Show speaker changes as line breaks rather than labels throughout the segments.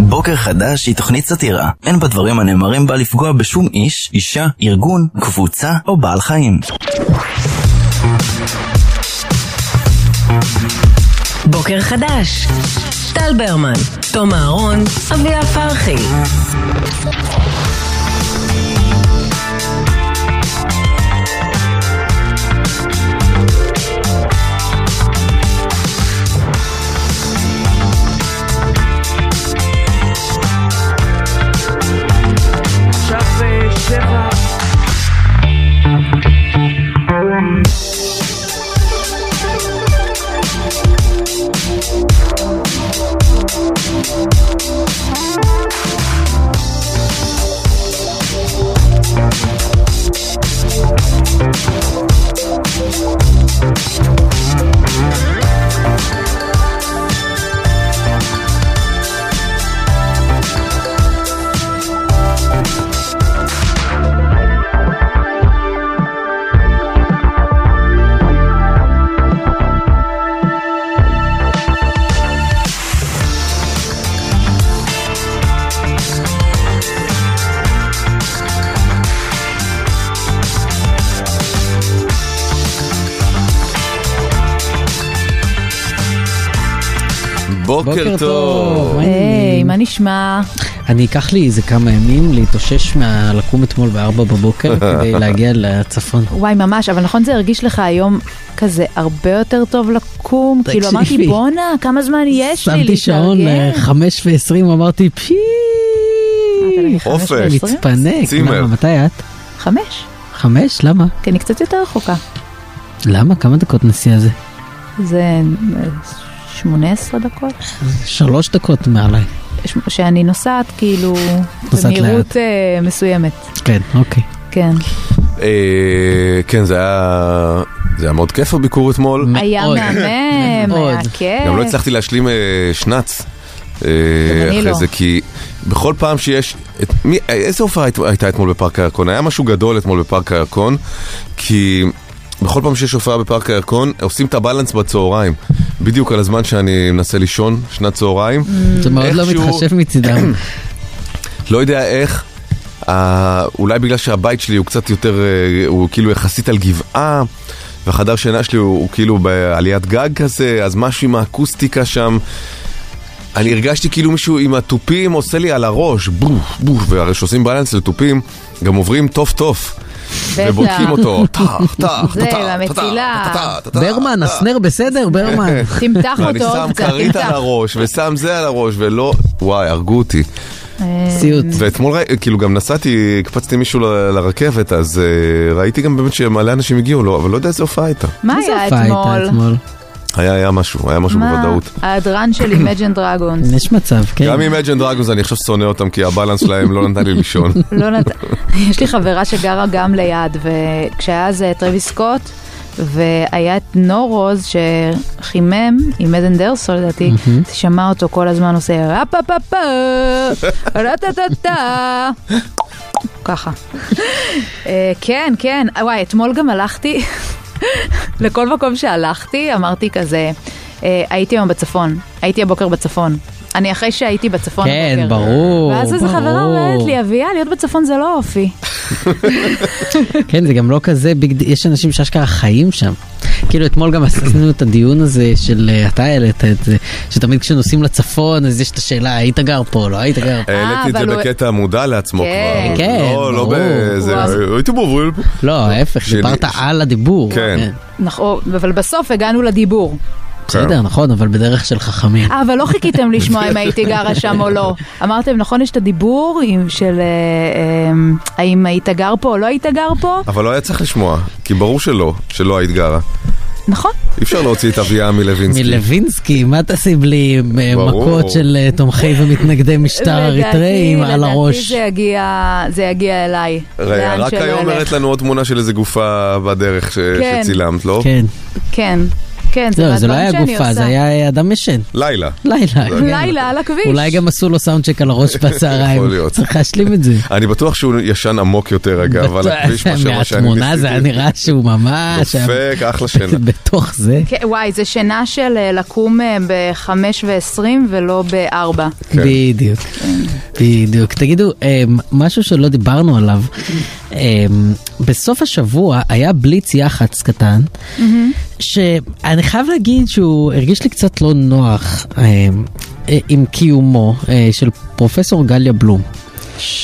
בוקר חדש היא תוכנית סאטירה. אין בדברים הנאמרים בה לפגוע בשום איש, אישה, ארגון, קבוצה או בעל חיים.
בוקר חדש. טל ברמן, תום אהרון, אביה פרחי.
עכשיו בשבע.
בוקר טוב.
היי, מה נשמע?
אני אקח לי איזה כמה ימים להתאושש מהלקום אתמול בארבע בבוקר כדי להגיע לצפון.
וואי, ממש, אבל נכון זה הרגיש לך היום כזה הרבה יותר טוב לקום? כאילו אמרתי,
תקשיבי.
בואנה, כמה זמן יש לי
שמתי שעון אה,
להתארגן?
חמש ועשרים, אמרתי פי...
אתה לא לי חמש
אופק.
ועשרים?
מצפנק.
צימר.
למה, מתי את?
חמש,
חמש? למה?
כי אני קצת יותר רחוקה.
למה? כמה דקות נסיעה זה?
זה אה, 18 דקות?
שלוש דקות מעליי.
ש- שאני נוסעת כאילו
נוסעת
במהירות
לאט.
אה, מסוימת.
כן, אוקיי.
כן.
אה, כן, זה היה... זה היה מאוד כיף הביקור אתמול.
היה
מאוד.
מהמם,
מאוד.
היה כיף.
גם לא הצלחתי להשלים אה, שנץ. אה,
גם אני
אחרי
לא.
זה, כי בכל פעם שיש... את, מי, אה, איזה הופעה היית- הייתה אתמול בפארק הירקון? היה משהו גדול אתמול בפארק הירקון, כי בכל פעם שיש הופעה בפארק הירקון, עושים את הבלנס בצהריים. בדיוק על הזמן שאני מנסה לישון, שנת צהריים.
Mm.
זה מאוד לא
איכשהו-
מתחשב מצידם.
לא יודע איך, אה, אולי בגלל שהבית שלי הוא קצת יותר, אה, הוא כאילו יחסית על גבעה, והחדר שינה שלי הוא, הוא כאילו בעליית גג כזה, אז משהו עם האקוסטיקה שם. אני הרגשתי כאילו מישהו עם התופים עושה לי על הראש, בוף, בוף, והרי שעושים בלנס לתופים, גם עוברים טוף טוף, ובודקים אותו, טח, טח,
זה,
טח,
והמצילה.
טח, טח, טח,
ברמן,
טח.
הסנר בסדר, ברמן.
לא תמתח
ואני
אותו
שם
עוד קצת,
כרית על
תמתח.
הראש, ושם זה על הראש, ולא, וואי, הרגו אותי.
אה,
סיוט.
ואתמול, ראי- כאילו גם נסעתי, הקפצתי מישהו ל- לרכבת, אז אה, ראיתי גם באמת שמלא אנשים הגיעו לו, אבל לא יודע איזה הופעה הייתה.
מה
איזה
היה
הופעה הייתה
אתמול?
היה, היה משהו, היה משהו
מה?
בוודאות.
ההדרן של Imagine Dragons.
יש מצב, כן.
גם עם אג'ן דרגונס אני עכשיו שונא אותם, כי הבלנס שלהם לא נתן לי לישון.
לא נת... יש לי חברה שגרה גם ליד, וכשהיה אז אה, טרוויס סקוט, והיה את נורוז שחימם עם עדן דרסול לדעתי, שמע אותו כל הזמן עושה פה פה פה, רטטטה. ככה. אה, כן, כן, וואי, אתמול גם הלכתי, לכל מקום שהלכתי אמרתי כזה, אה, הייתי היום בצפון, הייתי הבוקר בצפון. אני אחרי שהייתי בצפון
כן,
הבוקר.
ברור.
ואז איזה
ברור.
חברה אומרת לי, אביה, להיות בצפון זה לא אופי.
כן, זה גם לא כזה ביג דיל, יש אנשים שאשכרה חיים שם. כאילו אתמול גם עשינו את הדיון הזה של, אה, אתה העלית את זה, שתמיד כשנוסעים לצפון אז יש את השאלה, היית גר פה, לא היית גר פה.
העליתי את
אה, אבל
זה
הוא-
בקטע מודע לעצמו
כן.
כבר.
כן,
לא, לא
ברור.
באיזה...
וואו.
הייתם עוברים פה.
לא, ההפך,
שלי-
דיברת
ש-
על הדיבור.
כן.
נכון, אבל בסוף הגענו לדיבור.
אה.
בסדר, נכון, אבל בדרך של חכמים.
אה, אבל לא חיכיתם לשמוע אם הייתי גרה שם או לא. אמרתם, נכון, יש את הדיבור עם- של אה, אה, האם היית גר פה או לא היית גר פה?
אבל לא היה צריך לשמוע, כי ברור שלא, שלא היית גרה.
נכון.
אי אפשר להוציא את אביה מלווינסקי.
מלווינסקי, מה תשים לי אה,
ברור.
מכות של אה, תומכי ומתנגדי משטר
לדעתי-
אריתראים על הראש?
לדעתי זה יגיע- זה יגיע אליי. לאן
רק
שלא
היום
אלך.
הראית לנו עוד תמונה של איזה גופה בדרך ש-
כן.
שצילמת, לא?
כן,
כן, כן, זה
לא, זה לא
מהדברים
היה
שאני
גופה,
עושה.
זה היה אה, אדם ישן.
לילה.
לילה. כן.
זה-
לילה על הכביש.
אולי גם עשו לו סאונד צ'ק על הראש בצהריים.
יכול להיות.
צריך להשלים את זה.
אני בטוח שהוא ישן עמוק יותר אגב, על הכביש מאשר מה שאני
מהתמונה זה היה
ניסיתי.
נראה שהוא ממש... היה
דופק, אחלה שינה.
בתוך זה.
כן, וואי, זה שינה של אה, לקום ב-5 ו-20 ולא ב-4.
כן.
בדיוק, בדיוק. תגידו, אמ, משהו שלא דיברנו עליו, אמ, בסוף השבוע היה בליץ יח"צ קטן, שאני חייב להגיד שהוא הרגיש לי קצת לא נוח אמ, אה, עם קיומו אה, של פרופסור גליה בלום,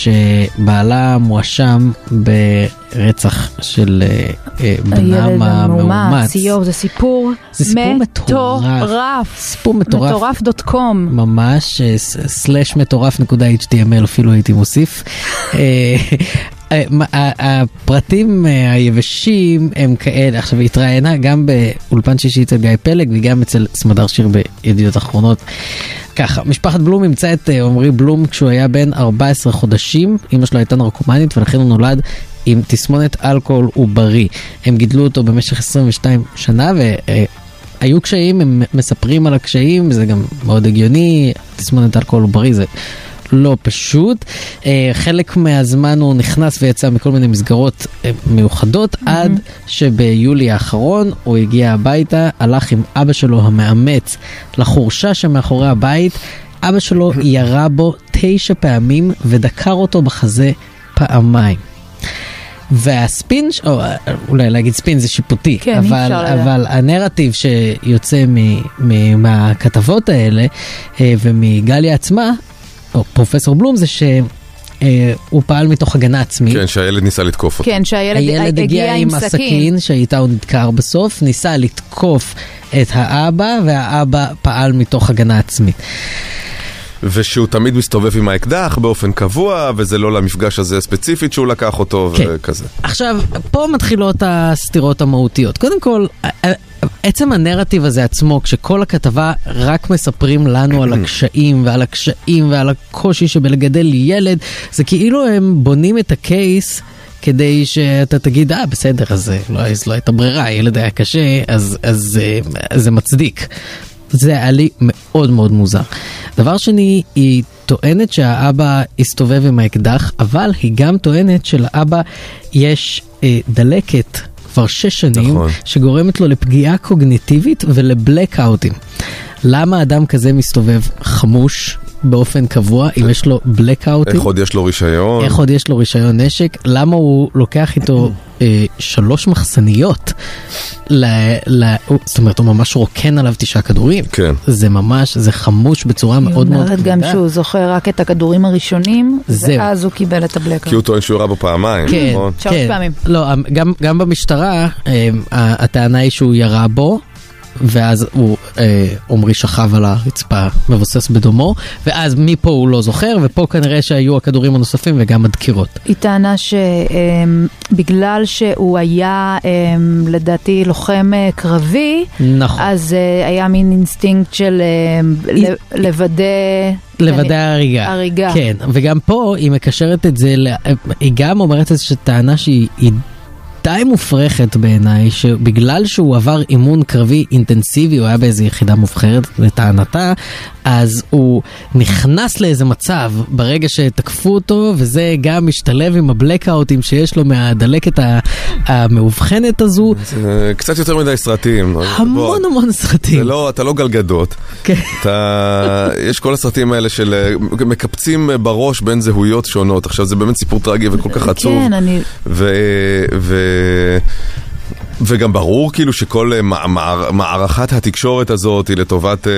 שבעלה מואשם ברצח של אה, אה, בנם המאומץ.
יואו, זה סיפור
זה סיפור מטורף.
מטורף.
סיפור מטורף.
מטורף דוט קום.
ממש, אה, סלאש מטורף נקודה html אפילו הייתי מוסיף. אה, אה, מה- ה- הפרטים אה, היבשים הם כאלה, עכשיו היא התראיינה גם באולפן שישי אצל גיא פלג וגם אצל סמדר שיר בידיעות אחרונות. ככה, משפחת בלום אימצה את אה, עמרי בלום כשהוא היה בן 14 חודשים, אמא שלו הייתה נרקומנית ולכן הוא נולד עם תסמונת אלכוהול עוברי. הם גידלו אותו במשך 22 שנה ו... אה, היו קשיים, הם מספרים על הקשיים, זה גם מאוד הגיוני, תסמונת אלכוהול עוברי זה לא פשוט. אה, חלק מהזמן הוא נכנס ויצא מכל מיני מסגרות אה, מיוחדות, עד שביולי האחרון הוא הגיע הביתה, הלך עם אבא שלו המאמץ לחורשה שמאחורי הבית, אבא שלו ירה בו תשע פעמים ודקר אותו בחזה פעמיים. והספין, ש- או אה, אולי להגיד ספין זה שיפוטי,
כן, אי
אבל,
אפשר לדעת.
אבל הנרטיב שיוצא מ, מ, מהכתבות האלה אה, ומגליה עצמה, או פרופסור בלום, זה שהוא פעל מתוך הגנה עצמית.
כן, שהילד ניסה לתקוף אותו.
כן, שהילד
הילד הגיע עם הסכין שאיתה הוא נדקר בסוף, ניסה לתקוף את האבא, והאבא פעל מתוך הגנה עצמית.
ושהוא תמיד מסתובב עם האקדח באופן קבוע, וזה לא למפגש הזה ספציפית שהוא לקח אותו,
כן.
וכזה.
עכשיו, פה מתחילות הסתירות המהותיות. קודם כל, ה- ה- עצם הנרטיב הזה עצמו, כשכל הכתבה רק מספרים לנו על הקשיים ועל הקשיים ועל הקושי שבלגדל ילד, זה כאילו הם בונים את הקייס. כדי שאתה תגיד, אה, בסדר, אז אה, לא, אז לא הייתה ברירה, הילד היה קשה, אז, אז, אה, אז זה מצדיק. זה היה לי מאוד מאוד מוזר. דבר שני, היא טוענת שהאבא הסתובב עם האקדח, אבל היא גם טוענת שלאבא יש אה, דלקת כבר שש שנים,
נכון.
שגורמת לו לפגיעה קוגניטיבית ולבלקאוטים. למה אדם כזה מסתובב חמוש באופן קבוע, אם יש לו בלקאוטים?
איך עוד יש לו רישיון?
איך עוד יש לו רישיון נשק? למה הוא לוקח איתו אה, שלוש מחסניות? ל, ל, הוא, זאת אומרת, הוא ממש רוקן עליו תשעה כדורים.
כן.
זה ממש, זה חמוש בצורה
היא
מאוד מאוד
אומרת גם שהוא זוכר רק את הכדורים הראשונים,
זהו.
ואז הוא קיבל את הבלקר.
כי הוא טוען שהוא ירה בו פעמיים,
כן,
נכון?
שלוש
כן.
פעמים.
לא, גם, גם במשטרה, אה, ה- הטענה היא שהוא ירה בו. ואז הוא, אה, עומרי שכב על הרצפה, מבוסס בדומו, ואז מפה הוא לא זוכר, ופה כנראה שהיו הכדורים הנוספים וגם הדקירות.
היא טענה שבגלל שהוא היה אה, לדעתי לוחם אה, קרבי,
נכון.
אז אה, היה מין אינסטינקט של אה, ל- לוודא...
לוודא הריגה.
כן, הריגה.
כן, וגם פה היא מקשרת את זה, ל... היא גם אומרת איזושהי טענה שהיא היא די מופרכת בעיניי, שבגלל שהוא עבר אימון קרבי אינטנסיבי, הוא היה באיזו יחידה מובחרת לטענתה, אז הוא נכנס לאיזה מצב ברגע שתקפו אותו, וזה גם משתלב עם הבלקאוטים שיש לו מהדלקת ה- המאובחנת הזו.
זה קצת יותר מדי סרטים. אבל בוא,
המון המון
זה
סרטים.
לא, אתה לא גלגדות.
כן.
אתה, יש כל הסרטים האלה של אה, מקפצים בראש בין זהויות שונות. עכשיו, זה באמת סיפור טרגי וכל כך עצוב.
כן, אני...
ו... ו... וגם ברור כאילו שכל אה, מע- מע- מערכת התקשורת הזאת היא לטובת אה,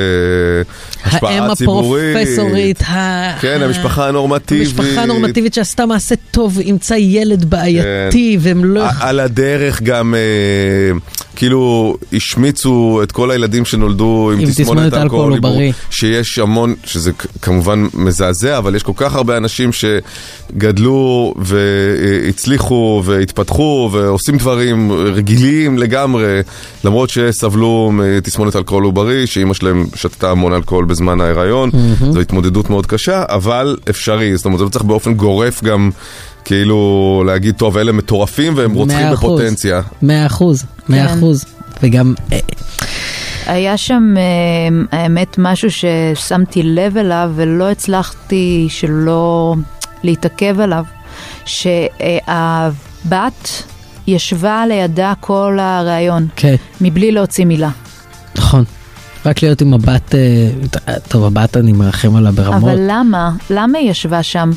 האם
השפעה ציבורית.
הפרופסורית, ה-
כן,
ה-
המשפחה הנורמטיבית.
משפחה נורמטיבית שעשתה מעשה טוב, אימצה ילד בעייתי, והם לא...
ע- על הדרך גם אה, כאילו השמיצו את כל הילדים שנולדו עם,
עם תסמונת אלכוהול לא
עיבור,
עוברי.
שיש המון, שזה כ- כמובן מזעזע, אבל יש כל כך הרבה אנשים שגדלו והצליחו והתפתחו ועושים דברים רגילים לגמרי, למרות שסבלו מתסמונת אלכוהול עוברי, שאימא שלהם שתתה המון אלכוהול בזמן ההיריון, זו התמודדות מאוד קשה, אבל אפשרי, זאת אומרת, זה לא צריך באופן גורף גם... כאילו להגיד, טוב, אלה מטורפים והם רוצחים
מאה אחוז.
בפוטנציה.
מאה אחוז, מאה
כן.
אחוז. וגם, אה,
היה שם, אה, האמת, משהו ששמתי לב אליו ולא הצלחתי שלא להתעכב עליו, שהבת ישבה לידה כל הריאיון,
כן,
מבלי להוציא מילה.
נכון. רק להיות עם הבת, אה, ט- טוב, הבת אני מרחם עליה ברמות.
אבל למה? למה היא ישבה שם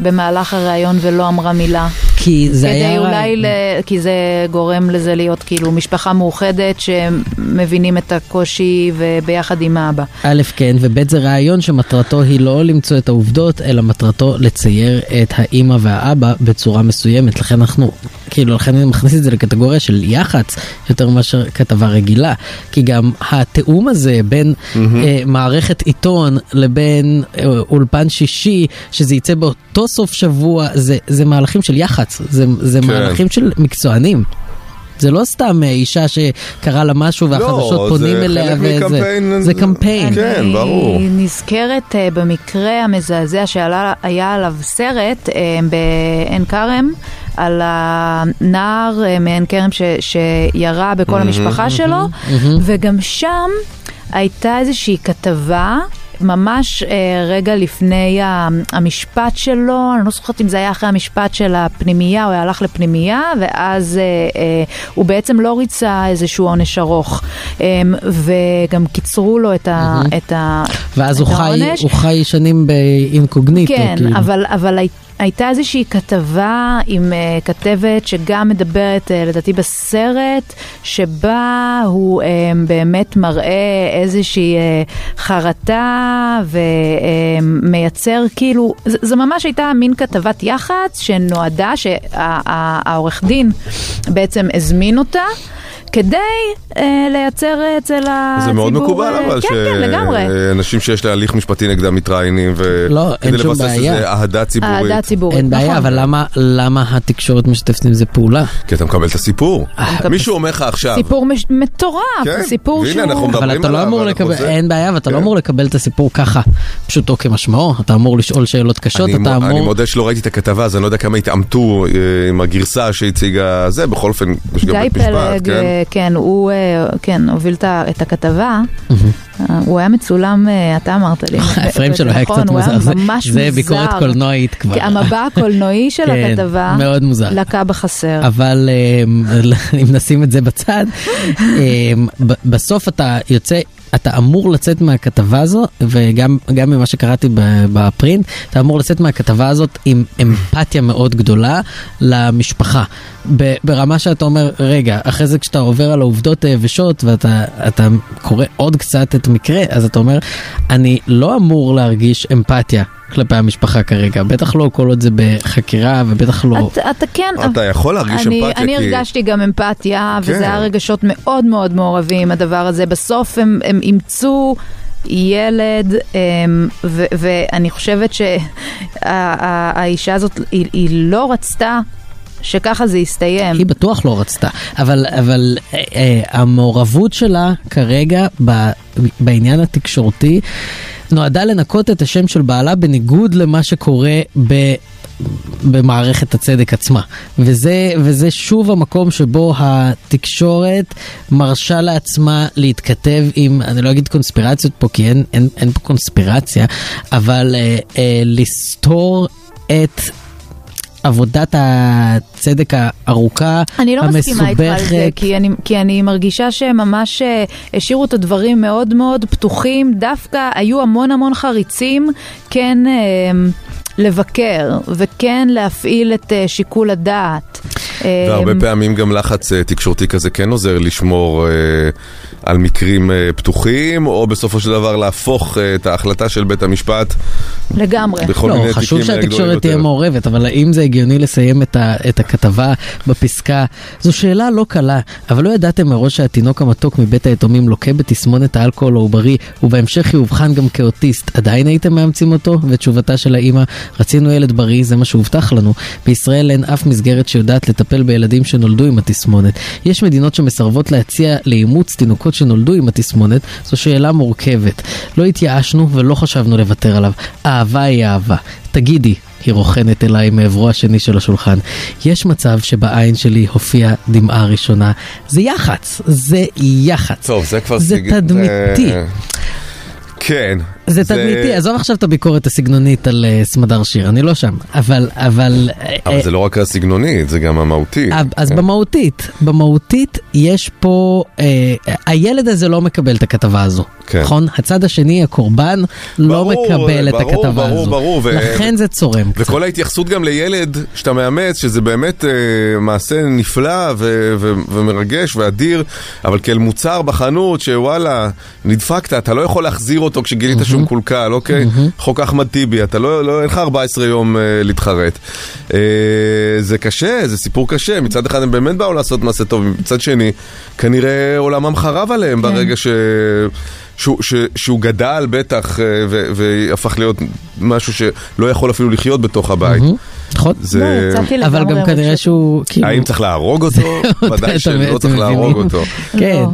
במהלך הריאיון ולא אמרה מילה?
כי זה
כדי
היה...
אולי, ל... כי זה גורם לזה להיות כאילו משפחה מאוחדת שמבינים את הקושי וביחד עם האבא.
א', כן, וב', זה רעיון שמטרתו היא לא למצוא את העובדות, אלא מטרתו לצייר את האימא והאבא בצורה מסוימת. לכן אנחנו, כאילו, לכן אני מכניס את זה לקטגוריה של יח"צ, יותר מאשר כתבה רגילה. כי גם התיאום הזה בין mm-hmm. אה, מערכת עיתון לבין אה, אולפן שישי, שזה יצא באותו סוף שבוע, זה, זה מהלכים של יח"צ, זה, זה
כן.
כן. מהלכים של מקצוענים. זה לא סתם אה, אישה שקרה לה משהו והחדשות
לא, זה
פונים
חלק
אליה
מקמפיין-
זה קמפיין.
כן,
אני
ברור.
נזכרת אה, במקרה המזעזע שהיה עליו סרט אה, בעין כרם, על הנער אה, מעין כרם ש- שירה בכל המשפחה שלו,
Mm-hmm.
וגם שם הייתה איזושהי כתבה. ממש אה, רגע לפני ה- המשפט שלו, אני לא זוכרת אם זה היה אחרי המשפט של הפנימייה, הוא הלך לפנימייה, ואז אה, אה, הוא בעצם לא ריצה איזשהו עונש ארוך. אה, וגם קיצרו לו את, ה, את, ה,
Mm-hmm. ואז הוא
את
חי,
העונש.
הוא חי שנים באינקוגניטו.
כן,
כאילו.
אבל, אבל הי- הייתה איזושהי כתבה עם uh, כתבת שגם מדברת, uh, לדעתי, בסרט, שבה הוא um, באמת מראה איזושהי uh, חרטה ומייצר כאילו, ז- זו ממש הייתה מין כתבת יח"צ שנועדה, שהעורך דין בעצם הזמין אותה. כדי uh, לייצר אצל הציבור...
זה מאוד מקובל
אה,
אבל
כן, כן, לגמרי.
שאנשים שיש לה הליך משפטי נגדם מתראיינים ו-
לא, אין
כדי
שום
לבסס
בעיה.
איזה אהדה ציבורית.
אהדה ציבורית,
אין בעיה,
נכון.
אבל לא. למה, למה התקשורת משתפת עם זה פעולה?
כי אתה מקבל את הסיפור.
מקבל-
מישהו אומר לך עכשיו.
סיפור מש... מטורף,
כן,
סיפור
והנה,
שהוא...
אנחנו מדברים
אבל אתה לא
עליו,
אמור
אנחנו
לקבל,
זה.
אין בעיה, ואתה לא
כן.
אמור לקבל את הסיפור ככה, פשוטו כמשמעו, אתה אמור לשאול שאלות קשות,
אני
אתה
מו- אני
אמור...
מודה שלא ראיתי את הכתבה, אז אני לא יודע כמה התעמתו אה, עם הגרסה שהציגה זה, בכל אופן, יש גם
גיא
בית משפט,
פלג,
כן?
אה, כן, הוא אה, כן, הוביל את ה- את הכתבה, אה, הוא היה מצולם, אה, אתה אמרת לי.
הפריים
וזה
שלו היה
נכון,
קצת
הוא
מוזר, זה-
ממש
זה
מוזר.
ביקורת קולנועית כבר.
כי המבע הקולנועי של
כן,
הכתבה
מאוד מוזר.
לקה בחסר.
אבל אמ, אם נשים את זה בצד, אמ, ב- בסוף אתה יוצא, אתה אמור לצאת מהכתבה הזו, וגם גם ממה שקראתי ב- בפרינט, אתה אמור לצאת מהכתבה הזאת עם אמפתיה מאוד גדולה למשפחה. ב- ברמה שאתה אומר, רגע, אחרי זה כשאתה עובר על העובדות היבשות ואתה אתה קורא עוד קצת את המקרה, אז אתה אומר, אני לא אמור להרגיש אמפתיה. כלפי המשפחה כרגע, בטח לא כל עוד זה בחקירה ובטח לא...
אתה- אתה כן...
אתה יכול להרגיש
אני,
אמפתיה,
אני
כי-
הרגשתי גם אמפתיה,
כן.
וזה היה רגשות מאוד מאוד מעורבים, הדבר הזה. בסוף הם, הם אימצו ילד, הם, ו, ואני חושבת שהאישה הזאת, היא, היא לא רצתה שככה זה יסתיים.
היא בטוח לא רצתה, אבל, אבל אה, אה, המעורבות שלה כרגע ב, בעניין התקשורתי נועדה לנקות את השם של בעלה בניגוד למה שקורה ב... במערכת הצדק עצמה. וזה, וזה שוב המקום שבו התקשורת מרשה לעצמה להתכתב עם, אני לא אגיד קונספירציות פה, כי אין, אין, אין פה קונספירציה, אבל אה, אה, לסתור את עבודת הצדק הארוכה,
אני לא מסכימה איתך על זה,
המסובכת.
כי אני, כי אני מרגישה שממש אה, השאירו את הדברים מאוד מאוד פתוחים, דווקא היו המון המון חריצים, כן... אה, לבקר, וכן להפעיל את אה, שיקול הדעת. אה,
והרבה פעמים גם לחץ אה, תקשורתי כזה כן עוזר לשמור אה, על מקרים אה, פתוחים, או בסופו של דבר להפוך אה, את ההחלטה של בית המשפט
לגמרי.
בכל מיני
לא,
תיקים
חשוב
אה, גדולים
שהתקשורת תהיה
יותר.
מעורבת, אבל האם זה הגיוני לסיים את, ה, את הכתבה בפסקה? זו שאלה לא קלה, אבל לא ידעתם מראש שהתינוק המתוק מבית היתומים לוקה בתסמונת האלכוהול העוברי, ובהמשך היא אובחן גם כאוטיסט. עדיין הייתם מאמצים אותו? ותשובתה של האימא, רצינו ילד בריא, זה מה שהובטח לנו. בישראל אין אף מסגרת שיודעת לטפל בילדים שנולדו עם התסמונת. יש מדינות שמסרבות להציע לאימוץ תינוקות שנולדו עם התסמונת, זו שאלה מורכבת. לא התייאשנו ולא חשבנו לוותר עליו. אהבה היא אהבה. תגידי, היא רוכנת אליי מעברו השני של השולחן. יש מצב שבעין שלי הופיעה דמעה ראשונה. זה יח"צ, זה יח"צ.
טוב, זה כבר...
זה
סיג-
תדמיתי.
זה- כן.
זה תדמיתי, עזוב עכשיו את הביקורת הסגנונית על אה, סמדר שיר, אני לא שם, אבל, אבל...
אבל זה לא רק הסגנונית, זה גם המהותי. כן.
אה, אז במהותית, במהותית יש פה, אה, הילד הזה לא מקבל את הכתבה הזו,
כן.
נכון? הצד השני, הקורבן, לא
ברור,
מקבל את
ברור,
הכתבה
ברור,
הזו.
ברור, ו-
לכן זה צורם.
וכל ההתייחסות גם לילד שאתה מאמץ, שזה באמת אה, מעשה נפלא ו- ו- ומרגש ואדיר, אבל כאל מוצר בחנות, שוואלה, נדפקת, אתה לא יכול להחזיר אותו כשגילית שהוא מקולקל, אוקיי? חוק אחמד טיבי, אתה לא, לא, אין לך 14 יום אה, להתחרט. אה, זה קשה, זה סיפור קשה. מצד אחד הם באמת באו לעשות מעשה טוב, מצד שני, כנראה עולמם חרב עליהם ברגע ש... שהוא, ש, שהוא גדל בטח אה, ו, והפך להיות משהו שלא יכול אפילו לחיות בתוך הבית.
נכון.
זה...
לא,
אבל גם כנראה שהוא, כאילו...
כן. האם צריך להרוג אותו? ודאי
אתה-
שלא
אתם
צריך להרוג
מבינים?
אותו.
אה,
כן.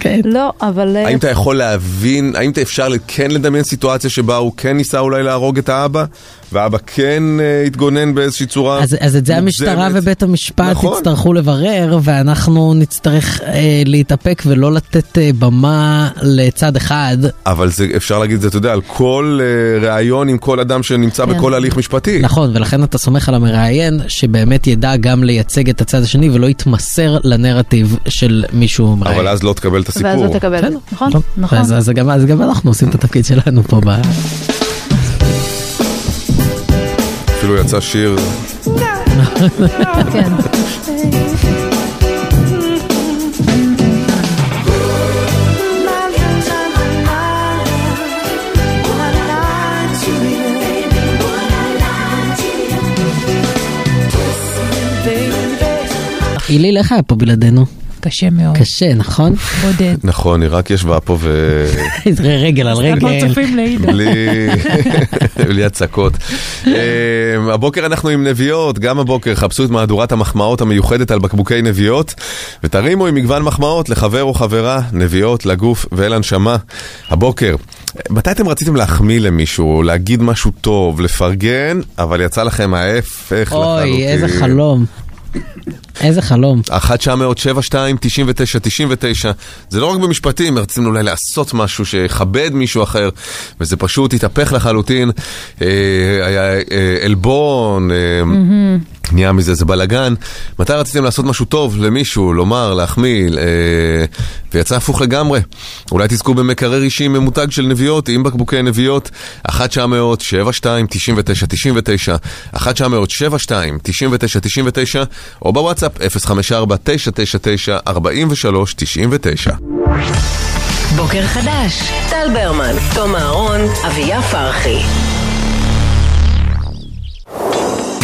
כן.
לא, אבל... אה,
האם אתה יכול להבין, האם אתה אפשר כן לדמיין סיטואציה שבה הוא כן ניסה אולי להרוג את האבא, והאבא כן אה, התגונן באיזושהי צורה
אז, אז את זה המשטרה
מוגזמת?
ובית המשפט
נכון.
יצטרכו לברר, ואנחנו נצטרך אה, להתאפק ולא לתת אה, במה לצד אחד.
אבל זה, אפשר להגיד את זה, אתה יודע, על כל אה, ראיון עם כל אדם שנמצא
כן.
בכל הליך משפטי.
נכון, ולכן אתה סומך על המראיין שבאמת ידע גם לייצג את הצד השני ולא יתמסר לנרטיב של מישהו מראיין.
אבל אז לא תקבל את
ואז
הסיפור.
לא תקבל,
בסדר,
נכון?
טוב.
נכון.
אז, אז, גם, אז גם אנחנו עושים את התפקיד שלנו פה ב...
אפילו יצא שיר,
כן.
איליל, איך היה פה בלעדינו?
קשה מאוד.
קשה, נכון?
בודד.
נכון, היא רק ישבה פה ו...
איזה רגל על רגל.
הפרצופים לעידה.
בלי, בלי הצקות. אמ, הבוקר אנחנו עם נביעות, גם הבוקר חפשו את מהדורת המחמאות המיוחדת על בקבוקי נביעות, ותרימו עם מגוון מחמאות לחבר או חברה, נביעות לגוף ולנשמה. הבוקר, מתי אתם רציתם להחמיא למישהו, להגיד משהו טוב, לפרגן, אבל יצא לכם ההפך לחלוטין?
אוי, איזה חלום. איזה חלום.
1 907 2 99 99 זה לא רק במשפטים, רצינו אולי לעשות משהו שיכבד מישהו אחר, וזה פשוט התהפך לחלוטין. אה, היה אה, עלבון, אה, נהיה מזה איזה בלאגן. מתי רציתם לעשות משהו טוב למישהו, לומר, להחמיא, אה, ויצא הפוך לגמרי. אולי תזכו במקרר אישי ממותג של נביעות, עם בקבוקי נביעות, 1 900 72 99 99 1 900 72 99 99 או בוואטסאפ 054 999 43 99
בוקר חדש, טל ברמן, תום אהרון, אביה פרחי.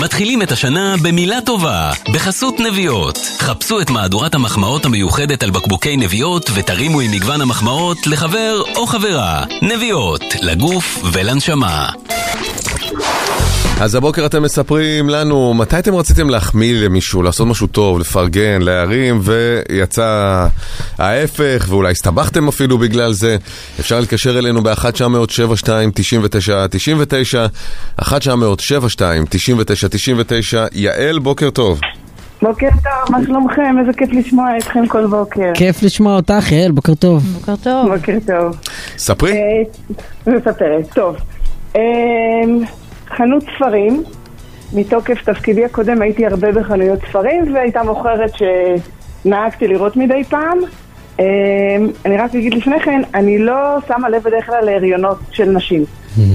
מתחילים את השנה במילה טובה, בחסות נביעות. חפשו את מהדורת המחמאות המיוחדת על בקבוקי נביעות ותרימו עם מגוון המחמאות לחבר או חברה. נביעות, לגוף ולנשמה.
אז הבוקר אתם מספרים לנו מתי אתם רציתם להחמיא למישהו, לעשות משהו טוב, לפרגן, להרים, ויצא ההפך, ואולי הסתבכתם אפילו בגלל זה. אפשר להתקשר אלינו ב-1-900-72-99-99, 1-900-72-99-99. יעל, בוקר טוב.
בוקר טוב, מה שלומכם? איזה כיף לשמוע אתכם כל בוקר.
כיף לשמוע אותך, יעל, בוקר טוב.
בוקר טוב.
בוקר טוב.
ספרי.
אה, מספרת, טוב. אמ, חנות ספרים, מתוקף תפקידי הקודם הייתי הרבה בחנויות ספרים והייתה מוכרת שנהגתי לראות מדי פעם. אמ, אני רק אגיד לפני כן, אני לא שמה לב בדרך כלל להריונות של נשים.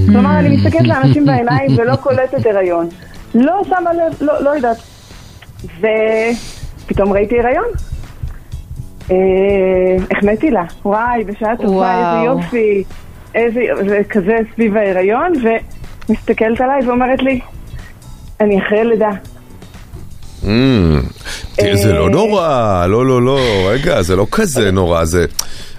כלומר, אני מסתכלת לאנשים בעיניים ולא קולטת הריון. לא שמה לב, לא, לא יודעת. ופתאום ראיתי הריון. אה, החמאתי לה, וואי, בשעה טובה,
וואו.
איזה יופי. איזה, וכזה סביב ההיריון, ומסתכלת עליי ואומרת לי, אני אחרי לידה.
Mm. תראה, זה לא נורא, לא, לא, לא, רגע, זה לא כזה נורא, זה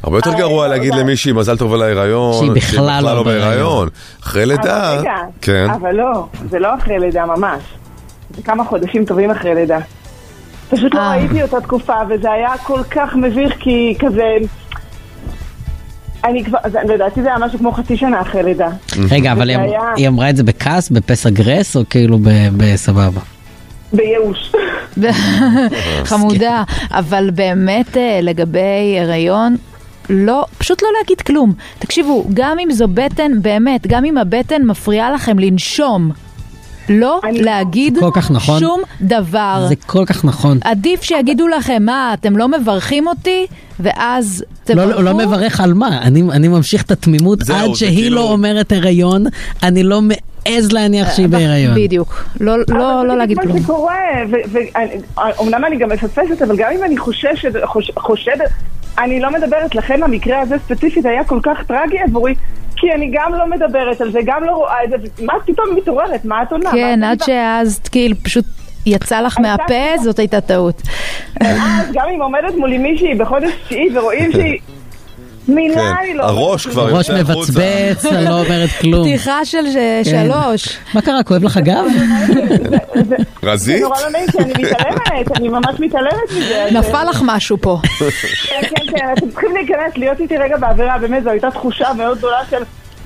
הרבה יותר גרוע להגיד למישהי מזל טוב על ההיריון,
שהיא בכלל לא בהיריון.
אחרי
אבל
לידה,
אה, רגע,
כן,
אבל לא, זה לא אחרי לידה ממש. זה כמה חודשים טובים אחרי לידה. פשוט לא
אה.
ראיתי אותה תקופה, וזה היה כל כך מביך, כי כזה... אני כבר, אז לדעתי זה היה משהו כמו חצי שנה אחרי לידה.
רגע, אבל היא
וזה
אמ-
היה
היא אמרה את זה בכעס, בפסע גרס, או כאילו ב- בסבבה?
בייאוש.
חמודה, אבל באמת אה, לגבי הריון, לא, פשוט לא להגיד כלום. תקשיבו, גם אם זו בטן, באמת, גם אם הבטן מפריעה לכם לנשום, לא להגיד
כל כך נכון.
שום דבר.
זה כל כך נכון.
עדיף שיגידו לכם, מה, אתם לא מברכים אותי? ואז
לא, לא, לא מברך על מה, אני, אני ממשיך את התמימות
נכון. זהו,
עד
זה
שהיא
כאילו-
לא אומרת הריון, אני לא מעז להניח שהיא בהיריון.
בדיוק. לא, לא, לא להגיד
אבל זה בדיוק מה שקורה, ואומנם אה, אני גם מפספסת, אבל גם אם אני חוששת, חוש- חושדת, אני לא מדברת, לכן המקרה הזה ספציפית היה כל כך טרגי עבורי, כי אני גם לא מדברת על זה, גם לא רואה את זה, ומה את פתאום מתעוררת? מה את עונה?
כן,
מה את
עד
עונה?
שאז כאילו פשוט יצא לך מהפה, זאת הייתה טעות.
ואז גם אם עומדת מולי מישהי בחודש תשיעי ורואים שהיא... מילה
כן,
היא לא...
הראש כבר
הראש
יוצא החוצה.
מבצבץ, אני לא אומרת כלום.
פתיחה של ש-
כן.
שלוש.
מה קרה, כואב לך גב?
זה
רזית?
נורא לא נעים כי אני מתעלמת, אני ממש מתעלמת מזה.
נפל לך משהו פה.
כן, כן, כן, אתם צריכים להיכנס, להיות איתי רגע באווירה, באמת זו הייתה תחושה מאוד גדולה של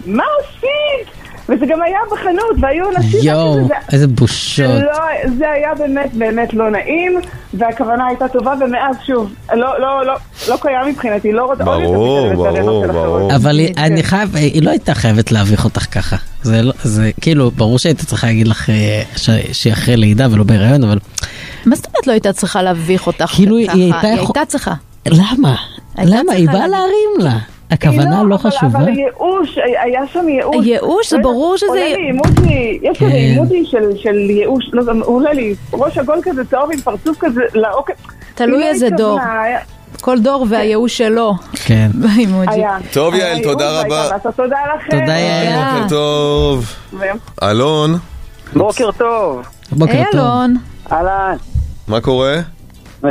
מה עושים? וזה גם היה בחנות, והיו אנשים...
יואו,
זה-
איזה בושות.
לא, זה היה באמת באמת לא נעים, והכוונה הייתה טובה, ומאז שוב, לא, לא, לא, לא קיים מבחינתי, לא רוצה עוד יותר
ברור,
מתעלמת מהרעיונות של אחרות.
אבל היא-
כן.
אני חייב, היא לא הייתה חייבת להביך אותך ככה. זה לא, זה כאילו, ברור שהייתה צריכה להגיד לך אה, ש- שהיא אחרי לידה ולא בהיריון, אבל
מה זאת אומרת לא הייתה צריכה להביך אותך ככה?
כאילו, היא הייתה
היא
יכול-
הייתה צריכה.
למה? למה? היא
צריכה
באה
להגיד.
להרים לה. הכוונה לא חשובה.
אבל ייאוש, היה שם ייאוש.
ייאוש? זה
לא יודעת,
ברור שזה-
עולה לי עימות מ- יש
כן.
לי עימות של- של ייאוש, לא, זה עולה לי ראש עגול כזה צהוב עם פרצוף כזה לעוקף.
תלוי
היא לא
איזה דור.
התכוונה, היה-
כל דור והייאוש שלו.
כן.
באימוג'י.
היה.
טוב,
היה
יעל,
ייאוש,
תודה
והייתה
רבה.
לעשות תודה
אה,
לכם.
בוקר טוב.
ביום.
אלון,
בוקר טוב.
בוקר
היי, טוב.
אלון.
אהלן,
מה קורה?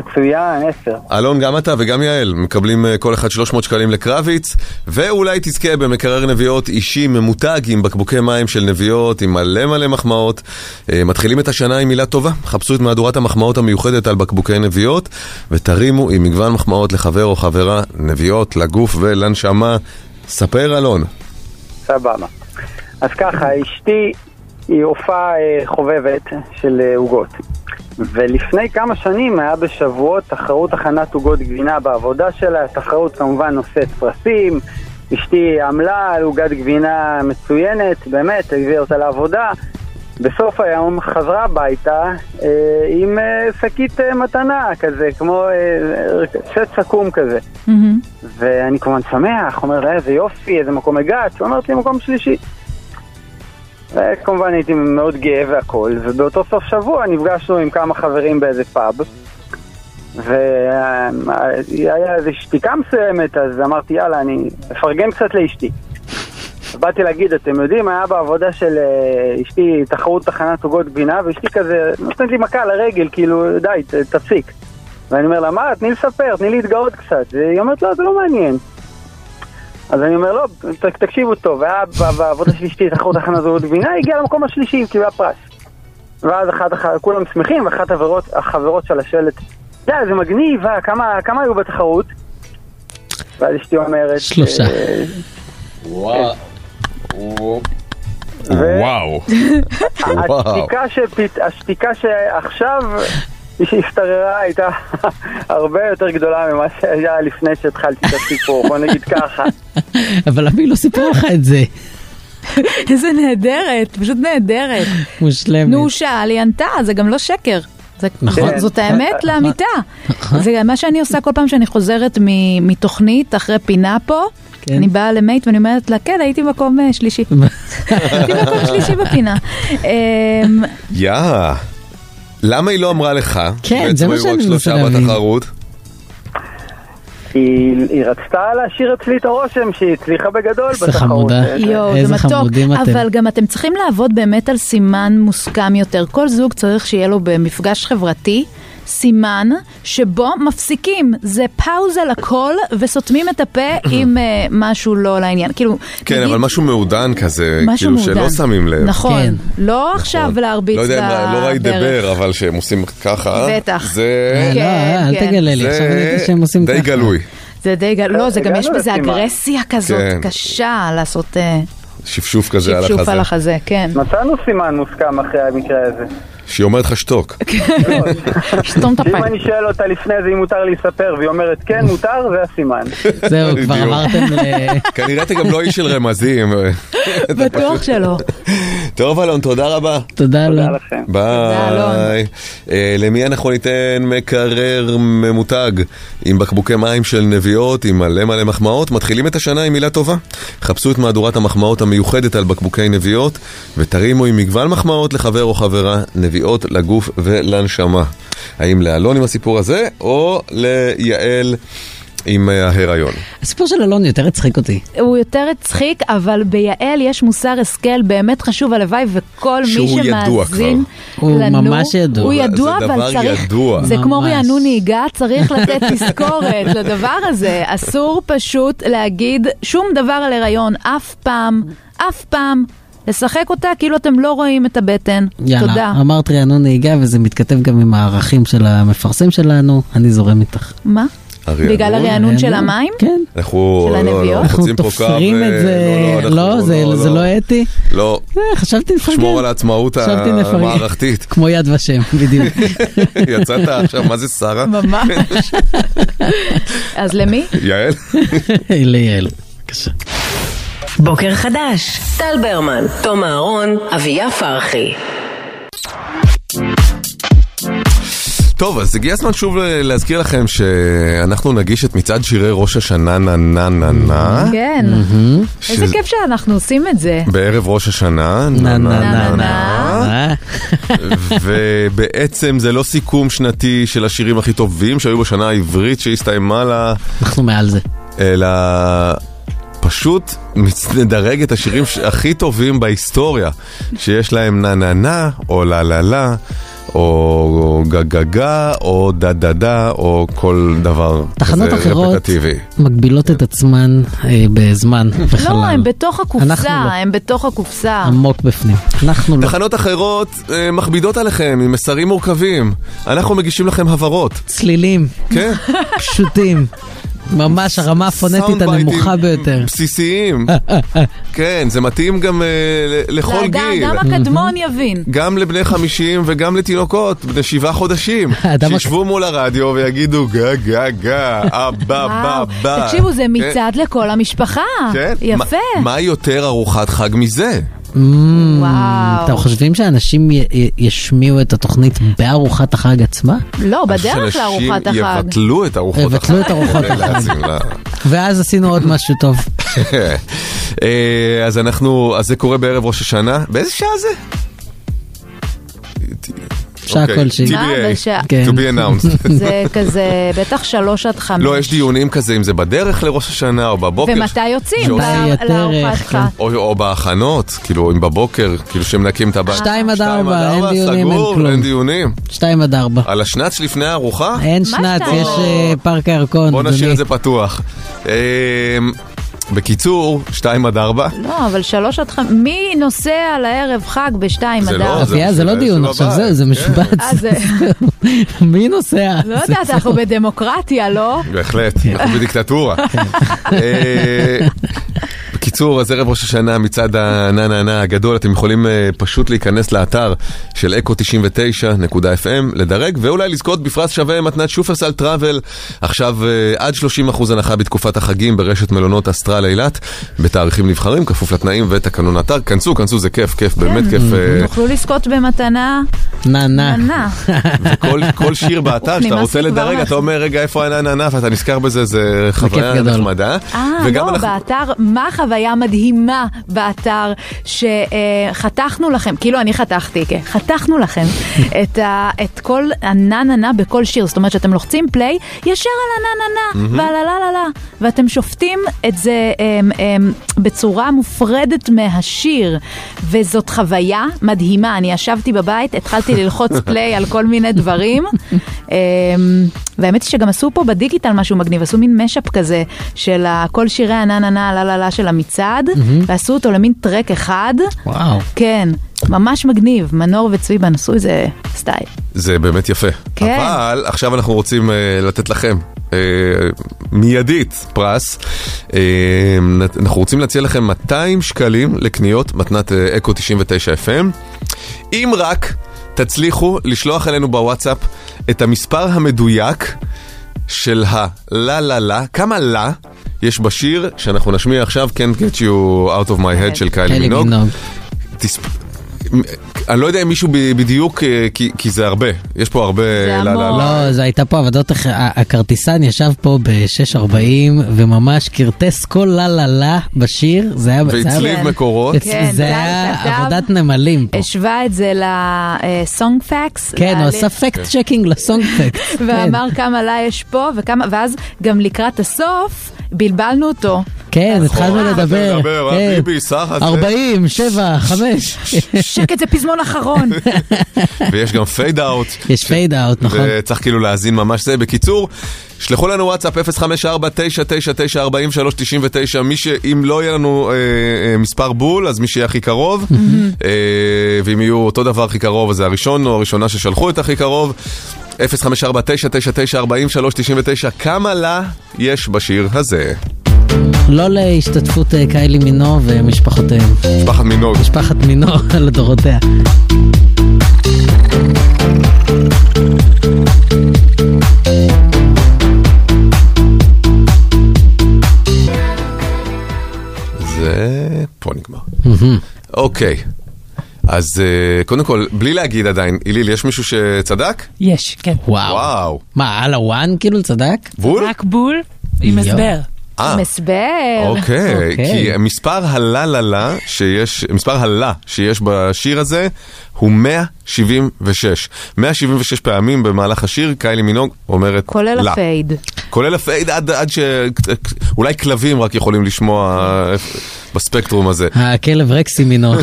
מצוין, עשר.
אלון, גם אתה וגם יעל מקבלים אה, כל אחד 300 שקלים לקרביץ, ואולי תזכה במקרר נביעות אישי ממותג עם בקבוקי מים של נביעות, עם מלא מלא מחמאות. אה, מתחילים את השנה עם מילה טובה, חפשו את מהדורת המחמאות המיוחדת על בקבוקי נביעות, ותרימו עם מגוון מחמאות לחבר או חברה נביעות לגוף ולנשמה. ספר, אלון.
סבבה. אז ככה, אשתי היא הופעה אה, חובבת של אה, עוגות. ולפני כמה שנים היה בשבועות תחרות הכנת עוגות גבינה בעבודה שלה, תחרות כמובן נושאת פרסים, אשתי עמלה על עוגת גבינה מצוינת, באמת, הביאה אותה לעבודה. בסוף היום חזרה הביתה אה, עם אה, שקית אה, מתנה כזה, כמו אה, שט סכו"ם כזה. ואני כמובן שמח, אומר לה, איזה יופי, איזה מקום הגעת, היא אומרת לי, מקום שלישי. וכמובן הייתי מאוד גאה והכל, ובאותו סוף שבוע נפגשנו עם כמה חברים באיזה פאב, והיה איזו שתיקה מסוימת, אז אמרתי, יאללה, אני אפרגן קצת לאשתי. באתי להגיד, אתם יודעים, היה בעבודה של אה, אשתי תחרות תחנת עוגות גבינה, ואשתי כזה נותנת לי מכה על הרגל, כאילו, די, ת- תפסיק. ואני אומר לה, מה, תני לספר, תני להתגאות קצת. היא אומרת, לא, זה לא מעניין. אז אני אומר, לא, ת- תקשיבו טוב, היה ב- בעבודה של אשתי תחרות תחנת זהות גבינה, הגיעה למקום השלישי, קיבלה פרס. ואז אחת, אחת, כולם שמחים, ואחת החברות, החברות שלה שואלת, די, זה מגניב, אה, כמה, כמה היו בתחרות? ואז אשתי אומרת...
שלושה.
"אה,
וואו.
השתיקה, שפת... השתיקה שעכשיו השתררה הייתה הרבה יותר גדולה ממה שהיה לפני שהתחלתי את הסיפור, בוא נגיד ככה.
אבל למה היא לא סיפרה לך את זה?
איזה נהדרת, פשוט נהדרת.
מושלמת.
נו, שאל, היא ענתה, זה גם לא שקר. זה,
נכון.
זה- זאת האמת לאמיתה. זה גם מה שאני עושה כל פעם שאני חוזרת מ- מתוכנית אחרי פינה פה.
כן. נכון.
אני באה למייט ואני אומרת לה, כן, הייתי מקום אה, שלישי. הייתי מקום שלישי בפינה. אמ,
יא. למה היא לא אמרה לך?
כן,
בעצם
זה מה
היו
שאני
רק
מנסה
שלושה
להבין.
בתחרות.
היא, היא רצתה להשאיר אצלי את הרושם שהיא הצליחה בגדול
איזה
בתחרות.
חמודה.
אה,
יואו,
איזה
זה מתוק,
חמודים אתם.
אבל גם אתם צריכים לעבוד באמת על סימן מוסכם יותר. כל זוג צריך שיהיה לו במפגש חברתי סימן שבו מפסיקים, זה פאוזה לכל וסותמים את הפה אם אה, משהו לא לעניין. כאילו,
כן, אבל משהו מעודן כזה,
משהו
כאילו שלא
מעודן.
שמים לב.
כן.
נכון, לא עכשיו להרביץ
לא
לה
יודע, אם- לא ראית
ברך.
דבר, אבל שהם עושים ככה.
בטח.
זה...
כן,
לא, אל
כן.
תגלה לי, עכשיו
זה
ראיתי שהם עושים ככה.
די גלוי.
זה די, גל- לא, זה גם יש
הגענו
בזה
לסימן.
אגרסיה כזאת
כן.
קשה לעשות אה,
שפשוף כזה על
שפשוף על
החזה.
החזה, כן.
מצאנו סימן מוסכם אחרי המקרה הזה.
שהיא אומרת לך שתוק.
שתום את הפה.
אם אני שואל אותה לפני זה אם מותר לי לספר, והיא אומרת כן, מותר, זה הסימן.
זהו, כבר
בדיוק.
עברתם
כן.
ל...
כנראה אתה גם לא איש של רמזים.
בטוח שלא.
טוב אלון, תודה רבה.
תודה לו.
תודה לכם.
ביי.
אלון.
אה, למי אנחנו ניתן מקרר ממותג עם בקבוקי מים של נביעות, עם מלא מלא מחמאות? מתחילים את השנה עם מילה טובה. חפשו את מהדורת המחמאות המיוחדת על בקבוקי נביעות, ותרימו עם מגוון מחמאות לחבר או חברה נביעות לגוף ולנשמה. האם לאלון עם הסיפור הזה, או ליעל עם אה, ההיריון?
הסיפור של אלון יותר הצחיק אותי.
הוא יותר הצחיק, אבל ביעל יש מוסר השכל באמת חשוב, הלוואי וכל מי
שהוא ידוע
שמאזין
כבר. הוא
לנו,
ממש ידוע.
הוא
זה- זה
ידוע,
דבר
אבל צריך,
ידוע.
זה כמו
ממש.
רענון נהיגה, צריך לתת תזכורת לדבר הזה. אסור פשוט להגיד שום דבר על הריון, אף פעם, אף פעם. לשחק אותה כאילו אתם לא רואים את הבטן. תודה.
יאללה, אמרת רענון נהיגה וזה מתכתב גם עם הערכים של המפרסם שלנו, אני זורם איתך.
מה?
הרענון?
בגלל הרענון של המים?
כן.
אנחנו
של
לא, לא,
הנביעות?
לא,
אנחנו
חוצים פה קו,
תופרים
אה,
את זה,
לא, אנחנו-
לא, זה- זה לא אתי.
לא,
אה, חשבתי לפרגן.
שמור על העצמאות
חשבתי נפרגן.
המערכתית.
כמו יד ושם, בדיוק.
יצאת עכשיו, מה זה שרה?
ממש. אז למי?
יעל?
ליעל. בבקשה.
בוקר חדש, טל ברמן, תום אהרון, אביה פרחי.
טוב, אז הגיע הזמן שוב ל- להזכיר לכם שאנחנו נגיש את מצעד שירי ראש השנה נה נה נה נה.
כן. איזה כיף שאנחנו עושים את זה.
בערב ראש השנה, נה
נה,
נה
נה,
נה נה,
אה,
ובעצם זה לא סיכום שנתי של השירים הכי טובים שהיו בשנה העברית שהסתיימה לה,
אנחנו מעל זה.
אלא פשוט מצ- נדרג את השירים ש- הכי טובים בהיסטוריה, שיש להם נה נה נה, או לה לה לה, או גה גה גה, או דה דה דה, או כל דבר
תחנות
כזה
אחרות
רפטטיבי.
מגבילות את עצמן אה, בזמן וחלל.
לא, הם בתוך
אנחנו
הקופסה,
לא.
הם בתוך הקופסה.
עמוק בפנים. אנחנו לא.
תחנות אחרות אה, מכבידות עליכם עם מסרים מורכבים. אנחנו מגישים לכם הבהרות,
צלילים
כן?
פשוטים. ממש הרמה הפונטית
סאונד בייטים
הנמוכה ביותר.
בסיסיים. כן, זה מתאים גם אה, ל- לכל
לאדם-
גיל. Mm.
האדם הקדמון יבין.
גם לבני 50 וגם לתינוקות בני שבעה חודשים,
האדם הק-
שישבו מול הרדיו ויגידו גה גה גה, אבא בא
וואו,
בא.
תקשיבו, זה
כן,
מצעד לכל המשפחה.
כן.
יפה.
מה- מה יותר ארוחת חג מזה?
וואו.
Mm, אתם חושבים שאנשים י- י- ישמיעו את התוכנית בארוחת החג עצמה?
לא, בדרך
שאנשים
לארוחת החג.
יבטלו את ארוחות החג.
יבטלו את ארוחות
כדי
החג.
להציל לה.
ואז עשינו עוד משהו טוב.
אה, אז אנחנו, אז זה קורה בערב ראש השנה, באיזה שעה זה?
שעה
אוקיי,
כלשהי.
TBA,
מה, בשעה?
כן.
to be announced.
זה כזה, בטח שלוש עד חמש.
לא, יש דיונים כזה אם זה בדרך לראש השנה או בבוקר.
ומתי יוצאים?
שעושים-
מתי
ב-
יותר,
לארוחת
כן.
חג.
או, או בהכנות, כאילו, אם בבוקר, כאילו שמנקים את הבית.
שתיים עד ארבע, אין דיונים, אין
סגור,
כלום.
אין דיונים.
שתיים עד ארבע.
על השנץ לפני הארוחה?
אין
מה
שנץ,
שתיים?
יש אה, פארק הירקון.
בוא נשאיר
אדוני.
את זה פתוח. אמ, בקיצור, שתיים עד ארבע.
כן.
לא, אבל שלוש עד חמש. מי נוסע לערב חג בשתיים
זה
עד
לא,
ארבע?
זה-
אביה, זה לא
זה
דיון
של
עכשיו,
הבית,
זהו, זה
כן.
משבץ.
אה, זה-
מי נוסע?
לא יודעת, אנחנו בדמוקרטיה, לא?
בהחלט, אנחנו בדיקטטורה.
כן.
אה, בקיצור, אז ערב ראש השנה מצד הנה נה נה הגדול, אתם יכולים אה, פשוט להיכנס לאתר של אקו99.fm, לדרג ואולי לזכות בפרס שווה מתנת שופרסל טראבל. עכשיו אה, עד 30% הנחה בתקופת החגים ברשת מלונות אסטרל אילת, בתאריכים נבחרים, כפוף לתנאים ותקנון האתר. כנסו, כנסו, זה כיף, כיף, באמת כיף. אה,
תוכלו כן. לזכות במתנה
נה נה.
ענה.
כל, כל שיר באתר שאתה
כן. נמאס
רוצה
לי כבר
לדרג,
מה-
אתה אומר, רגע, איפה הנענע, ואתה נזכר בזה, זה חוויה
גדול.
נחמדה.
אה,
וגם
לא,
אנחנו-
באתר, מה החוויה המדהימה באתר שחתכנו לכם, כאילו אני חתכתי, כן, חתכנו לכם את, ה, את כל הנה נה נה בכל שיר, זאת אומרת שאתם לוחצים פליי, ישר על הנה נה נה ועל הלה לה לה, ואתם שופטים את זה אמ, אמ, בצורה מופרדת מהשיר, וזאת חוויה מדהימה. אני ישבתי בבית, התחלתי ללחוץ פליי על כל מיני דברים, אמ, והאמת היא שגם עשו פה בדיגיטל משהו מגניב, עשו מין משאפ כזה של ה- כל שירי הנה נה נה לה לה לה של המצעד, ועשו אותו למין טרק אחד.
וואו.
כן, ממש מגניב, מנור וצביבן עשו איזה סטייל.
זה באמת יפה.
כן.
אבל עכשיו אנחנו רוצים אה, לתת לכם אה, מיידית פרס. אה, נ- אנחנו רוצים להציע לכם 200 שקלים לקניות מתנת אה, אקו 99 FM. אם רק תצליחו לשלוח אלינו בוואטסאפ את המספר המדויק של ה"לה לה לה", כמה לה יש בשיר שאנחנו נשמיע עכשיו, Can't get you out of my head של קיילי
קיילי
מינוג.
מינוג.
תס... אני לא יודע אם מישהו ב- בדיוק, אה, כי, כי זה הרבה, יש פה הרבה לה לה לה.
לא, זו הייתה פה עבודת, הח- ה- הכרטיסן ישב פה ב-6.40 וממש כרטס כל לה לה לה בשיר, זה היה... זה היה-
והצליב מקורות.
הצ-
כן,
זה
טל
היה
כתב.
עבודת נמלים פה.
השווה את זה אה, לסונג פאקס.
כן, הוא עשה פקט צ'קינג לסונג פקט.
ואמר כמה לה יש פה, וכמה, ואז גם לקראת הסוף בלבלנו אותו.
כן, התחלנו לדבר.
לדבר, אה,
כן.
ביבי, סך הזה.
40, 7, 5.
שקט זה פזמון אחרון.
ויש גם פייד אאוט.
לא. יש פייד אאוט, נכון?
וצריך כאילו להאזין ממש זה. בקיצור, שלחו לנו וואטסאפ 054-999-4399, מי ש... אם לא יהיה לנו אה, אה, מספר בול, אז מי שיהיה הכי קרוב, אה, ואם יהיו אותו דבר הכי קרוב, אז זה הראשון או הראשונה ששלחו את הכי קרוב. 054-999-4399, כמה לה יש בשיר הזה?
לא להשתתפות אה, קיילי מינו ומשפחותיהם.
משפחת מינוג.
משפחת מינו לדורותיה.
זה... פה נגמר. אוקיי. אז אה, קודם כל, בלי להגיד עדיין, איליל, יש מישהו שצדק?
יש, כן.
וואו.
וואו.
מה, על הוואן כאילו צדק?
בול?
רק בול עם
יואו.
הסבר.
אה,
מסבר.
אוקיי.
אוקיי.
כי מספר הלה לה לה שיש, מספר הלה שיש בשיר הזה הוא 176. 176 פעמים במהלך השיר קיילי מינוג אומרת
כולל
לה.
הפייד.
כולל הפייד עד, עד ש... אולי כלבים רק יכולים לשמוע אה, בספקטרום הזה.
הכלב אה, רקסי מינו.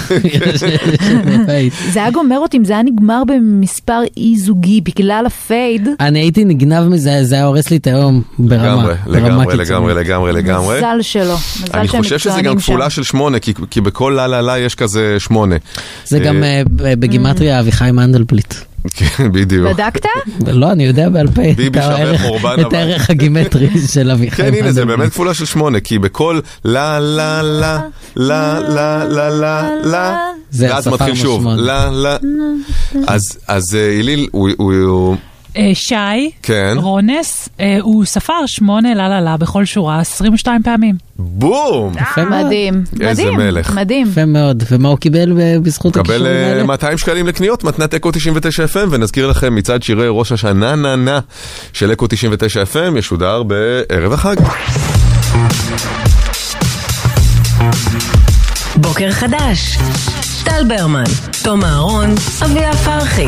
זה היה גומר אותי אם זה היה נגמר במספר אי זוגי בגלל הפייד.
אני הייתי נגנב מזה, זה היה הורס לי את היום ברמה.
לגמרי,
ברמה
לגמרי,
קיצונית.
לגמרי, לגמרי, לגמרי.
מזל שלא. מזל שהם
אני חושב שזה גם
מקצוענים שם.
כפולה של שמונה, כי, כי בכל לה לה לה יש כזה שמונה.
זה גם
אה,
אה,
Mm.
ב- בגימטריה אביחי מנדלבליט.
כן, בדיוק.
בדקת?
לא, אני יודע בעל פה את
ביבי שווה
הערך-
חורבן,
את
אבל.
הערך הגימטרי של אביחי
כן,
מנדלבליט.
הנה, זה באמת כפולה של שמונה, כי בכל לה לה לה, לה לה לה לה לה,
זה
ואז
הספר
מתחיל שוב,
משמונה.
לה לה. אז- אז אה, איליל, הוא- הוא- הוא...
אה, שי,
כן.
רונס, אה, הוא ספר שמונה לה לה לה בכל שורה 22 פעמים.
בום!
יפה מאוד,
אה, מדהים.
איזה
מדהים,
מלך.
מדהים.
יפה מאוד. ומה הוא קיבל ב- בזכות
קבל
הכישורים
אה,
האלה?
200 שקלים לקניות, מתנת אקו 99 FM, ונזכיר לכם מצעד שירי ראש השנה נה נה של אקו 99 FM, ישודר בערב החג.
בוקר חדש. טל ברמן, תום אהרון, אביה פרחי.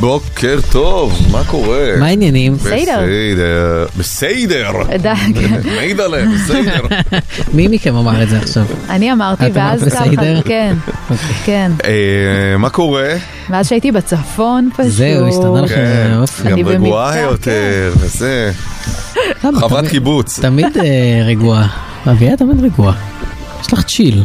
בוקר טוב, מה קורה?
מה העניינים?
בסדר.
בסדר. בסדר.
די, כן.
מיידלה, בסדר.
מי מכם אמר את זה עכשיו?
אני אמרתי,
את אמרת אוקיי.
ואז
בסדר?
ככה, כן, כן.
אה, מה קורה?
ואז שהייתי בצפון פשוט.
זהו, השתנה לכם
כן,
האופי.
אני
גם
במבצע,
רגועה
כן.
יותר, וזה.
למה?
חברת
תמיד-
קיבוץ.
תמיד אה, רגועה. אביה תמיד רגועה. יש לך צ'יל.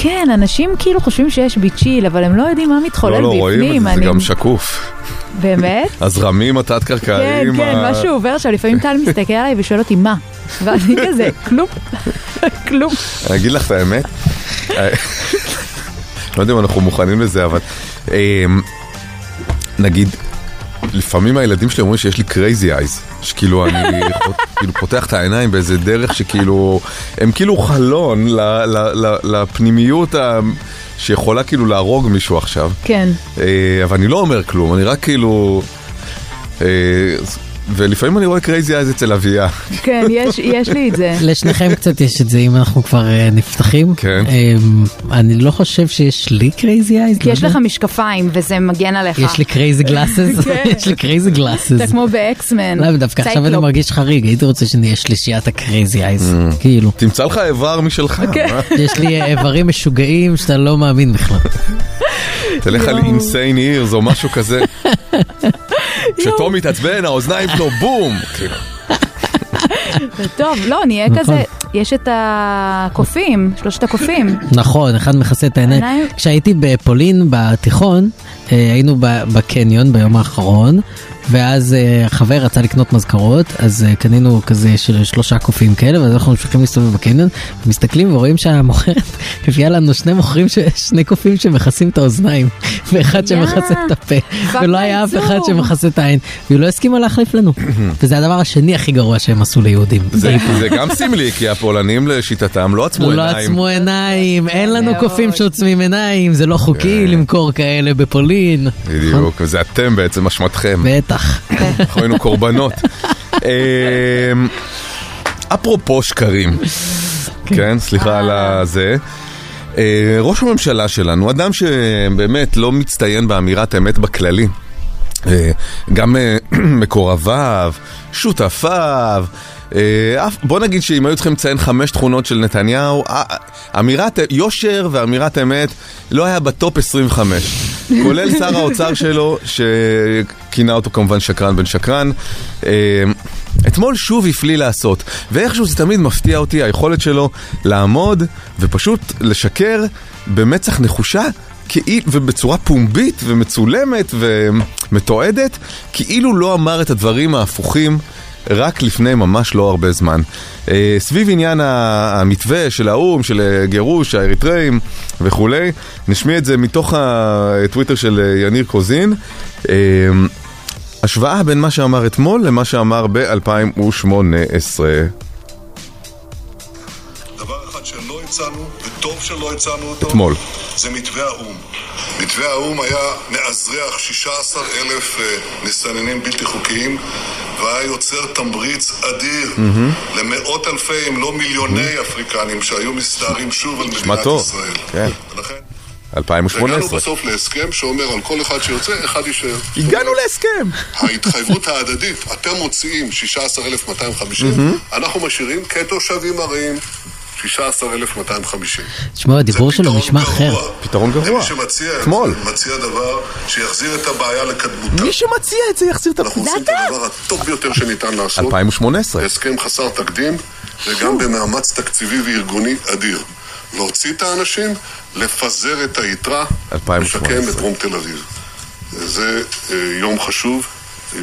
כן, אנשים כאילו חושבים שיש בי צ'יל, אבל הם לא יודעים מה מתחולל
לא,
בפנים.
לא, רואים את זה, זה
אני-
גם שקוף.
באמת?
הזרמים
כן,
התת-קרקעיים.
כן,
ה-
משהו עובר שם, לפעמים טל מסתכל עליי ושואל אותי מה. ואני כזה, כלום, כלום.
אני אגיד לך את האמת, אה, לא יודע אם אנחנו מוכנים לזה, אבל אה, נגיד, לפעמים הילדים שלי אומרים שיש לי crazy eyes, שכאילו אני חו- כאילו פותח את העיניים באיזה דרך שכאילו, הם כאילו חלון ל- ל- ל- לפנימיות ה- שיכולה כאילו להרוג מישהו עכשיו.
כן.
אה, אבל אני לא אומר כלום, אני רק כאילו... אה, ולפעמים אני רואה crazy eyes אצל אביה.
כן, יש- יש לי את זה.
לשניכם קצת יש את זה, אם אנחנו כבר אה, נפתחים. כן. אני לא חושב שיש לי קרייזי אייז.
כי יש לך משקפיים וזה מגן עליך.
יש לי קרייזי גלאסס,
כן.
יש לי קרייזי גלאסס.
אתה כמו באקסמן.
לא, ודווקא עכשיו אני מרגיש חריג, הייתי רוצה שנהיה שלישיית הקרייזי אייז, כאילו.
תמצא לך איבר משלך.
כן.
כן.
מה?
יש לי אה, איברים משוגעים שאתה לא מאמין בכלל.
תלך על אינסיין אירס או משהו כזה. כשתום מתעצבן, האוזניים שלו בום! כאילו,
טוב, לא, נהיה
נכון.
כזה, יש את הקופים, שלושת הקופים.
נכון, אחד מכסה את העיניים.
העיניים.
כשהייתי בפולין בתיכון, אה, היינו ב- בקניון ביום האחרון, ואז אה, חבר רצה לקנות מזכרות, אז אה, קנינו כזה של שלושה קופים כאלה, ואז אנחנו ממשיכים להסתובב בקניון, מסתכלים ורואים שהמוכרת הביאה לנו שני מוכרים, ש- שני קופים שמכסים את האוזניים, ואחד שמכסה את הפה,
פאק
ולא היה אף
העיצוב.
אחד שמכסה את העין, והיא לא הסכימה להחליף לנו. וזה הדבר השני הכי גרוע שהם עשו ליהודים.
זה-
אי פעם.
זה גם סמלי, כי הפולנים לשיטתם לא עצמו
לא
עיניים.
עצמו עיניים, אין לנו קופים שעוצמים עיניים, זה לא חוקי
כן.
למכור כאלה בפולין.
בדיוק, וזה אתם בעצם, אשמתכם.
נכון. בטח.
אנחנו היינו קורבנות. אמ, אפרופו שקרים, כן, סליחה על הזה. אה, ראש הממשלה שלנו, אדם שבאמת לא מצטיין באמירת אמת בכללי. אה, גם אה, מקורביו, שותפיו, אה, אף- בוא נגיד שאם היו צריכים לציין חמש תכונות של נתניהו, אה, אה, אמירת יושר ואמירת אמת לא היה בטופ 25. כולל שר האוצר שלו, שכינה אותו כמובן שקרן בן שקרן. אה, אתמול שוב הפליא לעשות, ואיכשהו זה תמיד מפתיע אותי, היכולת שלו לעמוד ופשוט לשקר במצח נחושה, כאילו, ובצורה פומבית ומצולמת ומתועדת, כאילו לא אמר את הדברים ההפוכים רק לפני ממש לא הרבה זמן. אה, סביב עניין ה- המתווה של האו"ם, של אה, גירוש, האריתראים וכולי, נשמיע את זה מתוך הטוויטר של אה, יניר קוזין. אה, השוואה בין מה שאמר אתמול למה שאמר ב-2018.
דבר אחד שלא הצענו, וטוב שלא הצענו אותו,
אתמול.
זה מתווה האו"ם. מתווה האו"ם היה מאזרח 16 אלף אה, מסתננים בלתי חוקיים, והיה יוצר תמריץ אדיר
מהמם.
למאות אלפי, אם לא מיליוני אפריקנים, שהיו מסתערים שוב על
נשמע
מדינת
טוב.
ישראל.
כן.
ולכן
2018.
הגענו בסוף להסכם שאומר על כל אחד שיוצא, אחד יישאר.
הגענו להסכם!
ההתחייבות ההדדית, אתם מוציאים 16,250,
Mhm.
אנחנו משאירים כתושבים ארעיים 16,250.
תשמע, הדיבור שלו נשמע אחר.
פתרון
מי שמציע את זה, מציע דבר שיחזיר את הבעיה לקדמותה.
מי שמציע את זה יחזיר את
אנחנו עושים את הדבר הטוב ביותר שניתן לעשות.
2018.
הסכם חסר תקדים, וגם במאמץ תקציבי וארגוני אדיר. להוציא את האנשים, לפזר את היתרה,
2018.
לשקם את דרום תל אביב. זה אה, יום חשוב,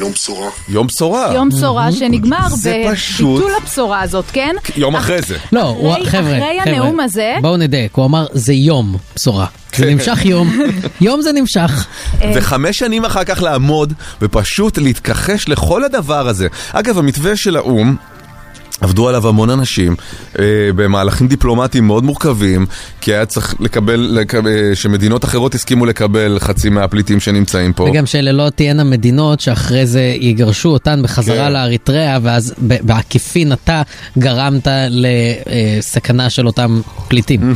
יום בשורה.
יום בשורה.
יום בשורה שנגמר
אה. זה פשוט-
בביטול הבשורה הזאת, כן?
יום אחרי זה.
לא, הוא-
אחרי-
חבר'ה,
אחרי
חבר'ה,
הנאום הזה-
בואו נדייק, הוא אמר זה יום
כן.
בשורה. זה נמשך יום, יום זה נמשך.
וחמש שנים אחר כך לעמוד ופשוט להתכחש לכל הדבר הזה. אגב, המתווה של האו"ם... עבדו עליו המון אנשים אה, במהלכים דיפלומטיים מאוד מורכבים, כי היה צריך לקבל, לקבל אה, שמדינות אחרות הסכימו לקבל חצי מהפליטים שנמצאים פה.
וגם שאלה לא תהיינה מדינות שאחרי זה יגרשו אותן בחזרה
כן.
לאריתריאה, ואז ב- בעקיפין אתה גרמת לסכנה של אותם פליטים.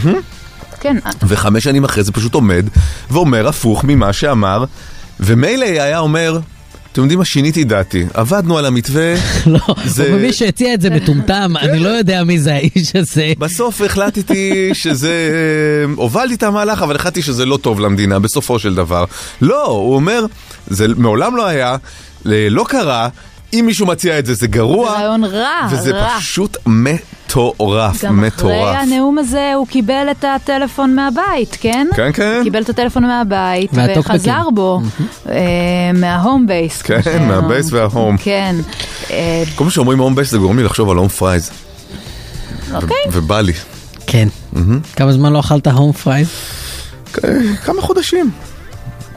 כן,
וחמש שנים אחרי זה פשוט עומד ואומר הפוך ממה שאמר, ומילא היה אומר, אתם יודעים מה, שיניתי דעתי, עבדנו על המתווה.
לא,
זה-
ומי שהציע את זה מטומטם, אני לא יודע מי זה האיש הזה.
בסוף החלטתי שזה... אה, הובלתי את המהלך, אבל החלטתי שזה לא טוב למדינה, בסופו של דבר. לא, הוא אומר, זה מעולם לא היה, לא קרה, אם מישהו מציע את זה, זה
זה
גרוע,
רעיון רע,
וזה
רע.
פשוט מטורף. מטורף,
גם אחרי
מטורף.
הנאום הזה הוא קיבל את הטלפון מהבית, כן?
כן, כן.
הוא קיבל את הטלפון מהבית,
והטוקבקים.
וחזר בו אה, מההום בייס. כמו
כן,
שאמרנו.
מהבייס וההום.
כן. אה,
כל מה שאומרים הום בייס זה גורם לי לחשוב על הום פרייז.
אוקיי.
ו- ובא לי.
כן. כמה זמן לא אכלת הום פרייז?
כמה חודשים.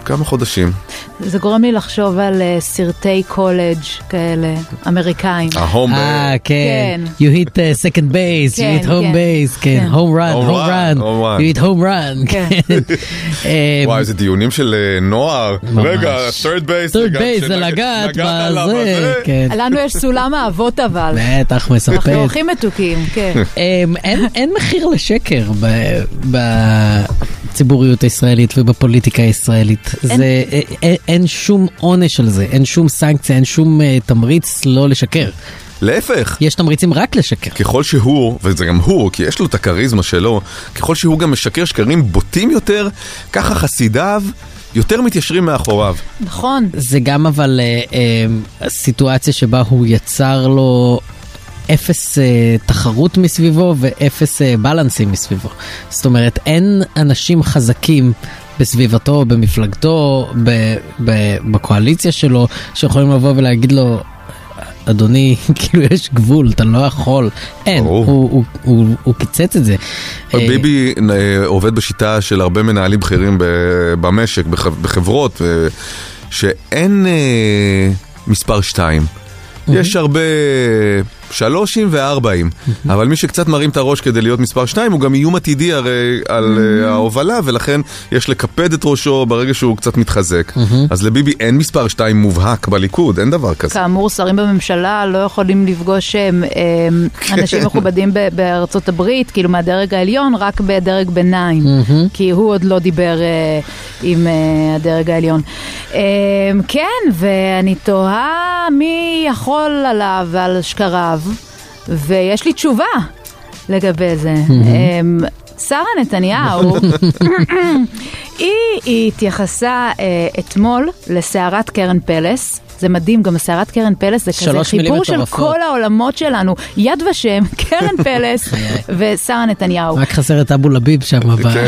כמה חודשים.
זה גורם לי לחשוב על אה, סרטי קולג' כאלה, אמריקאים.
ההום
אה, כן.
כן.
You hit uh, second base,
כן,
you hit
כן.
home base, כן.
כן.
home run,
Home
home
run,
run,
home run.
you hit home run,
כן.
אה,
וואי, איזה דיונים של אה, נוער. רגע, third base.
third
רגע,
base זה
שנגע-
לגעת
נגעת עליו,
בזה, כן.
לנו יש סולם האבות אבל.
בטח
אנחנו
מספר.
הכי מתוקים, כן.
אמ, אין- אין מחיר לשקר ב- בציבוריות הישראלית ובפוליטיקה הישראלית. זה- אה, אה, אין שום עונש על זה, אין שום סנקציה, אין שום אה, תמריץ לא לשקר.
להפך.
יש תמריצים רק לשקר.
ככל שהוא, וזה גם הוא, כי יש לו את הכריזמה שלו, ככל שהוא גם משקר שקרים בוטים יותר, ככה חסידיו יותר מתיישרים מאחוריו.
נכון.
זה גם אבל אה, אה, סיטואציה שבה הוא יצר לו אפס אה, תחרות מסביבו ואפס אה, בלנסים מסביבו. זאת אומרת, אין אנשים חזקים בסביבתו, במפלגתו, ב, ב, בקואליציה שלו, שיכולים לבוא ולהגיד לו... אדוני, כאילו יש גבול, אתה לא יכול. אין, הוא, הוא, הוא, הוא קיצץ את זה. אה,
ביבי אה, עובד בשיטה של הרבה מנהלים בכירים ב- במשק, בח- בחברות, אה, שאין אה, מספר שתיים. יש הרבה שלושים וארבעים, אבל מי שקצת מרים את הראש כדי להיות מספר שתיים הוא גם איום עתידי הרי על אה, ההובלה, ולכן יש לקפד את ראשו ברגע שהוא קצת מתחזק. אז לביבי אין מספר שתיים מובהק בליכוד, אין דבר כזה.
כאמור, שרים בממשלה לא יכולים לפגוש הם, הם,
כן.
אנשים מכובדים ב- בארצות הברית, כאילו מהדרג העליון, רק בדרג ביניים.
מהמם.
כי הוא עוד לא דיבר אה, עם אה, הדרג העליון. אה, כן, ואני תוהה מי יכול עליו ועל שקריו, ויש לי תשובה לגבי זה.
מהמם.
אה, שרה נתניהו, היא התייחסה אה, אתמול לסערת קרן פלס. זה מדהים, גם סערת קרן פלס זה כזה
שלוש מילים
חיבור של
מטורפות.
כל העולמות שלנו, יד ושם, קרן פלס
כן.
ושרה נתניהו.
רק חסר את אבו לביב שם. ב-
כן.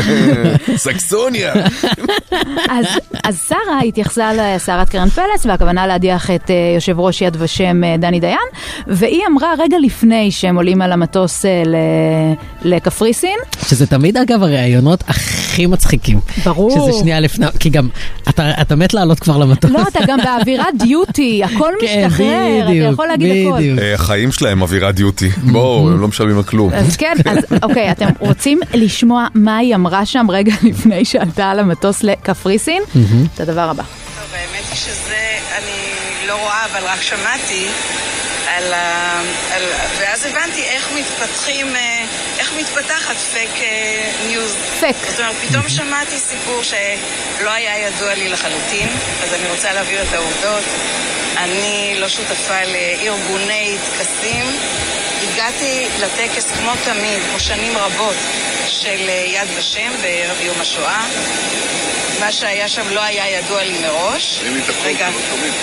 כן. סקסוניה!
לא אז, אז שרה התייחסה לסערת קרן פלס והכוונה להדיח את uh, יושב ראש יד ושם uh, דני דיין והיא אמרה רגע לפני שהם עולים על המטוס uh, לקפריסין
שזה תמיד אגב הראיונות הכי מצחיקים.
ברור.
שזה שנייה לפני, כי גם, אתה, אתה מת לעלות כבר למטוס.
לא אתה גם באווירת דיוטי הכל
כן,
משתחרר
בדיוק,
אתה יכול להגיד הכל.
אה, החיים שלהם אווירה דיוטי, בואו, הם לא משלמים על כלום.
אז כן, אז אוקיי, אתם רוצים לשמוע מה היא אמרה שם רגע לפני שעלתה על המטוס לקפריסין?
מהמם.
את הדבר הבא.
האמת היא שזה, אני לא רואה, אבל רק שמעתי על ה... על... ואז הבנתי איך מתפתחים, אה, איך מתפתחת פייק אה, ניוז.
פייק.
זאת אומרת, פתאום שמעתי סיפור שלא היה ידוע לי לחלוטין, אז אני רוצה להבהיר את העובדות. אני לא שותפה לארגוני טקסים. הגעתי לטקס כמו תמיד, כמו שנים רבות, של אה, יד ושם בערב יום השואה. מה שהיה שם לא היה ידוע לי מראש. רואים לי את הקול, רגע.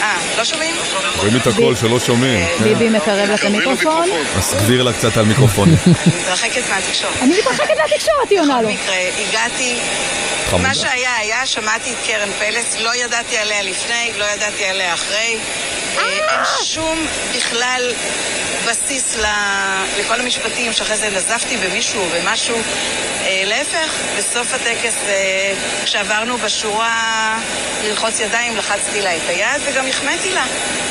אה, לא שומעים?
רואים את הקול שלא שומעים.
ביבי מקרב לך למיקרופון.
אז תגביר לה קצת על מיקרופון.
אני מתרחקת מהתקשורת.
אני מתרחקת מהתקשורת, היא עונה לו.
בכל מקרה, הגעתי,
חמודה.
מה שהיה היה, שמעתי את קרן פלס, לא ידעתי עליה לפני, לא ידעתי עליה אחרי. אה, אין שום בכלל בסיס ל- לכל המשפטים שאחרי זה נזפתי במישהו או במשהו. אה, להפך, בסוף הטקס, אה, כשעברנו בשורה ללחוץ ידיים, לחצתי לה את היד וגם החמאתי לה.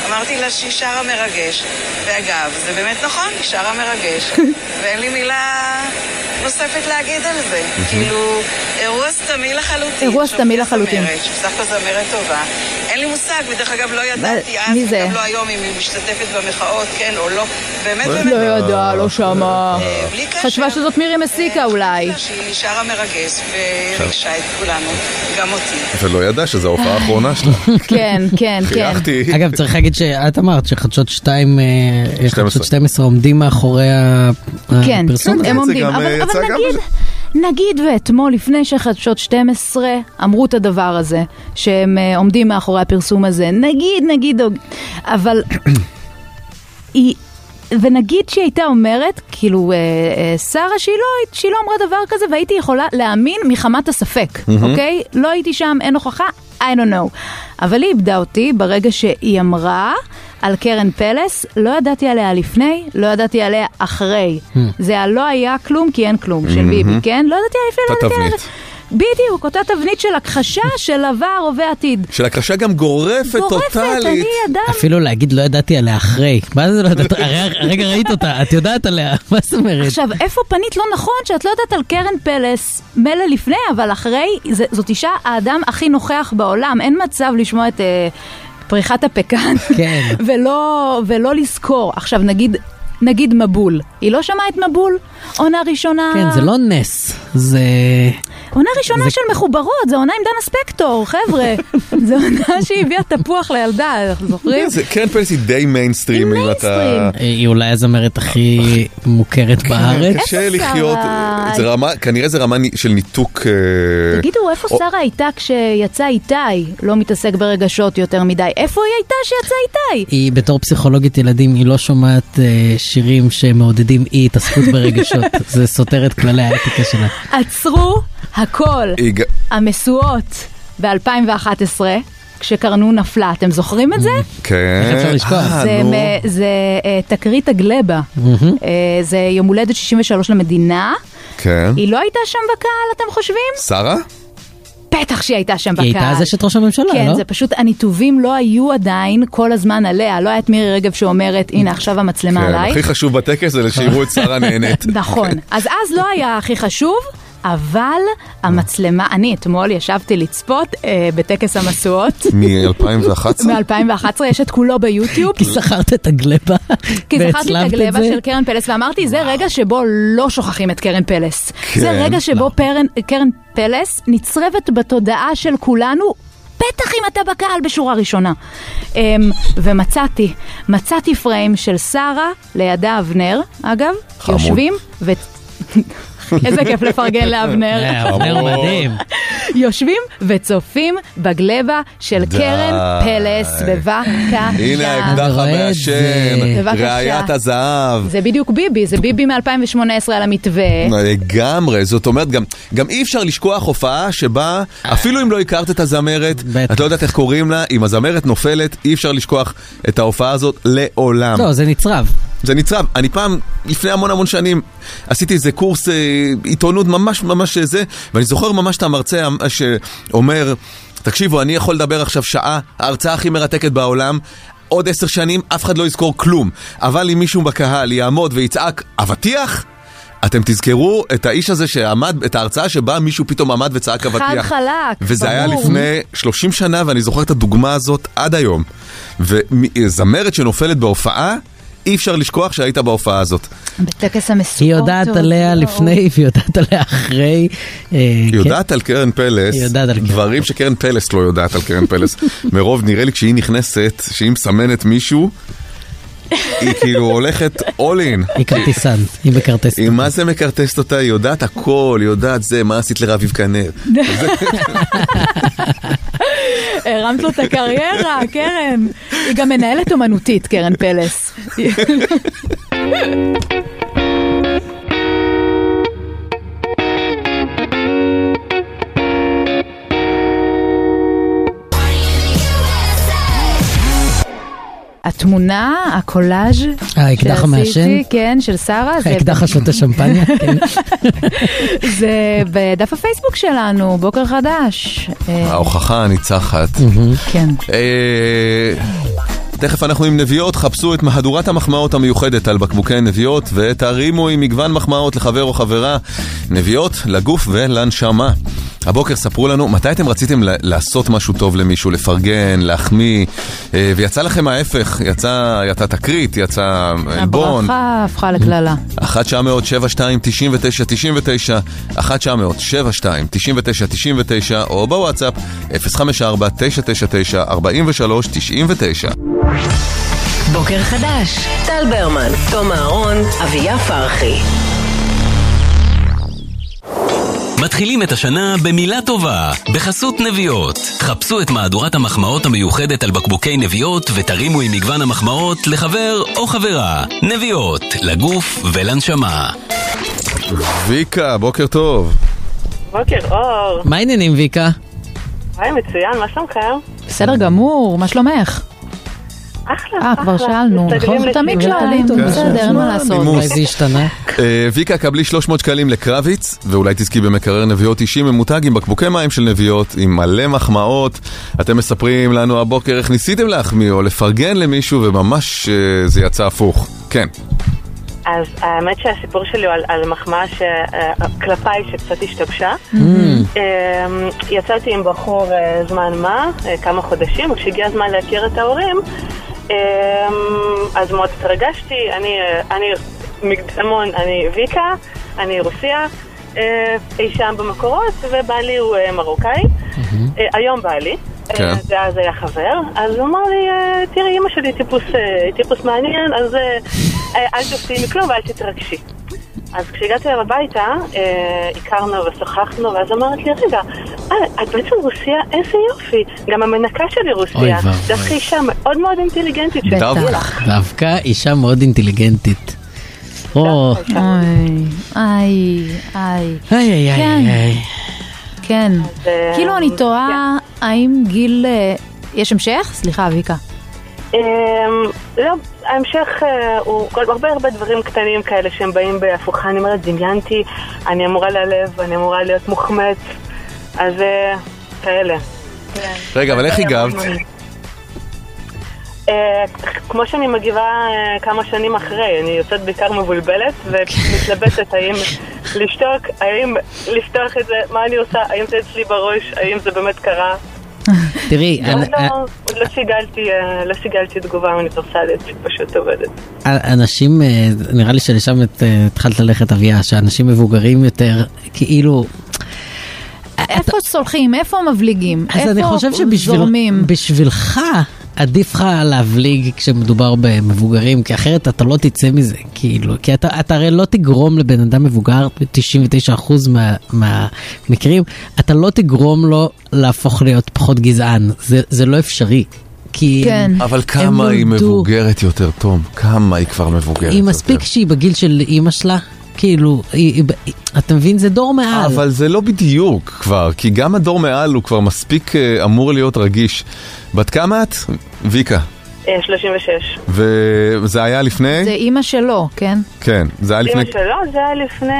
אמרתי לה שהיא שרה מרגש. ואגב, זה באמת נכון, היא שרה מרגש. ואין לי מילה נוספת להגיד על זה. כאילו, אירוע סתמי לחלוטין.
אירוע
עכשיו,
סתמי
מי
לחלוטין.
הזמרת, שבסך הכל זמרת טובה. אין לי מושג, ודרך אגב לא ידעתי אז,
מי זה?
וגם לא היום אם היא משתתפת במחאות, כן או לא. באמת באמת.
לא ידע, לא שמע.
אה, בלי קשר.
חשבה שזאת מירי מסיקה אולי.
שהיא שרה מרגש וריגשה את כולנו, גם אותי.
ולא ידע שזו ההופעה האחרונה שלה.
כן, כן, כן.
אגב, צריך להגיד שאת אמרת שחדשות 2,
12.
חדשות 12 עומדים מאחורי ה- אה,
כן,
הפרסום. הזה.
הם עומדים.
אה,
אבל
אה,
אבל נגיד, נגיד ואתמול, לפני שחדשות 12 אמרו את הדבר הזה, שהם אה, עומדים מאחורי הפרסום הזה, נגיד, נגיד, אבל היא ונגיד שהיא הייתה אומרת, כאילו, אה, אה, שרה, שהיא לא, שהיא לא אמרה דבר כזה, והייתי יכולה להאמין מחמת הספק,
מהמם.
אוקיי? לא הייתי שם, אין הוכחה, I don't know. אבל היא איבדה אותי ברגע שהיא אמרה על קרן פלס, לא ידעתי עליה לפני, לא ידעתי עליה אחרי.
Hmm.
זה הלא היה כלום כי אין כלום, של
Mhm.
ביבי, כן? לא ידעתי עליה לפני, לא
Hmm. אותה
ידעתי עליה...
תבנית.
בדיוק, אותה תבנית של הכחשה של עבר, הווה, עתיד.
של הקרשה גם גורפת
גורפת, אני
טוטאלית.
אדם
אפילו להגיד לא ידעתי עליה אחרי. מה זה לא ידעת? הרי הרגע ראית אותה, את יודעת עליה, מה זאת אומרת?
עכשיו, איפה פנית לא נכון שאת לא יודעת על קרן פלס? מילא לפני, אבל אחרי, זה, זאת אישה האדם הכי נוכח בעולם. אין מצב לשמוע את אה, פריחת הפקן
כן.
ולא, ולא לזכור. עכשיו, נגיד... נגיד מבול, היא לא שמעה את מבול? עונה ראשונה...
כן, זה לא נס, זה...
עונה ראשונה
זה-
של מחוברות, זה עונה עם דנה ספקטור, חבר'ה. זה עונה שהביאה תפוח לילדה, אנחנו זוכרים?
זה- קרן פלס היא די מיינסטרים, אם אתה... כן,
היא אולי הזמרת הכי מוכרת בארץ.
קשה לחיות, זה רמה, כנראה זה רמה של ניתוק... אה,
תגידו, איפה
או-
שרה הייתה כשיצא איתי לא מתעסק ברגשות יותר מדי? איפה היא הייתה שיצא איתי?
היא בתור פסיכולוגית ילדים, היא לא שומעת אה, שירים שמעודדים אי התעסקות ברגשות. זה סותר את כללי האתיקה שלה.
עצרו הכל.
היא ג-
המשואות ב-2011, כשקרנו נפלה, אתם זוכרים את זה?
כן.
אה, איך אפשר לשכוח?
אה,
זה
נו.
מ- זה אה, תקרית הגלבה.
מהמם.
אה, זה יום הולדת 63 למדינה.
כן.
היא לא הייתה שם בקהל, אתם חושבים?
שרה?
בטח שהיא הייתה שם בקהל.
היא הייתה אז אשת ראש הממשלה, לא?
כן, זה פשוט, הניתובים לא היו עדיין כל הזמן עליה. לא היה את מירי רגב שאומרת, הנה עכשיו המצלמה
כן,
עליי.
הכי חשוב בטקס זה שיראו את שרה נהנית.
נכון. אז אז לא היה הכי חשוב. אבל המצלמה, אני אתמול ישבתי לצפות אה, בטקס המשואות.
כן. מ-2011?
מ-2011, יש את כולו ביוטיוב.
כי שכרת את הגלבה.
כי זכרתי את
והצלמת
הגלבה
זה?
של קרן פלס, ואמרתי, זה רגע שבו לא שוכחים את קרן פלס.
כן.
זה רגע שבו פרן, קרן פלס נצרבת בתודעה של כולנו. בטח אם אתה בקהל בשורה ראשונה. Um, ומצאתי, מצאתי פריים של שרה לידה אבנר, אגב,
חמוד.
יושבים, ו... איזה כיף לפרגן לאבנר.
אה, אבנר מדהים.
יושבים וצופים בגלבה של
די.
קרן פלס, בבקשה.
הנה האקדח המעשן,
אה, בבקשה.
ראיית הזהב.
זה בדיוק ביבי, זה ביבי מ-2018 על המתווה.
לגמרי, זאת אומרת, גם, גם אי אפשר לשכוח הופעה שבה, אפילו אם לא הכרת את הזמרת, את לא יודעת איך קוראים לה, אם הזמרת נופלת, אי אפשר לשכוח את ההופעה הזאת לעולם.
לא, זה נצרב.
זה נצרב. אני פעם, לפני המון המון שנים, עשיתי איזה קורס אה, עיתונות ממש ממש אה, זה, ואני זוכר ממש את המרצה אה, שאומר, תקשיבו, אני יכול לדבר עכשיו שעה, ההרצאה הכי מרתקת בעולם. עוד עשר שנים אף אחד לא יזכור כלום, אבל אם מישהו בקהל יעמוד ויצעק אבטיח, אתם תזכרו את האיש הזה שעמד, את ההרצאה שבה מישהו פתאום עמד וצעק
חד
אבטיח.
חלק,
וזה היה
ברור.
לפני 30 שנה, ואני זוכר את הדוגמה הזאת עד היום. וזמרת שנופלת בהופעה, אי אפשר לשכוח שהיית בהופעה הזאת.
כן.
בטקס המשואות.
היא יודעת עליה לפני והיא יודעת עליה אחרי. אה,
היא יודעת על קרן פלס,
היא יודעת על
דברים שקרן פלס לא יודעת על קרן פלס. מרוב נראה לי כשהיא נכנסת, שהיא מסמנת מישהו, היא כאילו הולכת all in.
היא כרטיסן, היא בכרטס.
היא מה זה מקרטסת אותה, היא יודעת הכל, היא יודעת זה, מה עשית לרביב כנר.
הרמת לו את הקריירה, קרן. היא גם מנהלת אומנותית, קרן פלס. התמונה, הקולאז'
האקדח
שעשיתי,
המעשן?
כן, של שרה, זה
האקדח השותה שמפניה, כן.
זה בדף הפייסבוק שלנו, בוקר חדש. אה,
ההוכחה הניצחת.
כן.
אה, תכף אנחנו עם נביעות, חפשו את מהדורת המחמאות המיוחדת על בקבוקי נביעות ותרימו עם מגוון מחמאות לחבר או חברה. נביעות לגוף ולנשמה. הבוקר ספרו לנו מתי אתם רציתם ל- לעשות משהו טוב למישהו, לפרגן, להחמיא, אה, ויצא לכם ההפך, יצא, יצא תקרית, יצא עלבון.
הברכה הפכה לקללה.
1 900 72 99 99 1 900 72 99 99 או בוואטסאפ 054 999 43 99
בוקר חדש, טל ברמן, תום אהרון, אביה פרחי.
מתחילים את השנה במילה טובה, בחסות נביעות. חפשו את מהדורת המחמאות המיוחדת על בקבוקי נביעות ותרימו עם מגוון המחמאות לחבר או חברה. נביעות, לגוף ולנשמה.
ויקה, בוקר טוב.
בוקר אור.
מה העניינים ויקה?
היי, מצוין, מה שלומכם?
בסדר גמור, מה שלומך?
אחלה,
אה, כבר שאלנו,
מסתגלים
נכון? זה תמיד
לצעירה.
שואלים,
כן.
בסדר, אין מה לעשות.
נימוס.
זה השתנה?
אה, ויקה, קבלי 300 שקלים לקרביץ, ואולי תזכי במקרר נביעות אישי ממותג עם בקבוקי מים של נביעות, עם מלא מחמאות. אתם מספרים לנו הבוקר איך ניסיתם להחמיא או לפרגן למישהו, וממש אה, זה יצא הפוך. כן.
אז האמת שהסיפור שלי הוא על, על מחמאה ש, אה, כלפיי שקצת השתבשה. אה, יצאתי עם בחור אה, זמן מה, אה, כמה חודשים, וכשהגיע הזמן להכיר את ההורים, אה, אז מאוד התרגשתי, אני, אה, אני מקדמון, אני ויקה, אני רוסיה, אה, אי שם במקורות, ובעלי הוא אה, מרוקאי, אה, היום בעלי. אה,
כן.
ואז היה חבר, אז הוא אמר לי, אה, תראי, אמא שלי טיפוס, אה, טיפוס מעניין, אז אה, אה, אל תופתעי מכלום ואל תתרגשי. אז כשהגעתי אליו הביתה, אה, הכרנו ושוחחנו, ואז אמרת לי, רגע, אה, את בעצם רוסיה? איזה יופי. גם המנקה שלי
אוי
רוסיה.
ואבוי.
דווקא אישה מאוד מאוד אינטליגנטית. שתדעי לך.
דווקא אישה מאוד אינטליגנטית. או,
אוי, איי, איי.
איי, איי,
כן.
איי, איי.
כן.
אה, כן.
כאילו אני תוהה האם גיל... אה, יש המשך? סליחה,
אה,
אביקה.
אמ, לא, ההמשך אה, הוא כל הרבה הרבה דברים קטנים כאלה שהם באים בהפוכה, אני אומרת, דמיינתי, אני אמורה ללב, אני אמורה להיות מוחמץ, אז אה, כאלה.
רגע, אבל איך הגבת?
אה, כמו שאני מגיבה אה, כמה שנים אחרי, אני יוצאת בעיקר מבולבלת ומתלבטת האם לשתוק, האם לפתוח את זה, מה אני עושה, האם זה אצלי בראש, האם זה באמת קרה.
תראי,
עוד
אנ-
לא- עוד לא סיגלתי, אה, לא סיגלתי תגובה אוניברסלית, פשוט עובדת.
אנשים, אה, נראה לי שלשם את, אה, התחלת ללכת אביה, שאנשים מבוגרים יותר, כאילו,
אה,
איפה סולחים? איפה מבליגים?
אז אני
איפה
חושב שבשבילך עדיף לך להבליג כשמדובר במבוגרים, כי אחרת אתה לא תצא מזה, כאילו, כי אתה, אתה הרי לא תגרום לבן אדם מבוגר, ב-99% מה, מהמקרים, אתה לא תגרום לו להפוך להיות פחות גזען, זה, זה לא אפשרי. כי הם-
אבל
כן. הם
כמה היא
נולדו-
מבוגרת יותר, תום? כמה היא כבר מבוגרת?
היא מספיק שהיא בגיל של אימא שלה, כאילו, היא, היא, היא, אתה מבין? זה דור מעל.
אבל זה לא בדיוק כבר, כי גם הדור מעל הוא כבר מספיק אה, אמור להיות רגיש. בת כמה את? ויקה.
אה, 36.
וזה היה לפני?
זה אימא שלו, כן?
כן, זה היה לפני
אמא שלו זה היה לפני,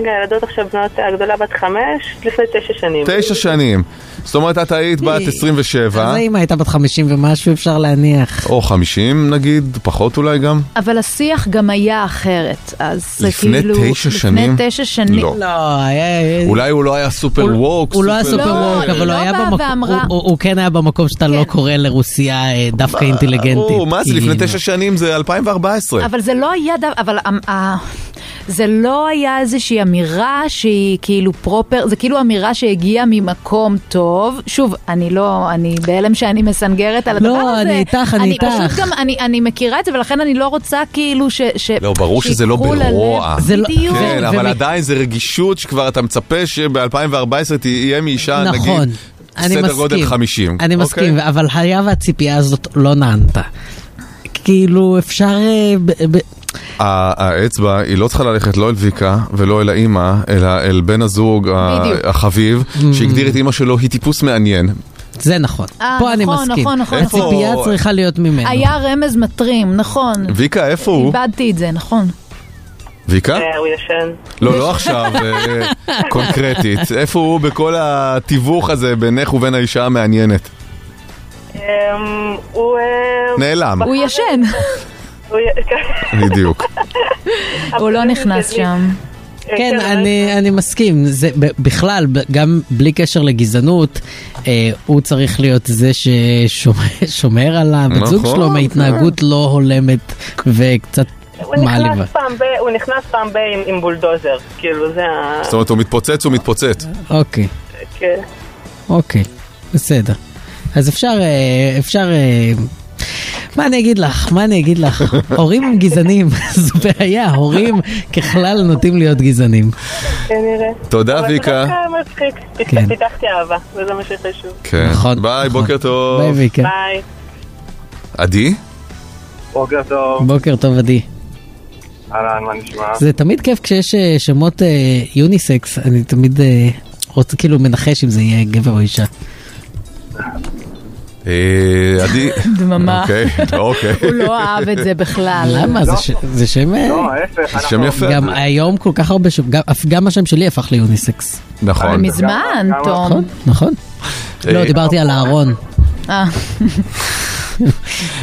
רגע, הילדות עכשיו בנות, הגדולה בת חמש, לפני תשע שנים.
תשע שנים. זאת אומרת, את היית בת
היא- אוקיי. אז
27,
האמא הייתה בת 50 ומשהו, אפשר להניח.
או 50 נגיד, פחות אולי גם.
אבל השיח גם היה אחרת, אז זה
לפני
כאילו...
תשע שנים?
לפני תשע שנים.
לא.
לא, היה...
אולי הוא לא היה סופר ווק.
הוא לא היה סופר וורק, אבל
לא
הוא היה
באה
במקום, הוא-
ואמרה-
הוא הוא כן היה במקום שאתה לא קורא לרוסיה אה, דווקא אינטליגנטית.
ברור, מה זה לפני
כאילו.
תשע שנים? זה 2014.
אבל זה לא היה דו... אבל ה- ה- זה לא היה איזושהי אמירה שהיא כאילו פרופר, זה כאילו אמירה שהגיעה ממקום טוב. שוב, אני לא, אני בהלם שאני מסנגרת על הדבר
לא,
הזה.
אני איתך, אני
אני
איתך.
פשוט גם, אני, אני מכירה את זה, ולכן אני לא רוצה כאילו ש... ש
לא, ברור שזה לא
שיקחו ללב.
ברוע.
בדיוק.
כן,
ו-
אבל
ומ-
עדיין זה רגישות שכבר אתה מצפה שב-2014 תהיה מאישה,
נכון.
נגיד,
אני
סדר גודל
מסכים.
50.
אני
אוקיי?
מסכים, אבל היה והציפייה הזאת לא נענתה. כאילו, אפשר... אה, ב- ב-
ה- האצבע, היא לא צריכה ללכת לא אל ויקה ולא אל האימא, אלא אל בן הזוג ה-
בדיוק.
החביב, שהגדיר את אימא שלו, היא טיפוס מעניין.
זה נכון.
אה,
פה אני
נכון,
מסכים.
נכון, נכון,
איפה-
הציפייה צריכה להיות ממנו.
היה רמז מטרים, נכון.
ויקה, איפה הוא?
איבדתי את זה, נכון.
ויקה?
אה, הוא ישן.
לא, לא עכשיו, אה, קונקרטית. איפה הוא בכל התיווך הזה בינך ובין האישה המעניינת?
אמ, הוא... אה,
נעלם.
הוא ישן.
הוא י- כן.
בדיוק.
הוא לא נכנס שם.
כן, אני, אני מסכים, זה ב- בכלל, ב- גם בלי קשר לגזענות, אה, הוא צריך להיות זה ששומר על הבת זוג
נכון,
שלו מהתנהגות לא הולמת וקצת
הוא
מעליבה.
נכנס פעם ב- הוא נכנס פעם ב... עם- עם בולדוזר, כאילו זה ה...
זאת אומרת, הוא מתפוצץ, הוא מתפוצץ.
אוקיי,
כן.
אוקיי, בסדר. אז אפשר, אה, אפשר... אה, מה אני אגיד לך? מה אני אגיד לך? הורים הם גזענים, זו בעיה, הורים ככלל נוטים להיות גזענים.
כנראה.
תודה, ויקה.
אבל זה דווקא מצחיק.
כן.
פיתחתי אהבה, וזה מה שחשוב.
כן. ביי, בוקר טוב.
נכון, ביי, ויקה.
ביי.
עדי?
בוקר טוב.
בוקר טוב עדי.
אהלן, מה נשמע?
זה תמיד כיף כשיש אה, שמות אה, יוניסקס, אני תמיד אה, רוצה כאילו מנחש אם זה יהיה גבר או אישה.
אה, עדי...
דממה.
אוקיי, אוקיי. לא.
הוא לא אהב את זה בכלל.
למה? זה ש- זה שם... אה,
לא,
ההפך,
זה שם יפה.
גם היום כל כך הרבה שם, גם- אף- גם השם שלי הפך ליוניסקס.
נכון.
מזמן, תום.
נכון, נכון. לא, דיברתי על אהרון.
אה.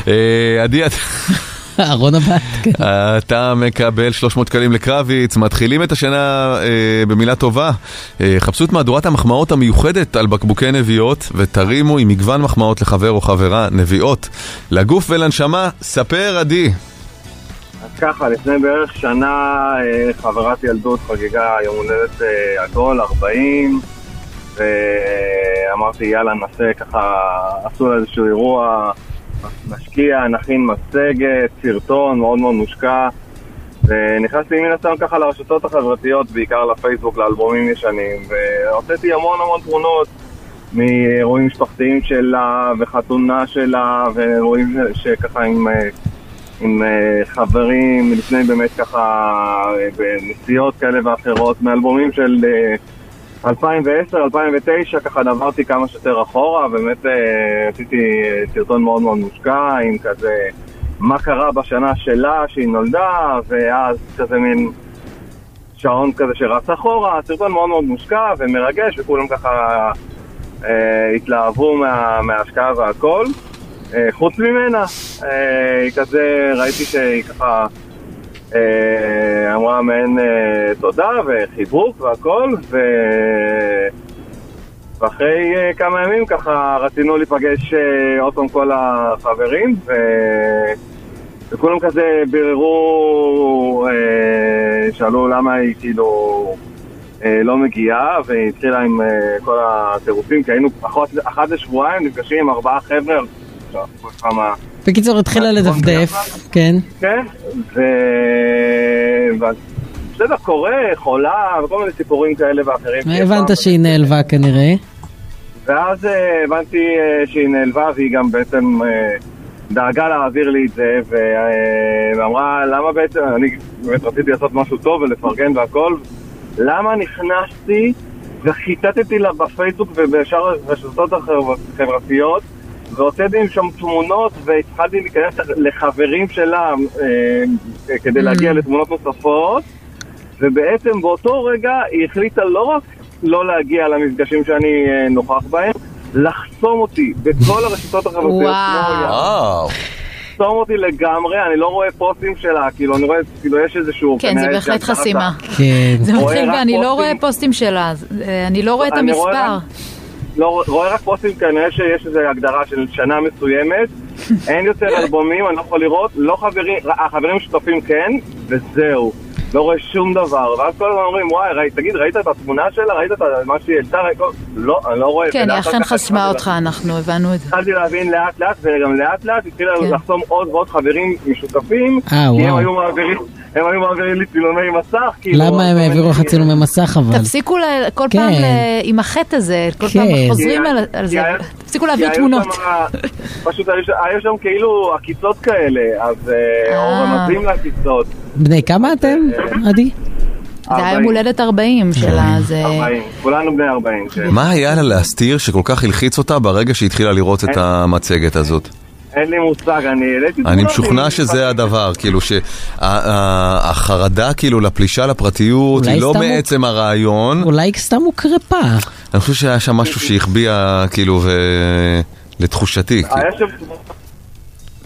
אה, עדי, את-
אהרון הבת.
אתה מקבל 300 שקלים לקרביץ, מתחילים את השנה אה, במילה טובה. אה, חפשו את מהדורת המחמאות המיוחדת על בקבוקי נביעות, ותרימו עם מגוון מחמאות לחבר או חברה נביעות. לגוף ולנשמה, ספר עדי.
אז ככה, לפני בערך שנה אה, חברת ילדות חגגה יום הולדת אה, עגול, 40, ואמרתי יאללה נעשה ככה, עשו לה איזשהו אירוע, נשקיע, נכין מצגת, סרטון מאוד מאוד מושקע, ונכנסתי מן הסתם ככה לרשתות החברתיות, בעיקר לפייסבוק, לאלבומים ישנים, והוצאתי המון המון תמונות. מאירועים משפחתיים שלה, וחתונה שלה, ואירועים ש- שככה עם אה, עם אה, חברים לפני באמת ככה אה, בנסיעות כאלה ואחרות מאלבומים של אה, 2010-2009 ככה נברתי כמה שיותר אחורה באמת אה, עשיתי אה, סרטון מאוד מאוד מושקע עם כזה מה קרה בשנה שלה שהיא נולדה ואז כזה מין שעון כזה שרץ אחורה סרטון מאוד מאוד מושקע ומרגש וכולם ככה אה, התלהבו מה, מההשקעה והכל. אה, חוץ ממנה, אה, היא כזה, ראיתי שהיא ככה אה, אמרה מעין אה, תודה וחיבוק והכל, ו... ואחרי אה, כמה ימים ככה רצינו להיפגש אה, עוד פעם כל החברים, ו... וכולם כזה ביררו, אה, שאלו למה היא כאילו אה, לא מגיעה, והיא התחילה עם אה, כל הטירופים, כי היינו אחת, אחת לשבועיים נפגשים עם ארבעה חבר'ה, עכשיו, כמה...
בקיצור, התחילה לדפדף, כן.
כן, ו... ואז בסדר, קורה, חולה, וכל מיני סיפורים כאלה ואחרים.
הבנת שהיא נעלבה כנראה.
ואז אה, הבנתי אה, שהיא נעלבה והיא גם בעצם אה, דאגה להעביר לי את זה ו- אה, ואמרה למה בעצם, אני באמת רציתי לעשות משהו טוב ולפרגן והכל למה נכנסתי וחיטטתי לה בפייסבוק ובשאר הרשתות החברתיות והוצאתי עם שם תמונות והתחלתי להיכנס לחברים שלה אה, כדי להגיע לתמונות נוספות ובעצם באותו רגע היא החליטה לא רק לא להגיע למפגשים שאני אה, נוכח בהם, לחסום אותי בכל הרשתות החברתיות.
וואו.
לחסום אותי לגמרי, אני לא רואה פוסטים שלה, כאילו, אני רואה, כאילו, יש איזשהו...
כן, זה
כנראה
בהחלט
שהגדרת-
חסימה.
כן.
זה
רואה
מתחיל
רק
ואני לא
פוסטים.
רואה פוסטים שלה, אה, אני לא רואה את
אני רואה
המספר.
רק- לא, רואה רק פוסטים, כנראה שיש איזו הגדרה של שנה מסוימת, אין יותר אלבומים, אני לא יכול לראות, לא חברים, החברים משותפים כן, וזהו. לא רואה שום דבר, ואז כל הזמן אומרים, וואי, ראי, תגיד, ראית את התמונה שלה? ראית את ה- מה שהיא העלתה? ראית- לא, אני לא רואה.
כן, היא
ולאט לאט
אכן
ככה
חסמה
התחלתי
אותך, אנחנו הבנו את זה.
התחלתי להבין לאט לאט, וגם לאט לאט התחילה
כן.
לחסום עוד ועוד חברים משותפים,
אה,
כי הם
וואו.
היו מעבירים, הם היו מעבירים לי צילומי מסך, כאילו...
למה הם העבירו לך צילומי מסך אבל?
תפסיקו ל- כל פעם
כן.
ל- עם החטא הזה, כל
כן.
פעם חוזרים
כי
על-
ה-
על
כי
זה,
ה-
תפסיקו
כי
להביא
היו
תמונות.
שם- אה, פשוט היו שם- היו שם כאילו עקיצות כאלה, אז אה, או רמזים לעקיצות.
בני כמה אתם, עדי?
זה
כן.
היה יום הולדת 40 שלה, זה...
40, כולנו בני 40, כן.
מה היה לה להסתיר שכל כך הלחיץ אותה ברגע שהתחילה לראות את המצגת הזאת?
אין לי מושג, אני העליתי
אני
תמונות, אה,
משוכנע שזה הדבר, כאילו שהחרדה כאילו לפלישה לפרטיות
אולי
היא לא
סתם הוא-
מעצם הרעיון.
אולי סתם הוקרפה.
אני חושב שהיה שם משהו שהחביע כאילו ו... לתחושתי. כאילו.
היה שם תמונות,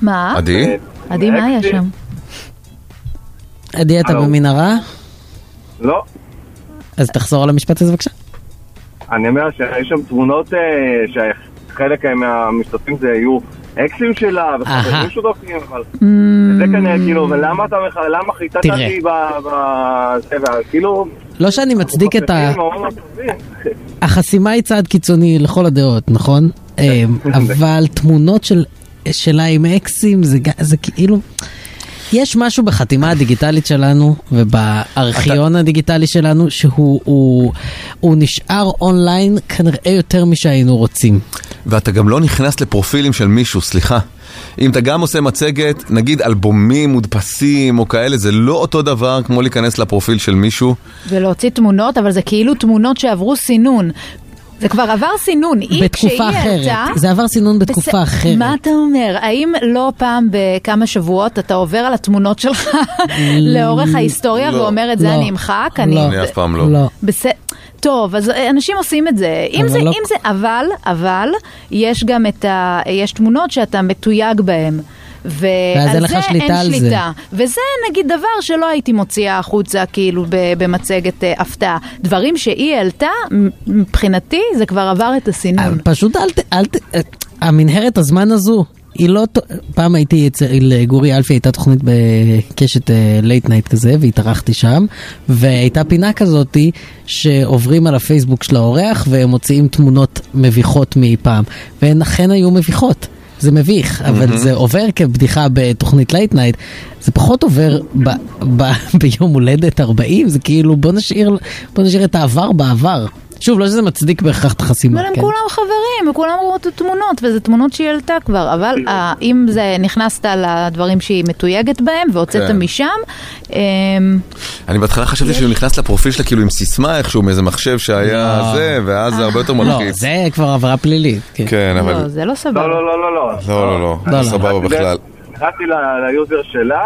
מה?
עדי?
עדי, מה היה שם?
עדי, אתה
הלו.
במנהרה?
לא,
אז תחזור על המשפט הזה בבקשה.
אני אומר שהיו שם תמונות אה, שחלק אה, מהמשתתפים זה היו אקסים שלה
אהה.
וחברים שותפים, אבל
אמ,
זה
Mm.
כנראה כאילו, ולמה אתה מח... למה חיטטתי
תראה.
ב... ב... זה, כאילו...
לא שאני מצדיק את ה...
חושבים, ממש חושבים.
החסימה היא צעד קיצוני לכל הדעות, נכון? אמ, אבל תמונות של- שלה עם אקסים זה ג- זה כאילו... יש משהו בחתימה הדיגיטלית שלנו ובארכיון הדיגיטלי שלנו שהוא הוא, הוא נשאר אונליין כנראה יותר משהיינו רוצים.
ואתה גם לא נכנס לפרופילים של מישהו, סליחה. אם אתה גם עושה מצגת, נגיד אלבומים מודפסים או כאלה, זה לא אותו דבר כמו להיכנס לפרופיל של מישהו.
ולהוציא תמונות, אבל זה כאילו תמונות שעברו סינון. זה כבר עבר סינון, היא כשהיא
בתקופה
העלתה...
אחרת. זה עבר סינון בתקופה
בס-
אחרת.
מה אתה אומר? האם לא פעם בכמה שבועות אתה עובר על התמונות שלך
Mm,
לאורך ההיסטוריה
לא.
ואומר את זה
לא.
אני אמחק? אני...
אני אף פעם לא. לא.
בס... טוב, אז אה, אנשים עושים את זה. אם
אבל
זה,
לא-
אם זה, אבל, אבל, יש גם את ה... יש תמונות שאתה מתויג בהן.
ואז אין
ועל
לך
זה אין
שליטה על זה.
שליטה. וזה נגיד דבר שלא הייתי מוציאה החוצה כאילו ב- במצגת אה, הפתעה. דברים שהיא העלתה, מ- מבחינתי זה כבר עבר את הסינון.
פשוט אל ת... אל ת... אה, המנהרת הזמן הזו, היא לא... ת- פעם הייתי אצל גורי אלפי, הייתה תוכנית בקשת לייט נייט כזה, והתארחתי שם, והייתה פינה כזאתי שעוברים על הפייסבוק של האורח והם מוציאים תמונות מביכות מאי פעם, והן אכן היו מביכות. זה מביך, אבל
מהמם.
זה עובר כבדיחה בתוכנית לייט נייט, זה פחות עובר ב, ב, ביום הולדת 40, זה כאילו בוא נשאיר, בוא נשאיר את העבר בעבר. שוב, לא שזה מצדיק בהכרח את החסימה.
אבל לא, הם
כן?
כולם חברים, וכולם ראו את התמונות, וזה תמונות שהיא העלתה כבר, אבל אה, אם זה נכנסת לדברים שהיא מתויגת בהם, והוצאת
כן.
משם, אה,
אני בהתחלה חשבתי שהוא נכנס לפרופיל שלה כאילו עם סיסמה איכשהו מאיזה מחשב שהיה זה, ואז זה הרבה יותר
לא,
מלחיץ.
זה כבר עבירה פלילית.
כן, אבל...
לא, זה לא סבבה.
לא, לא, לא, לא.
לא, לא,
לא,
לא,
לא.
סבבה בכלל.
נכנסתי ל- ליוזר שלה,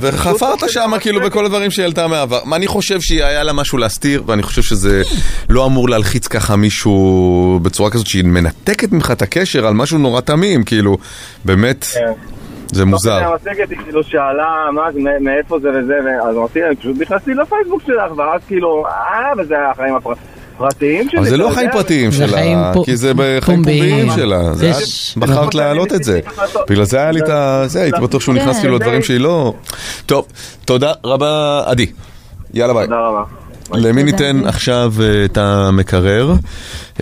וחפרת שם כאילו בכל הדברים שהיא העלתה מהעבר. מה, אני חושב שהיה לה משהו להסתיר, ואני חושב שזה לא אמור להלחיץ ככה מישהו בצורה כזאת שהיא מנתקת ממך את הקשר על משהו נורא תמים, כאילו, באמת, זה מוזר.
תוך כדי לא, המצגת היא כאילו שאלה מה, זה, מא- מאיפה זה וזה, אז אמרתי לה, פשוט נכנסתי לפייסבוק שלך, ואז כאילו, אה, וזה החיים הפר- הפרטיים שלי.
אבל זה לא
אתה
חיים
יודע? כן.
פרטיים שלה, כי זה בחיים פומביים שלה. זה
יש-
את בחרת להעלות את זה. לא בגלל זה היה לי את ה... זה, הייתי בטוח שהוא נכנס
כן.
כאילו לדברים שהיא לא... טוב, תודה רבה, עדי. יאללה ביי. תודה
רבה.
למי ניתן עכשיו אה, את המקרר?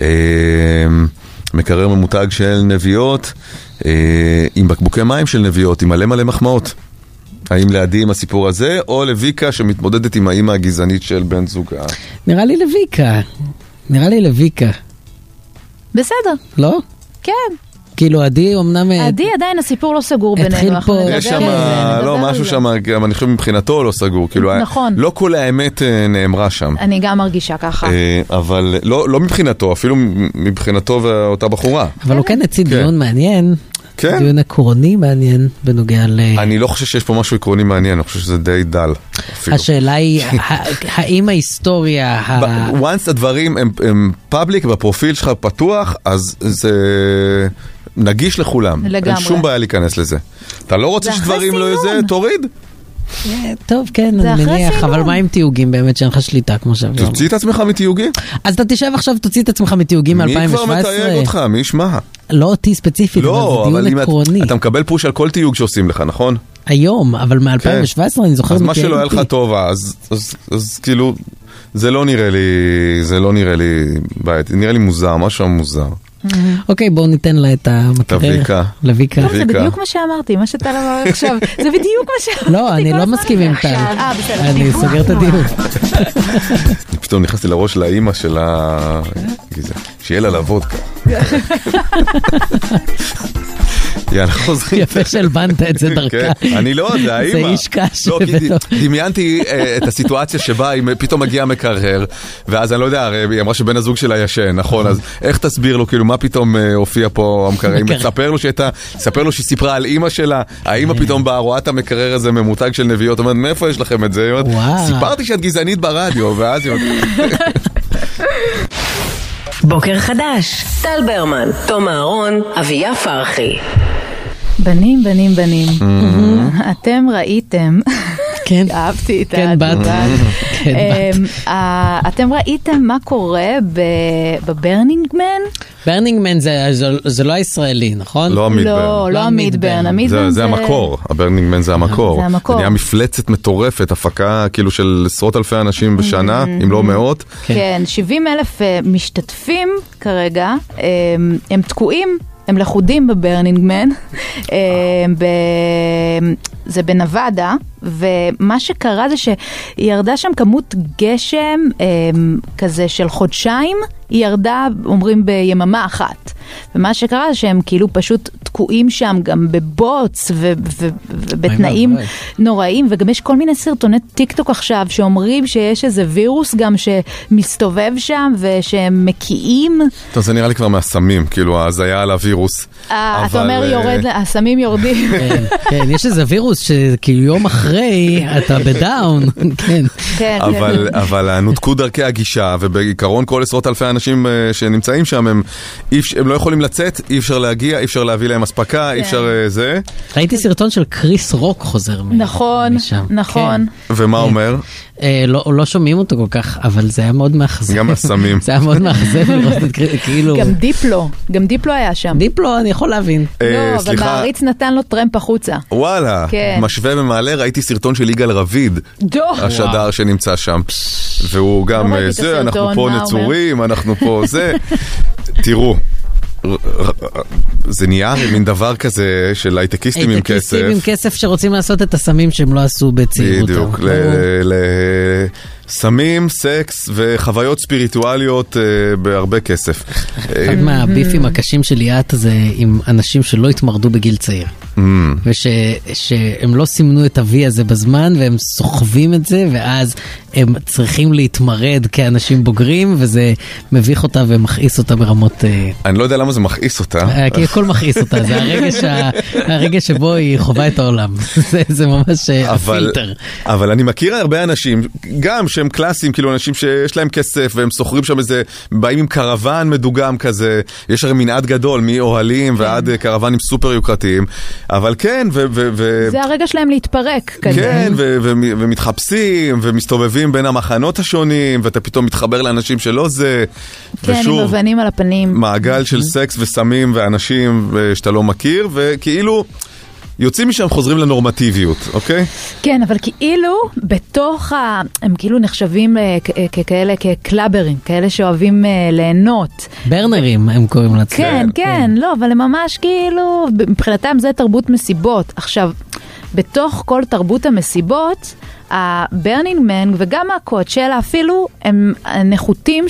אה, מקרר ממותג של נביעות, אה, עם בקבוקי מים של נביעות, עם מלא מלא מחמאות. האם לעדי עם הסיפור הזה, או לויקה שמתמודדת עם האימא הגזענית של בן זוגה?
נראה לי לויקה. נראה לי לויקה,
בסדר,
לא?
כן.
כאילו עדי אמנם... אה,
עדי עדיין הסיפור לא סגור בינינו.
התחיל
אנחנו
פה-
נדבר
יש
על
שם,
זה, נדבר
לא,
על
משהו
זה.
שם, גם אני חושב מבחינתו לא סגור, כאילו, היה-
נכון.
לא כל האמת אה, נאמרה שם.
אני גם מרגישה ככה.
אה, אבל לא לא מבחינתו, אפילו מבחינתו ואותה בחורה.
אבל הוא כן הציג דיון מעניין.
כן.
דיון עקרוני מעניין בנוגע ל...
אני לא חושב שיש פה משהו עקרוני מעניין, אני חושב שזה די דל. אפילו.
השאלה היא, ה- האם ההיסטוריה... ה-
once הדברים הם- הם פאבליק, בפרופיל שלך פתוח, אז זה נגיש לכולם. אין
לגמרי.
שום בעיה להיכנס לזה. אתה לא רוצה
זה אחרי
שדברים לא יזה, תוריד.
אה, טוב, כן,
זה
אני
אחרי
מניח,
סינון.
אבל מה עם תיוגים באמת שאין לך שליטה כמו שאמרנו?
תוציא את עצמך מתיוגים.
אז אתה תשב עכשיו, תוציא את עצמך מתיוגים
מי
מ-2017.
כבר מתייג אותך? מי ישמע?
לא אותי ספציפית,
לא,
אבל זה
אבל
דיון
אם
עקרוני.
את- אתה מקבל פוש על כל תיוג שעושים לך, נכון?
היום, אבל מ-2017 אני זוכר...
כן. אז מה
מתייג
שלא היה
אותי.
לך טוב אז, אז, אז כאילו, זה לא נראה לי, זה לא נראה לי בעייתי, נראה לי מוזר, משהו מוזר.
אוקיי, בואו ניתן לה את המקרר.
לויקה.
לויקה.
טוב, זה בדיוק מה שאמרתי, מה שטל אמר עכשיו, זה בדיוק מה שאמרתי.
לא, אני לא מסכים עם טל.
אה, בסדר.
אני סוגר את הדיון.
פתאום נכנסתי לראש של האימא של ה...
אה?
גזע. שיהיה לה לעבוד ככה. יאללה, חוזרים.
יפה שהלבנת את זה דרכה.
כן, אני לא, זה האימא.
זה איש קש.
לא, כי
בתוך-
ד- דמיינתי אה, את הסיטואציה שבה היא פתאום מגיעה מקרר, ואז אני לא יודע, הרי היא אמרה שבן הזוג שלה ישן, נכון, אז איך תסביר לו, כאילו, מה פתאום אה, הופיע פה המקרר? אם
מקרר.
תספר לו שהייתה, תספר לו שהיא סיפרה על אימא שלה,
כן.
האימא פתאום באה, רואה את המקרר הזה ממותג של נביאות, אומרת, מאיפה יש לכם את זה? היא אומרת,
וואו.
סיפרתי שאת גזענית ברדיו, ואז היא אומרת,
בוקר חדש, טל ברמן, תום אהרון, אביה פרחי.
בנים, בנים, בנים. אתם ראיתם.
כן.
אהבתי את
כן, בת.
התגובה.
כן, בת.
אמ, אה, אתם ראיתם מה קורה ב- בברנינגמן?
ברנינגמן זה- זה- זה לא הישראלי, נכון?
לא המידברן.
לא, לא המידברן. המידברן
זה המקור, הברנינגמן זה המקור.
זה המקור.
נהיה מפלצת מטורפת, הפקה כאילו של עשרות אלפי אנשים בשנה,
Mm-hmm.
אם לא מאות.
אה, כן, 70 אלף משתתפים כרגע, אמ, הם תקועים. הם הם לכודים בברנינג מן. אה, ב- זה בנבדה, ומה שקרה זה שירדה שם כמות גשם אה, כזה של חודשיים, היא ירדה, אומרים, ביממה אחת. ומה שקרה זה שהם כאילו פשוט תקועים שם גם בבוץ ו- ו- ובתנאים
אוי, אוי.
נוראים, וגם יש כל מיני סרטוני טיק טוק עכשיו שאומרים שיש איזה וירוס גם שמסתובב שם ושהם מקיאים.
טוב, זה נראה לי כבר מהסמים, כאילו ההזיה על הווירוס.
אה,
אבל,
אתה אומר
אה,
יורד, הסמים יורדים.
כן, כן, יש איזה וירוס שכאילו יום אחרי אתה בדאון, כן.
כן,
אבל, אבל נותקו דרכי הגישה, ובעיקרון כל עשרות אלפי האנשים אה, שנמצאים שם, הם, אי אפ- הם לא יכולים לצאת, אי אפשר להגיע, אי אפשר להביא להם אספקה, אי אפשר
כן.
אה, זה.
ראיתי סרטון של קריס רוק חוזר מ-
נכון,
משם. כן.
נכון.
ומה אומר?
אה, לא, לא שומעים אותו כל כך, אבל זה היה מאוד מאכזב.
גם הסמים.
זה היה מאוד מאכזב לראות את קריס, כאילו...
גם דיפלו, גם דיפלו היה שם.
דיפלו, אני יכול להבין.
לא,
אה,
אבל
סליחה. אה,
מעריץ נתן לו טרמפ החוצה.
וואלה,
כן.
משווה ומעלה, ראיתי סרטון של יגאל רביד,
דו.
השדר שנמצא שם. והוא גם,
לא ראיתי
אה,
את
זה, אנחנו
הסרטון,
פה
מה הוא
נצורים, אנחנו פה זה. תראו, ר- ר- זה נהיה מין דבר כזה של הייטקיסטים עם כסף.
הייטקיסטים עם כסף שרוצים לעשות את הסמים שהם לא עשו בצעירותם.
בדיוק, ל- ל- סמים, סקס וחוויות ספיריטואליות אה, בהרבה כסף. אה,
אחד
אה.
מהביפים הקשים של ליאת זה עם אנשים שלא התמרדו בגיל צעיר.
Mm.
Mm-hmm. ושהם לא סימנו את ה-V הזה בזמן והם סוחבים את זה ואז הם צריכים להתמרד כאנשים בוגרים וזה מביך אותה ומכעיס אותה ברמות... אה,
אני לא יודע למה זה מכעיס אותה.
אה, כי הכל מכעיס אותה, זה הרגש, ה- הרגע שבו היא חווה את העולם. זה, זה ממש אה,
אבל,
הפילטר.
אבל אני מכיר הרבה אנשים, גם שהם קלאסיים, כאילו אנשים שיש להם כסף והם שוכרים שם איזה, באים עם קרוון מדוגם כזה, יש הרי מנעד גדול מאוהלים ועד
כן.
אה, קרוונים סופר יוקרתיים, אבל כן, ו... ו, ו
זה הרגע שלהם להתפרק כנראה.
כן, ו- ו- ומתחפשים, ומסתובבים בין המחנות השונים, ואתה פתאום מתחבר לאנשים שלא זה,
כן, עם
ושוב,
אבנים על הפנים.
מעגל של סקס וסמים ואנשים אה, שאתה לא מכיר, וכאילו, יוצאים משם, חוזרים לנורמטיביות, אוקיי?
כן, אבל כאילו, בתוך ה... הם כאילו נחשבים אה, כ- אה, ככאלה, כקלאברים, כאלה שאוהבים אה, ליהנות.
ברנרים הם קוראים לעצמם.
כן, כן, לא, אבל הם ממש כאילו, מבחינתם זה תרבות מסיבות. עכשיו, בתוך כל תרבות המסיבות, הברנינג מן וגם הקואצ'לה אפילו, הם נחותים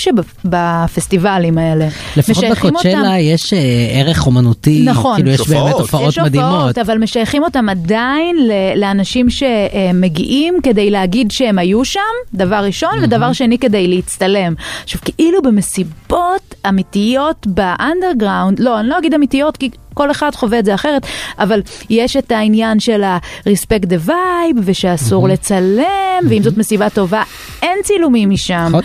שבפסטיבלים האלה.
לפחות
משייכים אותם-
בקוצ'לה יש אה, ערך אומנותי,
נכון.
כאילו יש באמת
יש
הופעות מדהימות.
הופעות, אבל משייכים אותם עדיין ל- לאנשים שמגיעים כדי להגיד שהם היו שם, דבר ראשון, ודבר שני כדי להצטלם. עכשיו, כאילו במסיבות אמיתיות באנדרגראונד, לא, אני לא אגיד אמיתיות, כי... כל אחד חווה את זה אחרת, אבל יש את העניין של ה-respect the vibe, ושאסור לצלם, ואם זאת מסיבה טובה, אין צילומים משם. אה,
נכון.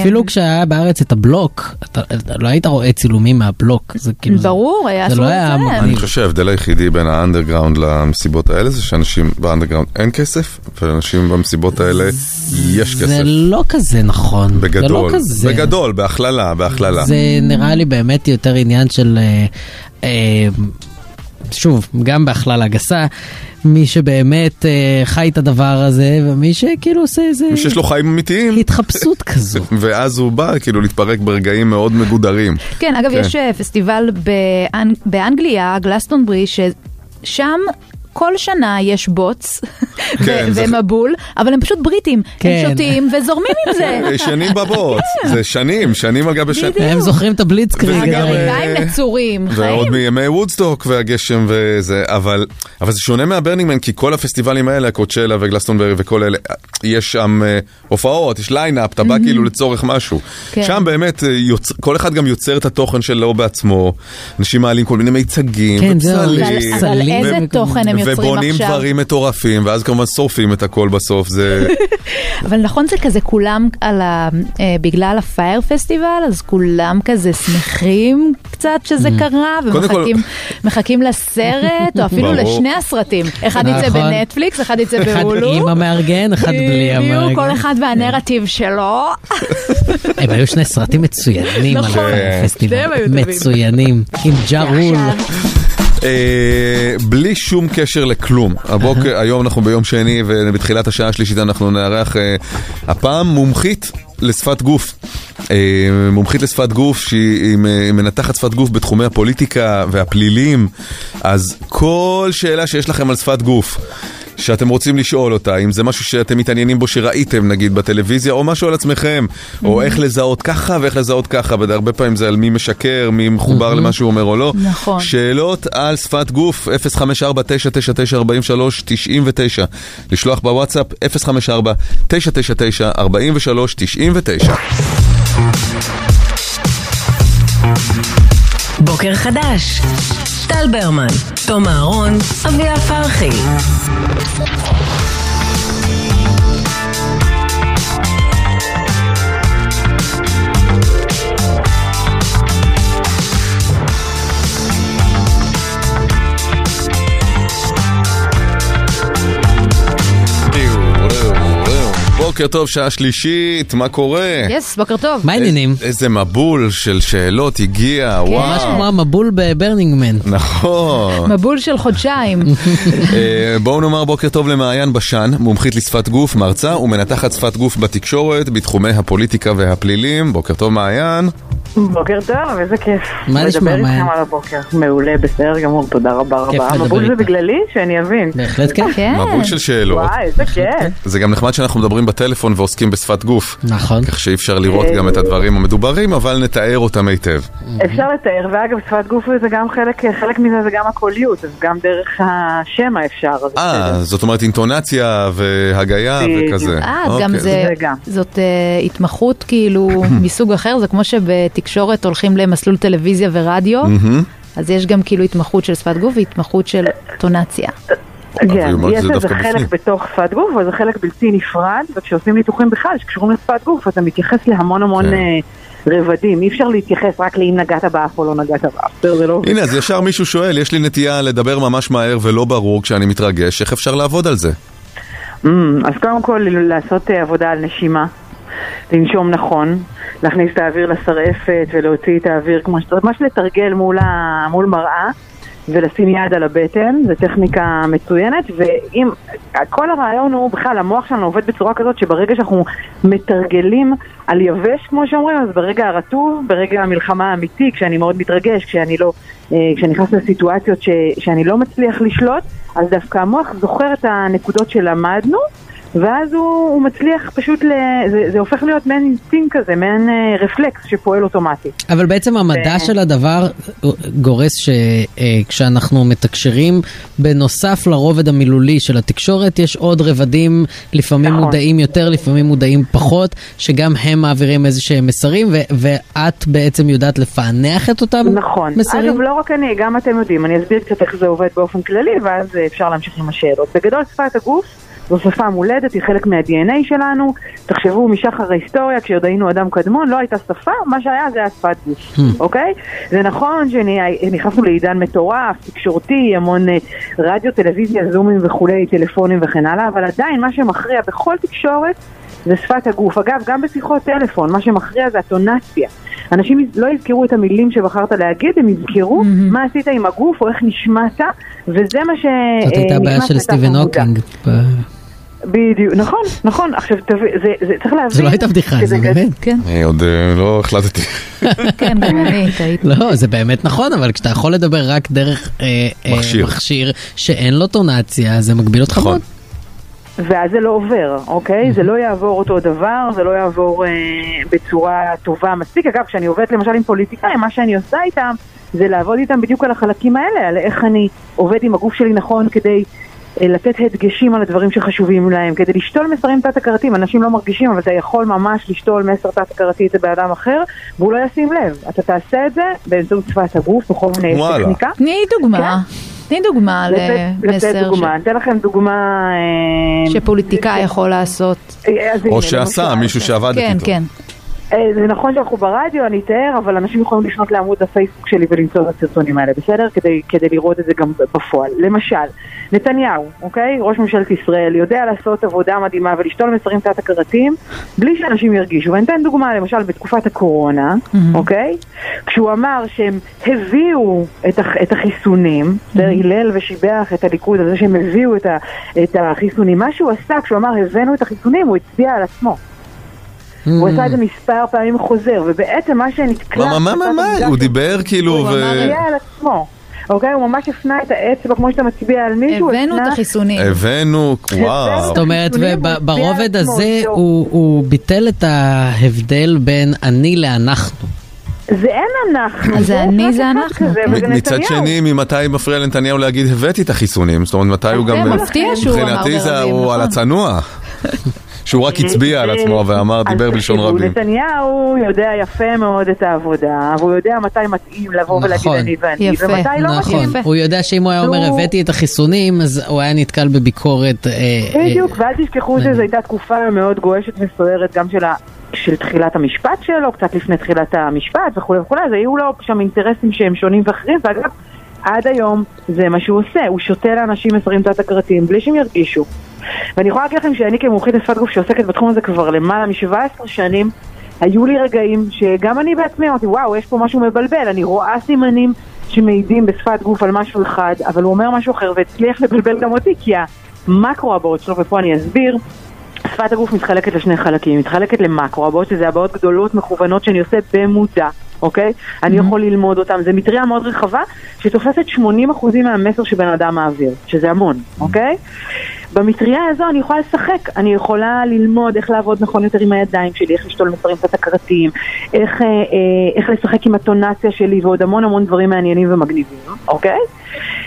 אפילו כשהיה בארץ את הבלוק, אתה אתה לא היית רואה צילומים מהבלוק, זה כאילו... זה-
ברור, היה
זה
אסור
לא היה
לצלם.
אמור-
אני חושב שההבדל היחידי בין האנדרגראונד למסיבות האלה זה שאנשים באנדרגראונד אין כסף, ואנשים במסיבות האלה יש כסף.
זה לא כזה נכון. זה לא
בגדול,
כזה.
בגדול, בהכללה, בהכללה.
זה נראה לי באמת יותר עניין של, אה, אה, שוב, גם בהכללה גסה, מי שבאמת אה, חי את הדבר הזה, ומי שכאילו עושה איזה...
מי שיש לו חיים אמיתיים.
התחפשות כזו.
ואז הוא בא כאילו להתפרק ברגעים מאוד מגודרים.
כן, אגב,
כן.
יש אה, פסטיבל באנ... באנגליה, גלסטונברי, ששם... כל שנה יש בוץ ו-
כן, זה-
ומבול, אבל הם פשוט בריטים,
כן.
הם שותים וזורמים עם זה.
אה, שנים בבוץ,
כן.
זה שנים, שנים על גבי שנים.
הם זוכרים את הבליצקריג.
וזה גם, אה,
חיים נצורים,
ועוד
חיים.
מימי וודסטוק והגשם וזה, אבל, אבל זה שונה מהברנינגמן, כי כל הפסטיבלים האלה, הקוצ'לה וגלסטונברי וכל אלה, יש שם אה, הופעות, יש ליינאפ, אתה בא כאילו לצורך משהו.
Mm-hmm. כן.
שם באמת, אה, יוצ... כל אחד גם יוצר את התוכן שלו בעצמו, אנשים מעלים כל מיני מיצגים,
כן, זהו,
ופסלים,
אבל- אבל
ו-
איזה תוכן הם יוצרים
ובונים
עכשיו?
דברים מטורפים, ואז כמובן שורפים את הכל בסוף, זה...
אבל נכון זה כזה כולם על ה... אה, בגלל הפייר פסטיבל, אז כולם כזה שמחים קצת שזה
Mm.
קרה,
קודם כל-
ומחכים מחכים לסרט, או אפילו
ברור.
לשני הסרטים. אחד יצא
נכון.
בנטפליקס, אחד יצא
אחד
בהולו.
עם המארגן, אחד בלי
בדיוק, כל
המארגן.
אחד והנרטיב שלו.
הם היו שני סרטים מצוינים על
נכון.
הפסטיבל.
שניהם היו טובים.
מצוינים. עם ג'ה רול.
אה, בלי שום קשר לכלום. הבוקר, היום אנחנו ביום שני, ובתחילת השעה השלישית אנחנו נארח אה, הפעם מומחית לשפת גוף, אה, מומחית לשפת גוף, שהיא היא מ- היא מנתחת שפת גוף בתחומי הפוליטיקה והפלילים, אז כל שאלה שיש לכם על שפת גוף, שאתם רוצים לשאול אותה, אם זה משהו שאתם מתעניינים בו שראיתם נגיד בטלוויזיה, או משהו על עצמכם,
Mm-hmm.
או איך לזהות ככה ואיך לזהות ככה, והרבה פעמים זה על מי משקר, מי
Mm-hmm.
מחובר למה שהוא אומר או לא.
נכון.
שאלות על שפת גוף, 054-999-4399. לשלוח בוואטסאפ, 054-999-4399.
בוקר חדש. טל ברמן, תום אהרון, אביה פרחי.
בוקר טוב, שעה שלישית, מה קורה?
כן.
יס, בוקר טוב.
איזה מבול של שאלות הגיע,
כן.
וואו.
כן, ממש כמו המבול בברנינגמן.
נכון.
מבול של חודשיים.
אה, בואו נאמר בוקר טוב למעיין בשן, מומחית לשפת גוף, מרצה ומנתחת שפת גוף בתקשורת בתחומי הפוליטיקה והפלילים. בוקר טוב מעיין.
בוקר טוב, איזה כיף.
מה נשמע,
לדבר
מאיה?
איתכם על הבוקר. מעולה, בסדר גמור, תודה רבה
כיף
רבה.
לדבר
מבול זה
איתך. כן.
בגללי? שאני אבין.
בהחלט
כן.
מבול של שאלות.
וואי, איזה כיף.
זה גם נחמד שאנחנו מדברים בטלפון ועוסקים בשפת גוף.
נכון.
כך שאי אפשר לראות גם את הדברים המדוברים, אבל נתאר אותם היטב. אה,
אפשר לתאר, ואגב, שפת גוף זה גם חלק, חלק מזה זה גם הקוליות, אז גם דרך השמע אפשר. אז
אה, זאת אומרת אינטונציה והגיה
בדיוק.
וכזה.
אה,
אוקיי,
גם
אז-
זה, זאת אה, התמחות כאילו מסוג אחר, זה כמו שבתקשורת הולכים למסלול טלוויזיה ורדיו,
מהמם.
אז יש גם כאילו התמחות של שפת גוף והתמחות של טונציה.
אבל היא
כן,
אומרת
יש
שזה
לזה
דווקא בפנים.
חלק בתוך שפת גוף, אבל זה חלק בלתי נפרד, וכשעושים ניתוחים בכלל שקשורים לשפת גוף, אתה מתייחס להמון המון
כן.
אה, רבדים, אי אפשר להתייחס רק לאם נגעת באף או לא נגעת באף, בסדר, זה לא...
הנה, אז ישר מישהו שואל, יש לי נטייה לדבר ממש מהר ולא ברור כשאני מתרגש, איך אפשר לעבוד על זה?
אמ, אז קודם כל לעשות אה, עבודה על נשימה, לנשום נכון, להכניס את האוויר לסרעפת ולהוציא את האוויר כמו שצריך, ממש לתרגל מול, ה... מול מראה ולשים יד על הבטן, זו טכניקה מצוינת, ואם, כל הרעיון הוא בכלל, המוח שלנו עובד בצורה כזאת שברגע שאנחנו מתרגלים על יבש, כמו שאומרים, אז ברגע הרטוב, ברגע המלחמה האמיתי, כשאני מאוד מתרגש, כשאני לא, אה, כשאני נכנס לסיטואציות ש... שאני לא מצליח לשלוט, אז דווקא המוח זוכר את הנקודות שלמדנו, ואז הוא, הוא מצליח פשוט, ל... זה, זה הופך להיות מעין אינסטינקט כזה, מעין אה, רפלקס שפועל אוטומטי.
אבל בעצם המדע
כן.
של הדבר אה, גורס שכשאנחנו מתקשרים, בנוסף לרובד המילולי של התקשורת, יש עוד רבדים, לפעמים
נכון.
מודעים יותר, לפעמים מודעים פחות, שגם הם מעבירים איזה שהם מסרים, ו- ואת בעצם יודעת לפענח את אותם
נכון.
מסרים?
אגב, לא רק אני, גם אתם יודעים, אני אסביר קצת איך זה עובד באופן כללי, ואז אה, אפשר להמשיך עם השאלות. בגדול, שפת הגוף זו שפה מולדת, היא חלק מה-DNA שלנו. תחשבו, משחר ההיסטוריה, כשעוד היינו אדם קדמון, לא הייתה שפה, מה שהיה זה היה שפת גוף, אוקיי? זה נכון שנכנסנו לעידן מטורף, תקשורתי, המון אה, רדיו, טלוויזיה, זומים וכולי, טלפונים וכן הלאה, אבל עדיין מה שמכריע בכל תקשורת זה שפת הגוף. אגב, גם בשיחות טלפון, מה שמכריע זה הטונציה. אנשים לא יזכרו את המילים שבחרת להגיד, הם יזכרו מה עשית עם הגוף או איך נשמעת, וזה מה ש...
זאת הייתה
אה,
הבעיה
נכנס
של
לתת
סטיבן
המודע.
הוקינג. אה,
בדיוק, נכון, נכון. עכשיו, תבין, זה, זה צריך להבין...
זו לא הייתה בדיחה, זה באמת.
כן.
אני עוד אה, לא החלטתי.
כן, גם אני, טעיתי.
לא, זה באמת נכון, אבל כשאתה יכול לדבר רק דרך אה, אה,
מכשיר.
מכשיר שאין לו טונציה, זה מגביל אותך מאוד.
ואז זה לא עובר, אוקיי? זה לא יעבור אותו דבר, זה לא יעבור אה, בצורה טובה מספיק. אגב, כשאני עובדת למשל עם פוליטיקאים, מה שאני עושה איתם זה לעבוד איתם בדיוק על החלקים האלה, על איך אני עובד עם הגוף שלי נכון כדי אה, לתת הדגשים על הדברים שחשובים להם, כדי לשתול מסרים תת-הכרתיים. אנשים לא מרגישים, אבל אתה יכול ממש לשתול מסר תת-הכרתי אצל בן אדם אחר, והוא לא ישים לב. אתה תעשה את זה באמצעות שפת הגוף, בכל מיני
וואלה.
טכניקה.
תני דוגמה. תני דוגמה
כן. לתת-
למסר.
לתת דוגמה.
אה, ש-
אתן לכם דוגמה... אה,
שפוליטיקאי יכול לעשות.
או שעשה, מישהו שעבד
כן,
איתו.
כן.
אה, זה נכון שאנחנו ברדיו, אני אתאר, אבל אנשים יכולים לפנות לעמוד הפייסבוק שלי ולמצוא את הסרטונים האלה, בסדר? כדי, כדי לראות את זה גם בפועל. למשל, נתניהו, אוקיי? ראש ממשלת ישראל, יודע לעשות עבודה מדהימה ולשתול מסרים תת-הכרתיים בלי שאנשים ירגישו. ואני אתן דוגמה, למשל, בתקופת הקורונה, אוקיי? כשהוא אמר שהם הביאו את, הח, את החיסונים, בסדר? הלל ושיבח את הליכוד על זה שהם הביאו את, ה, את החיסונים. מה שהוא עשה כשהוא אמר הבאנו את החיסונים, הוא הצביע על עצמו. הוא עשה את זה מספר פעמים חוזר, ובעצם מה שנתקלט...
Mm. מה, מה, מה, מה, הוא דיבר כאילו,
הוא
ו...
מצביע על עצמו. אוקיי? הוא ממש הפנה את האצבע כמו שאתה מצביע על מישהו.
הבאנו את
"אה,
החיסונים.
הבאנו, וואו.
זאת אומרת, וברובד הזה הוא הוא ביטל את ההבדל בין אני לאנחנו.
זה אין אנחנו.
זה אני, זה אנחנו.
מ- מצד שני, ממתי מפריע לנתניהו להגיד הבאתי את החיסונים? זאת אומרת, מתי הוא
זה
גם...
מפתיע שהוא אמר
מבחינתי זה
ברבים,
הוא על
נכון.
הצנוע. שהוא רק הצביע על
אה,
עצמו ואמר, דיבר בלשון
תקשיבו,
רבים.
נתניהו יודע יפה מאוד את העבודה, והוא יודע מתי מתאים לבוא ולהגיד
נכון.
אני ואני,
יפה,
ומתי לא מתאים.
נכון, הוא יודע שאם הוא היה אומר
נו.
הבאתי את החיסונים, אז הוא היה נתקל בביקורת. אה, אה,
בדיוק, ואל תשכחו שזו הייתה תקופה מאוד גועשת וסוערת גם של ה... של תחילת המשפט שלו, קצת לפני תחילת המשפט וכולי וכולי, אז היו לו שם אינטרסים שהם שונים ואחרים, ואגב, עד היום זה מה שהוא עושה, הוא שותה לאנשים 20 תת הכרתים בלי שהם ירגישו. ואני יכולה להגיד לכם שאני כמומחית לשפת גוף שעוסקת בתחום הזה כבר למעלה מ-17 שנים, היו לי רגעים שגם אני בעצמי אמרתי, וואו, יש פה משהו מבלבל, אני רואה סימנים שמעידים בשפת גוף על משהו אחד, אבל הוא אומר משהו אחר והצליח לבלבל גם אותי, כי המקרו הבעות שלו, ופה אני אסביר, שפת הגוף מתחלקת לשני חלקים, היא מתחלקת למקרו, הבעות שזה הבעות גדולות מכוונות שאני עושה במודע, אוקיי? אני יכול ללמוד אותן, זו מטריה מאוד רחבה שתופסת 80% מהמסר שבן אדם מעביר, שזה המון, אוקיי? במטריה הזו אני יכולה לשחק, אני יכולה ללמוד איך לעבוד נכון יותר עם הידיים שלי, איך לשתול מסרים קצת הכרתיים, איך, אה, אה, איך לשחק עם הטונציה שלי ועוד המון המון דברים מעניינים ומגניבים, אוקיי?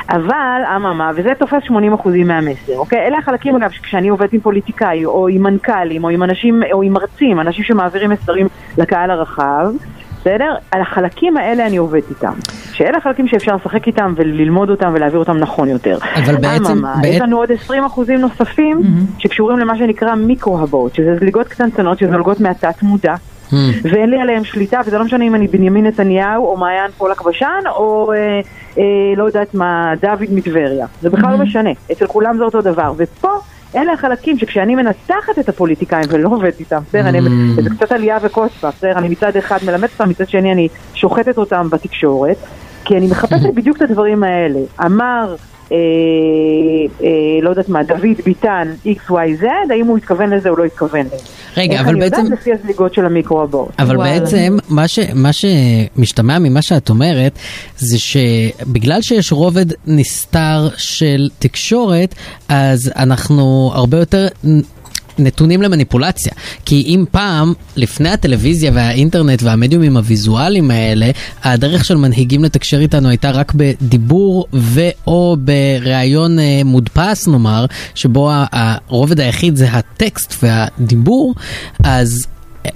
אבל, אממה, וזה תופס 80% מהמסר, אוקיי? אלה החלקים, אגב, שכשאני עובדת עם פוליטיקאי, או עם מנכ"לים, או עם אנשים, או עם מרצים, אנשים שמעבירים מסרים לקהל הרחב, בסדר? על החלקים האלה אני עובדת איתם. שאלה החלקים שאפשר לשחק איתם וללמוד אותם ולהעביר אותם נכון יותר.
אבל בעצם-
אממה, יש
בעת-
לנו עוד 20 אחוזים נוספים שקשורים למה שנקרא מיקרו-הבעות, שזה זליגות קטנטנות שזולגות מהתת מודע.
Hmm.
ואין לי עליהם שליטה, וזה לא משנה אם אני בנימין נתניהו או מעיין פולק בשן או אה, אה, לא יודעת מה, דוד מטבריה. זה בכלל לא משנה, אצל כולם זה אותו דבר. ופה אלה החלקים שכשאני מנתחת את הפוליטיקאים ולא עובדת איתם, בסדר, אני,
Mm.
זה קצת עלייה וקוספה, בסדר, אני מצד אחד מלמדת אותם, מצד שני אני שוחטת אותם בתקשורת, כי אני מחפשת בדיוק את הדברים האלה. אמר... אה, אה, לא יודעת מה, דוד ביטן, XYZ, האם הוא התכוון לזה או לא התכוון לזה.
רגע,
איך
אבל
אני
בעצם-
יודעת לפי הזליגות של המיקרו הבאות.
אבל בעצם מה, ש, מה שמשתמע ממה שאת אומרת זה שבגלל שיש רובד נסתר של תקשורת אז אנחנו הרבה יותר נ- נתונים למניפולציה כי אם פעם לפני הטלוויזיה והאינטרנט והמדיומים הוויזואליים האלה הדרך של מנהיגים לתקשר איתנו הייתה רק בדיבור ו/או בריאיון אה, מודפס נאמר שבו ה- הרובד היחיד זה הטקסט והדיבור אז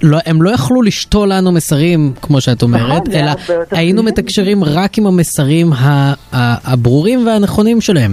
לא, הם לא יכלו לשתול לנו מסרים, כמו שאת אומרת,
נכון, זה
אלא
היה הרבה יותר
היינו
קשה.
מתקשרים רק עם המסרים ה- ה- הברורים והנכונים שלהם.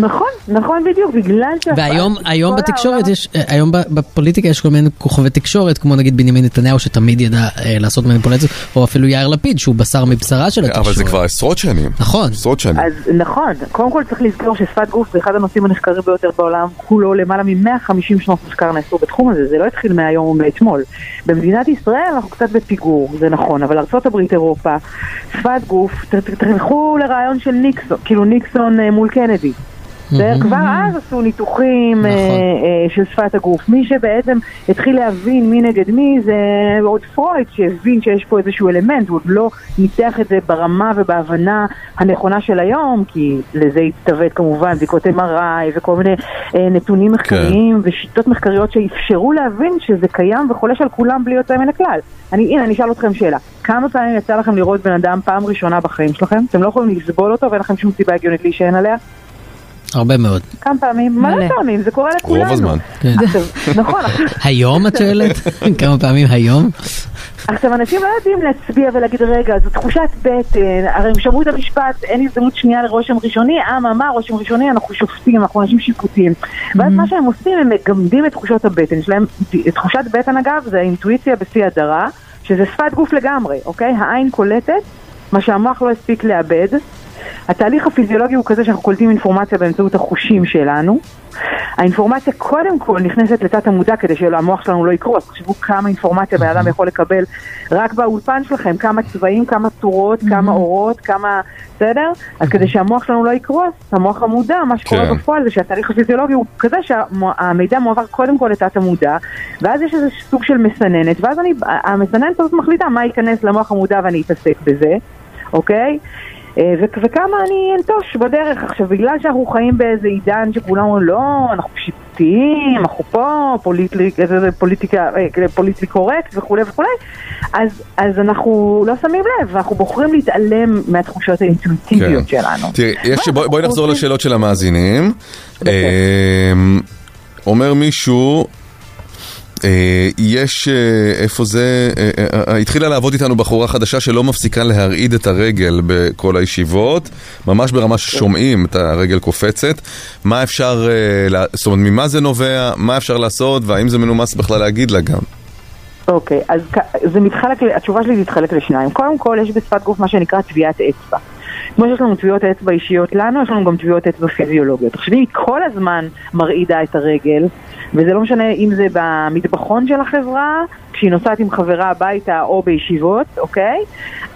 נכון, נכון בדיוק, בגלל ש...
והיום היום בתקשורת יש, אה, היום ב- בפוליטיקה יש כל מיני כוכבי תקשורת, כמו נגיד בנימין נתניהו שתמיד ידע אה, לעשות מניפולציות, או אפילו יאיר לפיד שהוא בשר מבשרה של התקשורת.
אבל זה כבר עשרות שנים.
נכון.
עשרות שנים.
אז נכון, קודם כל צריך לזכור ששפת גוף זה אחד הנושאים הנחקרים ביותר בעולם כולו, למעלה מ-150 שנות מחקר נעשו בתחום הזה, זה לא התחיל מהיום או מאתמול. במדינת ישראל אנחנו קצת בפיגור, זה נכון, אבל ארה"ב, אירופה, שפת גוף, ת- ת- תלכו לרעיון של ניקסון, כאילו ניקסון אה, מול קנדי. זה כבר אז עשו ניתוחים אה, אה, של שפת הגוף. מי שבעצם התחיל להבין מי נגד מי זה עוד פרויד שהבין שיש פה איזשהו אלמנט, הוא עוד לא ניתח את זה ברמה ובהבנה הנכונה של היום, כי לזה הצטוות כמובן בדיקות MRI וכל מיני אה, נתונים מחקריים ושיטות מחקריות שאפשרו להבין שזה קיים וחולש על כולם בלי יוצא מן הכלל. אני, הנה, אני אשאל אתכם שאלה. כמה פעמים יצא לכם לראות בן אדם פעם ראשונה בחיים שלכם? אתם לא יכולים לסבול אותו ואין לכם שום סיבה הגיונית להישען עליה?
הרבה מאוד.
כמה פעמים? מלא פעמים, זה קורה לכולנו.
כן.
עכשיו, נכון, עכשיו-
היום את שואלת? כמה פעמים היום?
עכשיו אנשים לא יודעים להצביע ולהגיד רגע, זו תחושת בטן, הרי הם שמעו את המשפט, אין הזדמנות שנייה לרושם ראשוני, אממה, רושם ראשוני, אנחנו שופטים, אנחנו אנשים שיפוטיים. ואז מה שהם עושים, הם מגמדים את תחושות הבטן שלהם, תחושת בטן אגב, זה האינטואיציה בשיא הדרה, שזה שפת גוף לגמרי, אוקיי? העין קולטת מה שהמוח לא הספיק לאבד, התהליך הפיזיולוגי הוא כזה שאנחנו קולטים אינפורמציה באמצעות החושים שלנו. האינפורמציה קודם כל נכנסת לתת המודע כדי שהמוח שלנו לא יקרוס. תחשבו כמה אינפורמציה בן אדם יכול לקבל רק באולפן שלכם, כמה צבעים, כמה צורות, כמה אורות, כמה... בסדר? אז כדי שהמוח שלנו לא יקרוס, המוח המודע, מה שקורה
כן.
בפועל זה שהתהליך הפיזיולוגי הוא כזה שהמידע מועבר קודם כל לתת המודע, ואז יש איזה סוג של מסננת, ואז אני, המסננת הזאת מחליטה מה ייכנס למוח המודע ואני אתעסק בזה, אוקיי? אה, ו- וכמה אני אנטוש בדרך. עכשיו, בגלל שאנחנו חיים באיזה עידן שכולם אומרים, לא, אנחנו שיפוטיים, אנחנו פה, פוליטלי, איזה- איזה פוליטיקה, אה, כאילו, פוליטלי קורקט וכולי וכולי, אז, אז אנחנו לא שמים לב, אנחנו בוחרים להתעלם מהתחושות האינטואיטיביות
כן.
שלנו.
תראי, יש- בואי בואי נחזור לשאלות של המאזינים. אמ, אומר מישהו, אה, יש, אה, איפה זה, אה, אה, אה, התחילה לעבוד איתנו בחורה חדשה שלא מפסיקה להרעיד את הרגל בכל הישיבות, ממש ברמה ששומעים את הרגל קופצת. מה אפשר, אה, לע- זאת אומרת, ממה זה נובע, מה אפשר לעשות, והאם זה מנומס בכלל להגיד לה גם.
אוקיי, אז כ- זה מתחלק, ל- התשובה שלי תתחלק לשניים. קודם כל, יש בשפת גוף מה שנקרא טביעת אצבע. כמו שיש לנו טביעות אצבע אישיות לנו, יש לנו גם טביעות אצבע פיזיולוגיות. תחשבי, היא כל הזמן מרעידה את הרגל, וזה לא משנה אם זה במטבחון של החברה, כשהיא נוסעת עם חברה הביתה או בישיבות, אוקיי?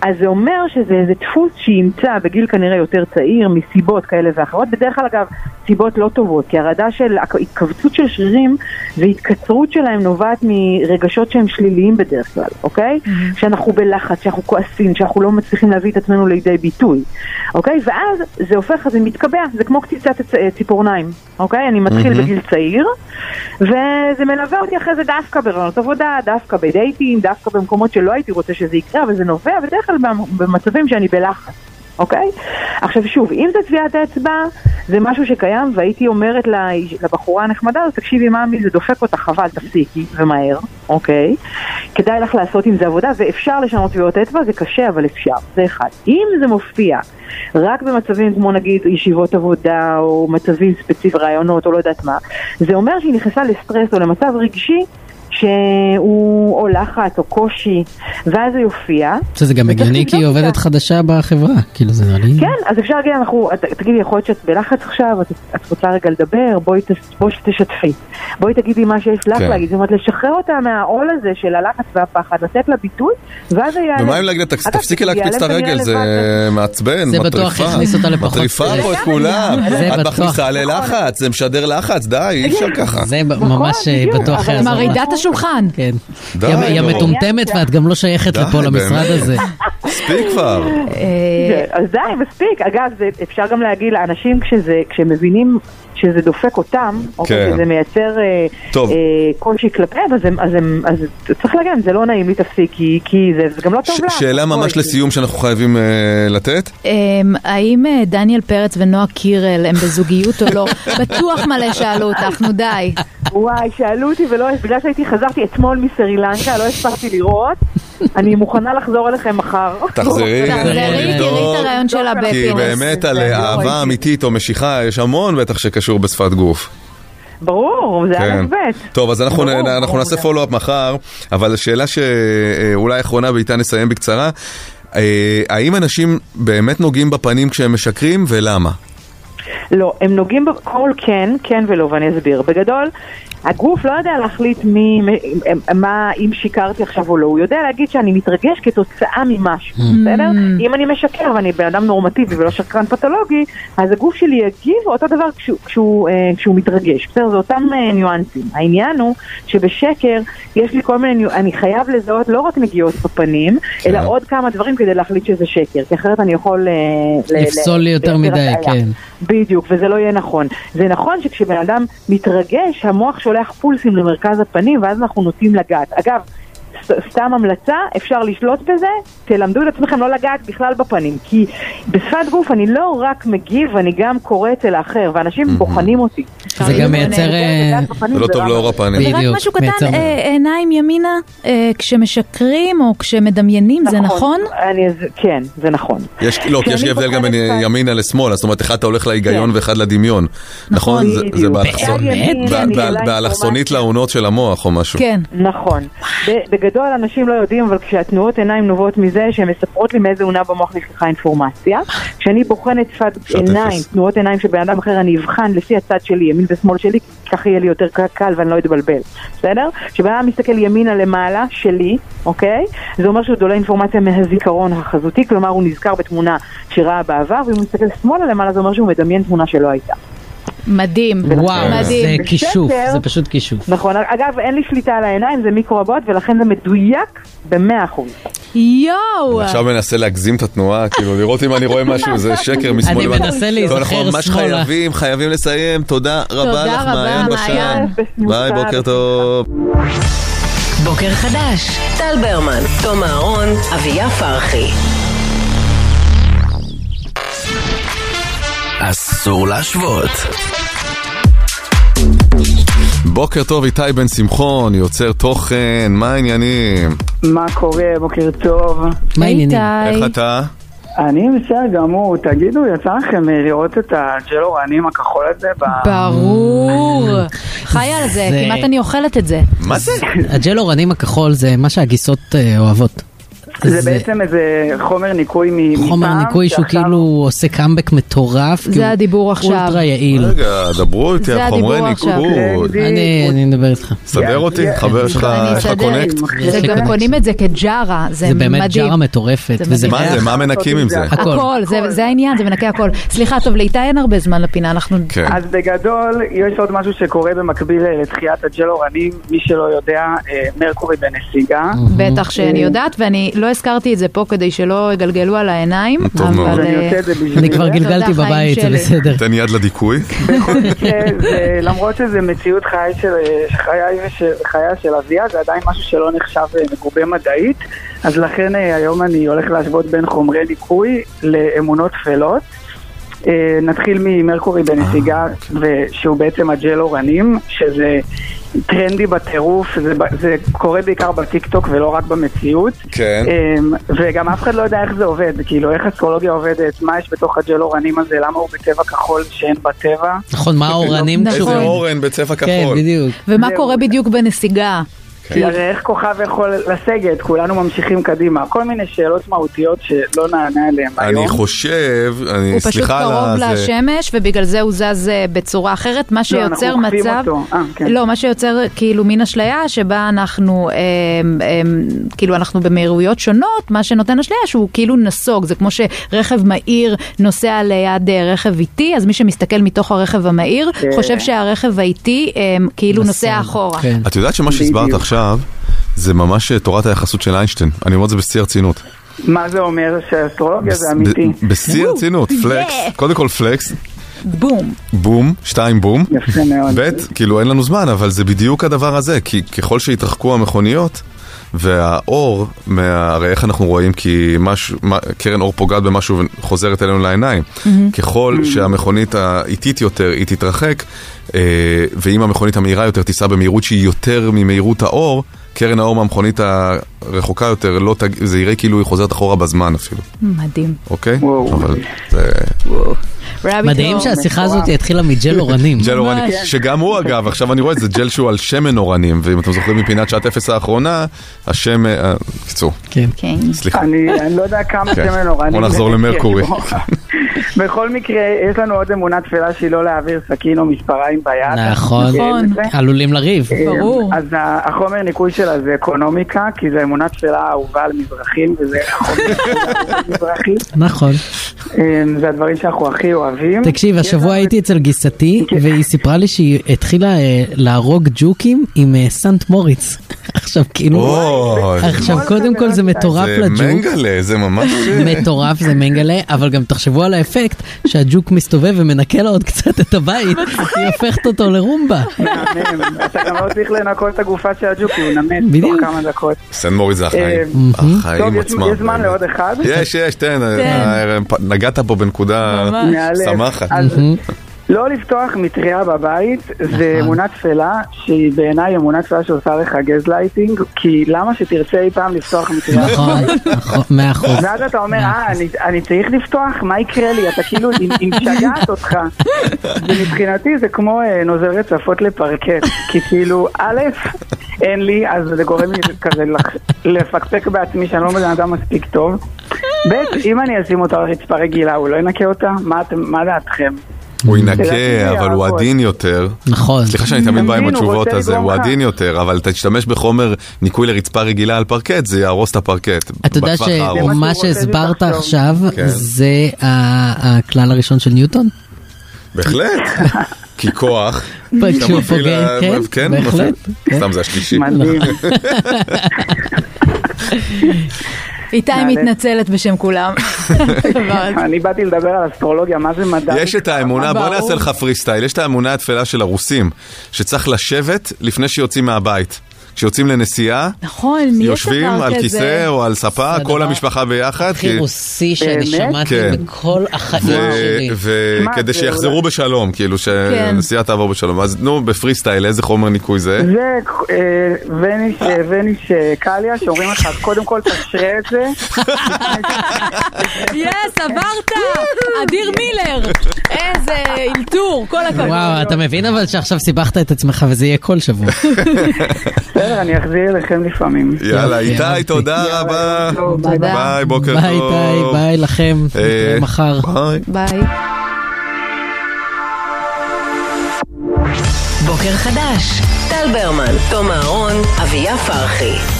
אז זה אומר שזה איזה דפוס שימצא בגיל כנראה יותר צעיר, מסיבות כאלה ואחרות. בדרך כלל, אגב, סיבות לא טובות, כי הרעדה של, התכווצות של שרירים והתקצרות שלהם נובעת מרגשות שהם שליליים בדרך כלל, אוקיי? שאנחנו בלחץ, שאנחנו כועסים, שאנחנו לא מצליחים להביא את עצמנו לידי ביטוי, אוקיי? ואז זה הופך, זה מתקבע, זה כמו קציצת הצ- אה, ציפורניים, אוקיי? אני מתחיל
מהמם.
בגיל צעיר, וזה מלווה אותי אחרי זה דווקא ברעיונות עבודה, דווקא בדייטים, דווקא במקומות שלא הייתי רוצה שזה יקרה, אבל זה נובע בדרך כלל במ- במצבים שאני בלחץ. אוקיי? עכשיו שוב, אם זה טביעת אצבע, זה משהו שקיים, והייתי אומרת לאיש- לבחורה הנחמדה הזאת, תקשיבי מאמי, זה דופק אותך, חבל, תפסיקי, ומהר, אוקיי? כדאי לך לעשות עם זה עבודה, ואפשר לשנות טביעות אצבע, זה קשה, אבל אפשר, זה אחד. אם זה מופיע רק במצבים כמו נגיד ישיבות עבודה, או מצבים ספציפיים, רעיונות, או לא יודעת מה, זה אומר שהיא נכנסה לסטרס או למצב רגשי. שהוא או לחץ או קושי, ואז זה יופיע.
זה גם
וצריך
הגיוני כי היא עובדת חדשה בחברה, כאילו זה נראה לי...
כן, אז אפשר להגיד, אנחנו, ת- תגידי, יכול להיות שאת בלחץ עכשיו, את, את רוצה רגע לדבר, בואי, תס, בואי תשתפי. בואי תגידי מה שיש לך
כן.
להגיד, זאת אומרת, לשחרר אותה מהעול הזה של הלחץ והפחד, לתת לה ביטוי, ואז זה יעלה.
ומה אם להגיד לה,
אגב,
תפסיקי
זה
להקפיץ את
יעלה
הרגל,
כנראה
זה אה. מעצבן,
זה
מטריפה.
בטוח הכניס אותה לפחות
מטריפה
סטרס.
פה את כולם.
זה
את
בטוח.
מכניסה ללחץ, זה משדר לחץ, די, אי אפשר ככה.
זה ממש אה, בטוח
נכון, אבל
יעזור
מרעידת
לך.
השולחן.
כן.
די,
היא- היא
נו.
המטומטמת ואת גם לא שייכת
די,
לפה למשרד
באמת.
הזה.
מספיק כבר.
זה- אז די, מספיק. אגב, זה, אפשר גם להגיד לאנשים כשזה, כשמבינים שזה דופק אותם, או
כן.
שזה מייצר אה,
טוב.
אה, קושי כלפיהם, אז, הם- אז, הם- אז צריך להגיד, זה לא נעים לי, תפסיקי, כי זה, זה גם לא טוב
ש-
לה.
שאלה ממש לסיום שאנחנו חייבים אה, לתת.
אמ, האם אה, דניאל פרץ ונועה קירל הם בזוגיות או לא? בטוח מלא שאלו אותך, נו די.
וואי, שאלו אותי ולא, בגלל שהייתי, חזרתי אתמול מסרי לנקה, לא הספקתי לראות. אני מוכנה לחזור אליכם מחר. לא,
תחזרי,
תראי, תראי את הרעיון שלה
כי
בפינס.
באמת על אה, אהבה אמיתית או משיכה, יש המון בטח שקשור בשפת גוף.
ברור, זה
כן.
א' ב'.
טוב, אז אנחנו, נ, אנחנו נעשה פולו-אפ מחר, אבל השאלה שאולי אחרונה ואיתה נסיים בקצרה, אה, האם אנשים באמת נוגעים בפנים כשהם משקרים ולמה?
לא, הם נוגעים בכל כן, כן ולא, ואני אסביר. בגדול, הגוף לא יודע להחליט מי, מ- מה, אם שיקרתי עכשיו או לא, הוא יודע להגיד שאני מתרגש כתוצאה ממשהו,
Mm.
בסדר? אם אני משקר ואני בן אדם נורמטיבי ולא שקרן פתולוגי, אז הגוף שלי יגיב אותו דבר כשהוא- כשהוא אה, כשהוא מתרגש, בסדר? זה אותם אה, ניואנסים. העניין הוא שבשקר יש לי כל מיני, ניו- אני חייב לזהות לא רק נגיעות בפנים,
כן.
אלא עוד כמה דברים כדי להחליט שזה שקר, כי אחרת אני יכול... אה, ל-
לפסול
ל-
יותר
לייצר
מדי,
הטעיה.
כן.
בדיוק, וזה לא יהיה נכון. זה נכון שכשבן אדם מתרגש, המוח שולח פולסים למרכז הפנים, ואז אנחנו נוטים לגעת. אגב, ס- סתם המלצה, אפשר לשלוט בזה, תלמדו את עצמכם לא לגעת בכלל בפנים, כי בשפת גוף אני לא רק מגיב, אני גם קוראת אל האחר, ואנשים בוחנים אותי.
זה גם מייצר... אה,
זה
לא טוב לאור הפנים.
זה רק משהו קטן, אה, עיניים ימינה, אה, כשמשקרים או כשמדמיינים, זה נכון?
אני, כן, זה נכון.
יש, לא, כי יש
כשאני
הבדל גם בין ימינה לשמאל, זאת אומרת, אחד אתה הולך להיגיון ואחד לדמיון. נכון? זה- זה
בדיוק.
באלכסון-
באמת?
ב-
אני
ב-
אולי
כן,
כן.
באלכסונית לאונות של המוח או משהו.
נכון. ב- בגדול, בגדול אנשים לא יודעים, אבל כשהתנועות עיניים נובעות מזה שהן מספרות לי מאיזה אונה במוח נשלחה אינפורמציה. כשאני בוחנת שפת עיניים, תנועות עיניים של בן אדם אחר, אני אבחן לפי הצד שלי, ימין ושמאל שלי, כי ככה יהיה לי יותר ק- קל ואני לא אתבלבל, בסדר? כשבן אדם מסתכל ימינה למעלה, שלי, אוקיי? זה אומר שהוא דולה אינפורמציה מהזיכרון החזותי, כלומר הוא נזכר בתמונה שראה בעבר, ואם הוא מסתכל שמאלה למעלה, זה אומר שהוא מדמיין תמונה שלא הייתה.
מדהים.
וואו, זה
מדהים.
כישוף,
בסדר.
זה פשוט כישוף.
נכון, אגב, אין לי שליטה על העיניים, זה מיקרובוט, ולכן זה מדויק במאה אחוז.
יואו.
עכשיו מנסה להגזים את התנועה, כאילו לראות אם אני רואה משהו, זה שקר משמאל.
אני
למטה.
מנסה
טוב,
להיזכר
אנחנו ממש
שמאלה.
חייבים, חייבים לסיים. תודה
תודה
רבה לך,
רבה,
מעיין בשן.
מעיין.
ביי, בוקר טוב.
בוקר חדש, טל ברמן, תום אהרון, אביה פרחי.
אסור להשוות.
בוקר טוב, איתי בן שמחון, יוצר תוכן, מה העניינים?
מה קורה? בוקר טוב.
מה
העניינים?
איך אתה?
אני בסדר גמור. תגידו, יצא לכם אה, לראות את הג'ל אורנים הכחול הזה? ב-
ברור. חי על זה,
זה-
כמעט אני אוכלת את זה.
מה זה?
הג'ל אורנים הכחול זה מה שהגיסות אה, אוהבות.
זה בעצם איזה חומר ניקוי מ- מפעם.
חומר ניקוי שהוא
שעכשיו-
כאילו עושה קאמבק מטורף.
זה
כאילו,
הדיבור עכשיו.
אולטרה יעיל.
רגע, דברו איתי
זה
על אה, חומרי
הדיבור עכשיו. כן,
ניקוד.
אני אני מדבר איתך.
סדר אותי, חבר שלך, יש לך אה, קונקט?
זה גם קונים את זה כג'ארה, זה
זה
מדהים.
באמת ג'ארה מטורפת.
זה
וזה
מה
ריח-
זה, מה מנקים עם זה?
הכל, זה- זה העניין, זה מנקה הכל. סליחה, טוב, לאיתי אין הרבה זמן לפינה, אנחנו...
כן.
כן. אז בגדול, יש עוד משהו שקורה במקביל אה, לתחיית הג'ל אורנים, מי שלא יודע, אה, מרקורי בנסיגה.
בטח שאני
אה.
יודעת, ואני לא הזכרתי את זה פה כדי שלא יגלגלו על העיניים,
טוב מאוד.
אבל...
אני
אה,
עושה את זה בשביל-
אני כבר
תודה,
גלגלתי
חיים
בבית, זה
שלי.
בסדר.
תן יד לדיכוי.
זה- למרות שזה מציאות חיי של חיי ושל חייה של אביה, זה עדיין משהו שלא נחשב אה, מגובה מדעית, אז לכן אה, היום אני הולך להשוות בין חומרי ליקוי לאמונות טפלות. אה, נתחיל ממרקורי בנסיגה, ו- שהוא בעצם הג'ל אורנים, שזה טרנדי בטירוף, זה, ב- זה קורה בעיקר בטיקטוק ולא רק במציאות.
כן.
אמ, וגם אף אחד לא יודע איך זה עובד, כאילו איך אסטרולוגיה עובדת, מה יש בתוך הג'ל אורנים הזה, למה הוא בצבע כחול שאין בטבע.
נכון, מה האורנים
נכון.
איזה אורן בצבע כחול.
כן, בדיוק.
ומה קורה בדיוק בנסיגה?
כן.
כי הרי איך כוכב יכול לסגת, כולנו ממשיכים קדימה. כל מיני שאלות מהותיות שלא נענה עליהן היום.
אני חושב, אני,
הוא פשוט
סליחה על
אה,
קרוב
ה- זה-
לשמש, ובגלל זה הוא זז אה, בצורה אחרת, מה שיוצר
לא, אנחנו עוקפים
מצב...
אותו. אה, כן.
לא, מה שיוצר כאילו מין אשליה שבה אנחנו, אה, אה, כאילו אנחנו במהירויות שונות, מה שנותן אשליה שהוא כאילו נסוג, זה כמו שרכב מהיר נוסע ליד אה, רכב איטי, אז מי שמסתכל מתוך הרכב המהיר,
כן.
חושב שהרכב האיטי אה, כאילו נוסע אחורה.
כן.
את יודעת שמה שהסברת עכשיו, זה ממש אה, תורת היחסות של איינשטיין. אני אומר את זה בשיא הרצינות.
מה זה אומר שהאסטרולוגיה זה
בס-
אמיתי?
ב- בשיא הרצינות, פלקס. קודם כל פלקס,
בום.
בום, שתיים בום.
יפה מאוד.
ב', כאילו אין לנו זמן, אבל זה בדיוק הדבר הזה, כי ככל שהתרחקו המכוניות... והאור, מה- הרי איך אנחנו רואים, כי מש, מה, קרן אור פוגעת במשהו וחוזרת אלינו לעיניים.
מהמם.
ככל שהמכונית האיטית יותר, היא תתרחק, אה, ואם המכונית המהירה יותר תיסע במהירות שהיא יותר ממהירות האור, קרן האור מהמכונית הרחוקה יותר, לא תג... זה יראה כאילו היא חוזרת אחורה בזמן אפילו,
מדהים.
אוקיי? אבל זה...
מדהים שהשיחה הזאת התחילה מג'ל אורנים.
ג'ל אורני, שגם הוא אגב, עכשיו אני רואה את זה ג'ל שהוא על שמן אורנים, ואם אתם זוכרים מפינת שעת אפס האחרונה, השם... אה, קיצור.
כן.
סליחה.
אני, אני לא יודע כמה
כן.
שמן אורני.
בוא נחזור
זה-
למרקורי.
בכל מקרה, יש לנו עוד אמונה תפלה שהיא לא להעביר סכין או מספריים ביד.
נכון.
אה,
עלולים לריב.
אז ה- החומר ניקוי שלה זה אקונומיקה, כי זה אמונה תפלה האהובה על מזרחים, וזה החומר מזרחי.
נכון.
אה, זה הדברים שאנחנו הכי אוהבים.
תקשיב, השבוע הייתי אצל גיסתי, והיא סיפרה לי שהיא התחילה אה, להרוג ג'וקים עם אה, סנט מוריץ. עכשיו כאילו,
אוי.
עכשיו קודם כל זה מטורף
זה
לג'וק.
מנגלה, זה ממש... אה,
מטורף זה מנגלה, אבל גם תחשבו על האפקט שהג'וק מסתובב ומנקה לה עוד קצת את הבית, היא הופכת אותו לרומבה.
מהמם. אתה גם לא צריך לנקות את הגופה של הג'וק, הוא נמס תוך כמה דקות.
סן מורי זה החיים.
אה, טוב,
החיים
יש-
עצמם.
יש זמן לעוד אחד?
אה, יש, יש, תן, אה, נגעת פה בנקודה
ממש.
שמחת.
אז- לא לפתוח מטריה בבית זה אמונה תפלה, שהיא בעיניי אמונה תפלה שעושה לך גזלייטינג, כי למה שתרצה אי פעם לפתוח מטריה
נכון,
בבית?
נכון, מאה אחוז.
ואז אתה אומר, אה, אני- אני צריך לפתוח? מה יקרה לי? אתה כאילו, היא היא משגעת אותך. ומבחינתי זה כמו אה, נוזל רצפות לפרקט, כי כאילו, א', אין לי, אז זה גורם לי כזה לח- לפקפק בעצמי שאני לא בן אדם מספיק טוב. ב', אם אני אשים אותה על רצפה רגילה, הוא לא ינקה אותה? מה אתם- מה דעתכם?
הוא
לדעתי
ינקה, אבל הוא
יעבוד.
עדין יותר.
נכון.
סליחה שאני תמיד
תמיד
בא עם
הוא
התשובות
רוצה
הזה, הוא
לגרום לך.
עדין יותר, אבל תשתמש בחומר ניקוי לרצפה רגילה על פרקט, זה יהרוס את הפרקט.
אתה יודע
בטווח הארוך.
שמה שהסברת
לחשוב.
עכשיו
כן.
זה ה- הכלל הראשון של ניוטון?
בהחלט. כי כוח.
פשוט
כשאתה מפעיל
פוגע,
ה-
כן,
כן,
בהחלט,
מפעיל.
כן.
סתם זה השלישי.
מדהים.
איתי מתנצלת בשם כולם.
אני באתי לדבר על אסטרולוגיה, מה זה מדע?
יש את האמונה, בוא נעשה לך פרי סטייל, יש את האמונה התפלה של הרוסים, שצריך לשבת לפני שיוצאים מהבית. כשיוצאים לנסיעה,
נכון, מי יש
יושבים
דבר
על
כזה?
כיסא או על ספה,
זה
כל
הדבר
המשפחה ביחד.
הכי
כי-
רוסי שאני
באמת?
שמעתי
כן.
בכל החיים
ו-
שלי. כן.
וכדי שיחזרו בשלום, כאילו שהנסיעה תעבור בשלום. אז נו, בפרי סטייל, איזה חומר ניקוי זה?
זה אה, וניש, אה, וניש אה, קליה, שאומרים לך, קודם כל תשרה את זה.
יס, עברת! אדיר מילר! איזה אלתור, כל הכבוד.
וואו, אתה מבין אבל שעכשיו סיבכת את עצמך וזה יהיה כל שבוע.
בסדר, אני אחזיר אליכם לפעמים.
יאללה, איתי, תודה רבה. ביי, בוקר טוב.
ביי איתי, ביי לכם,
אה,
נתראה מחר.
ביי.
ביי.
בוקר חדש, טל ברמן, תום אהרון, אביה פרחי.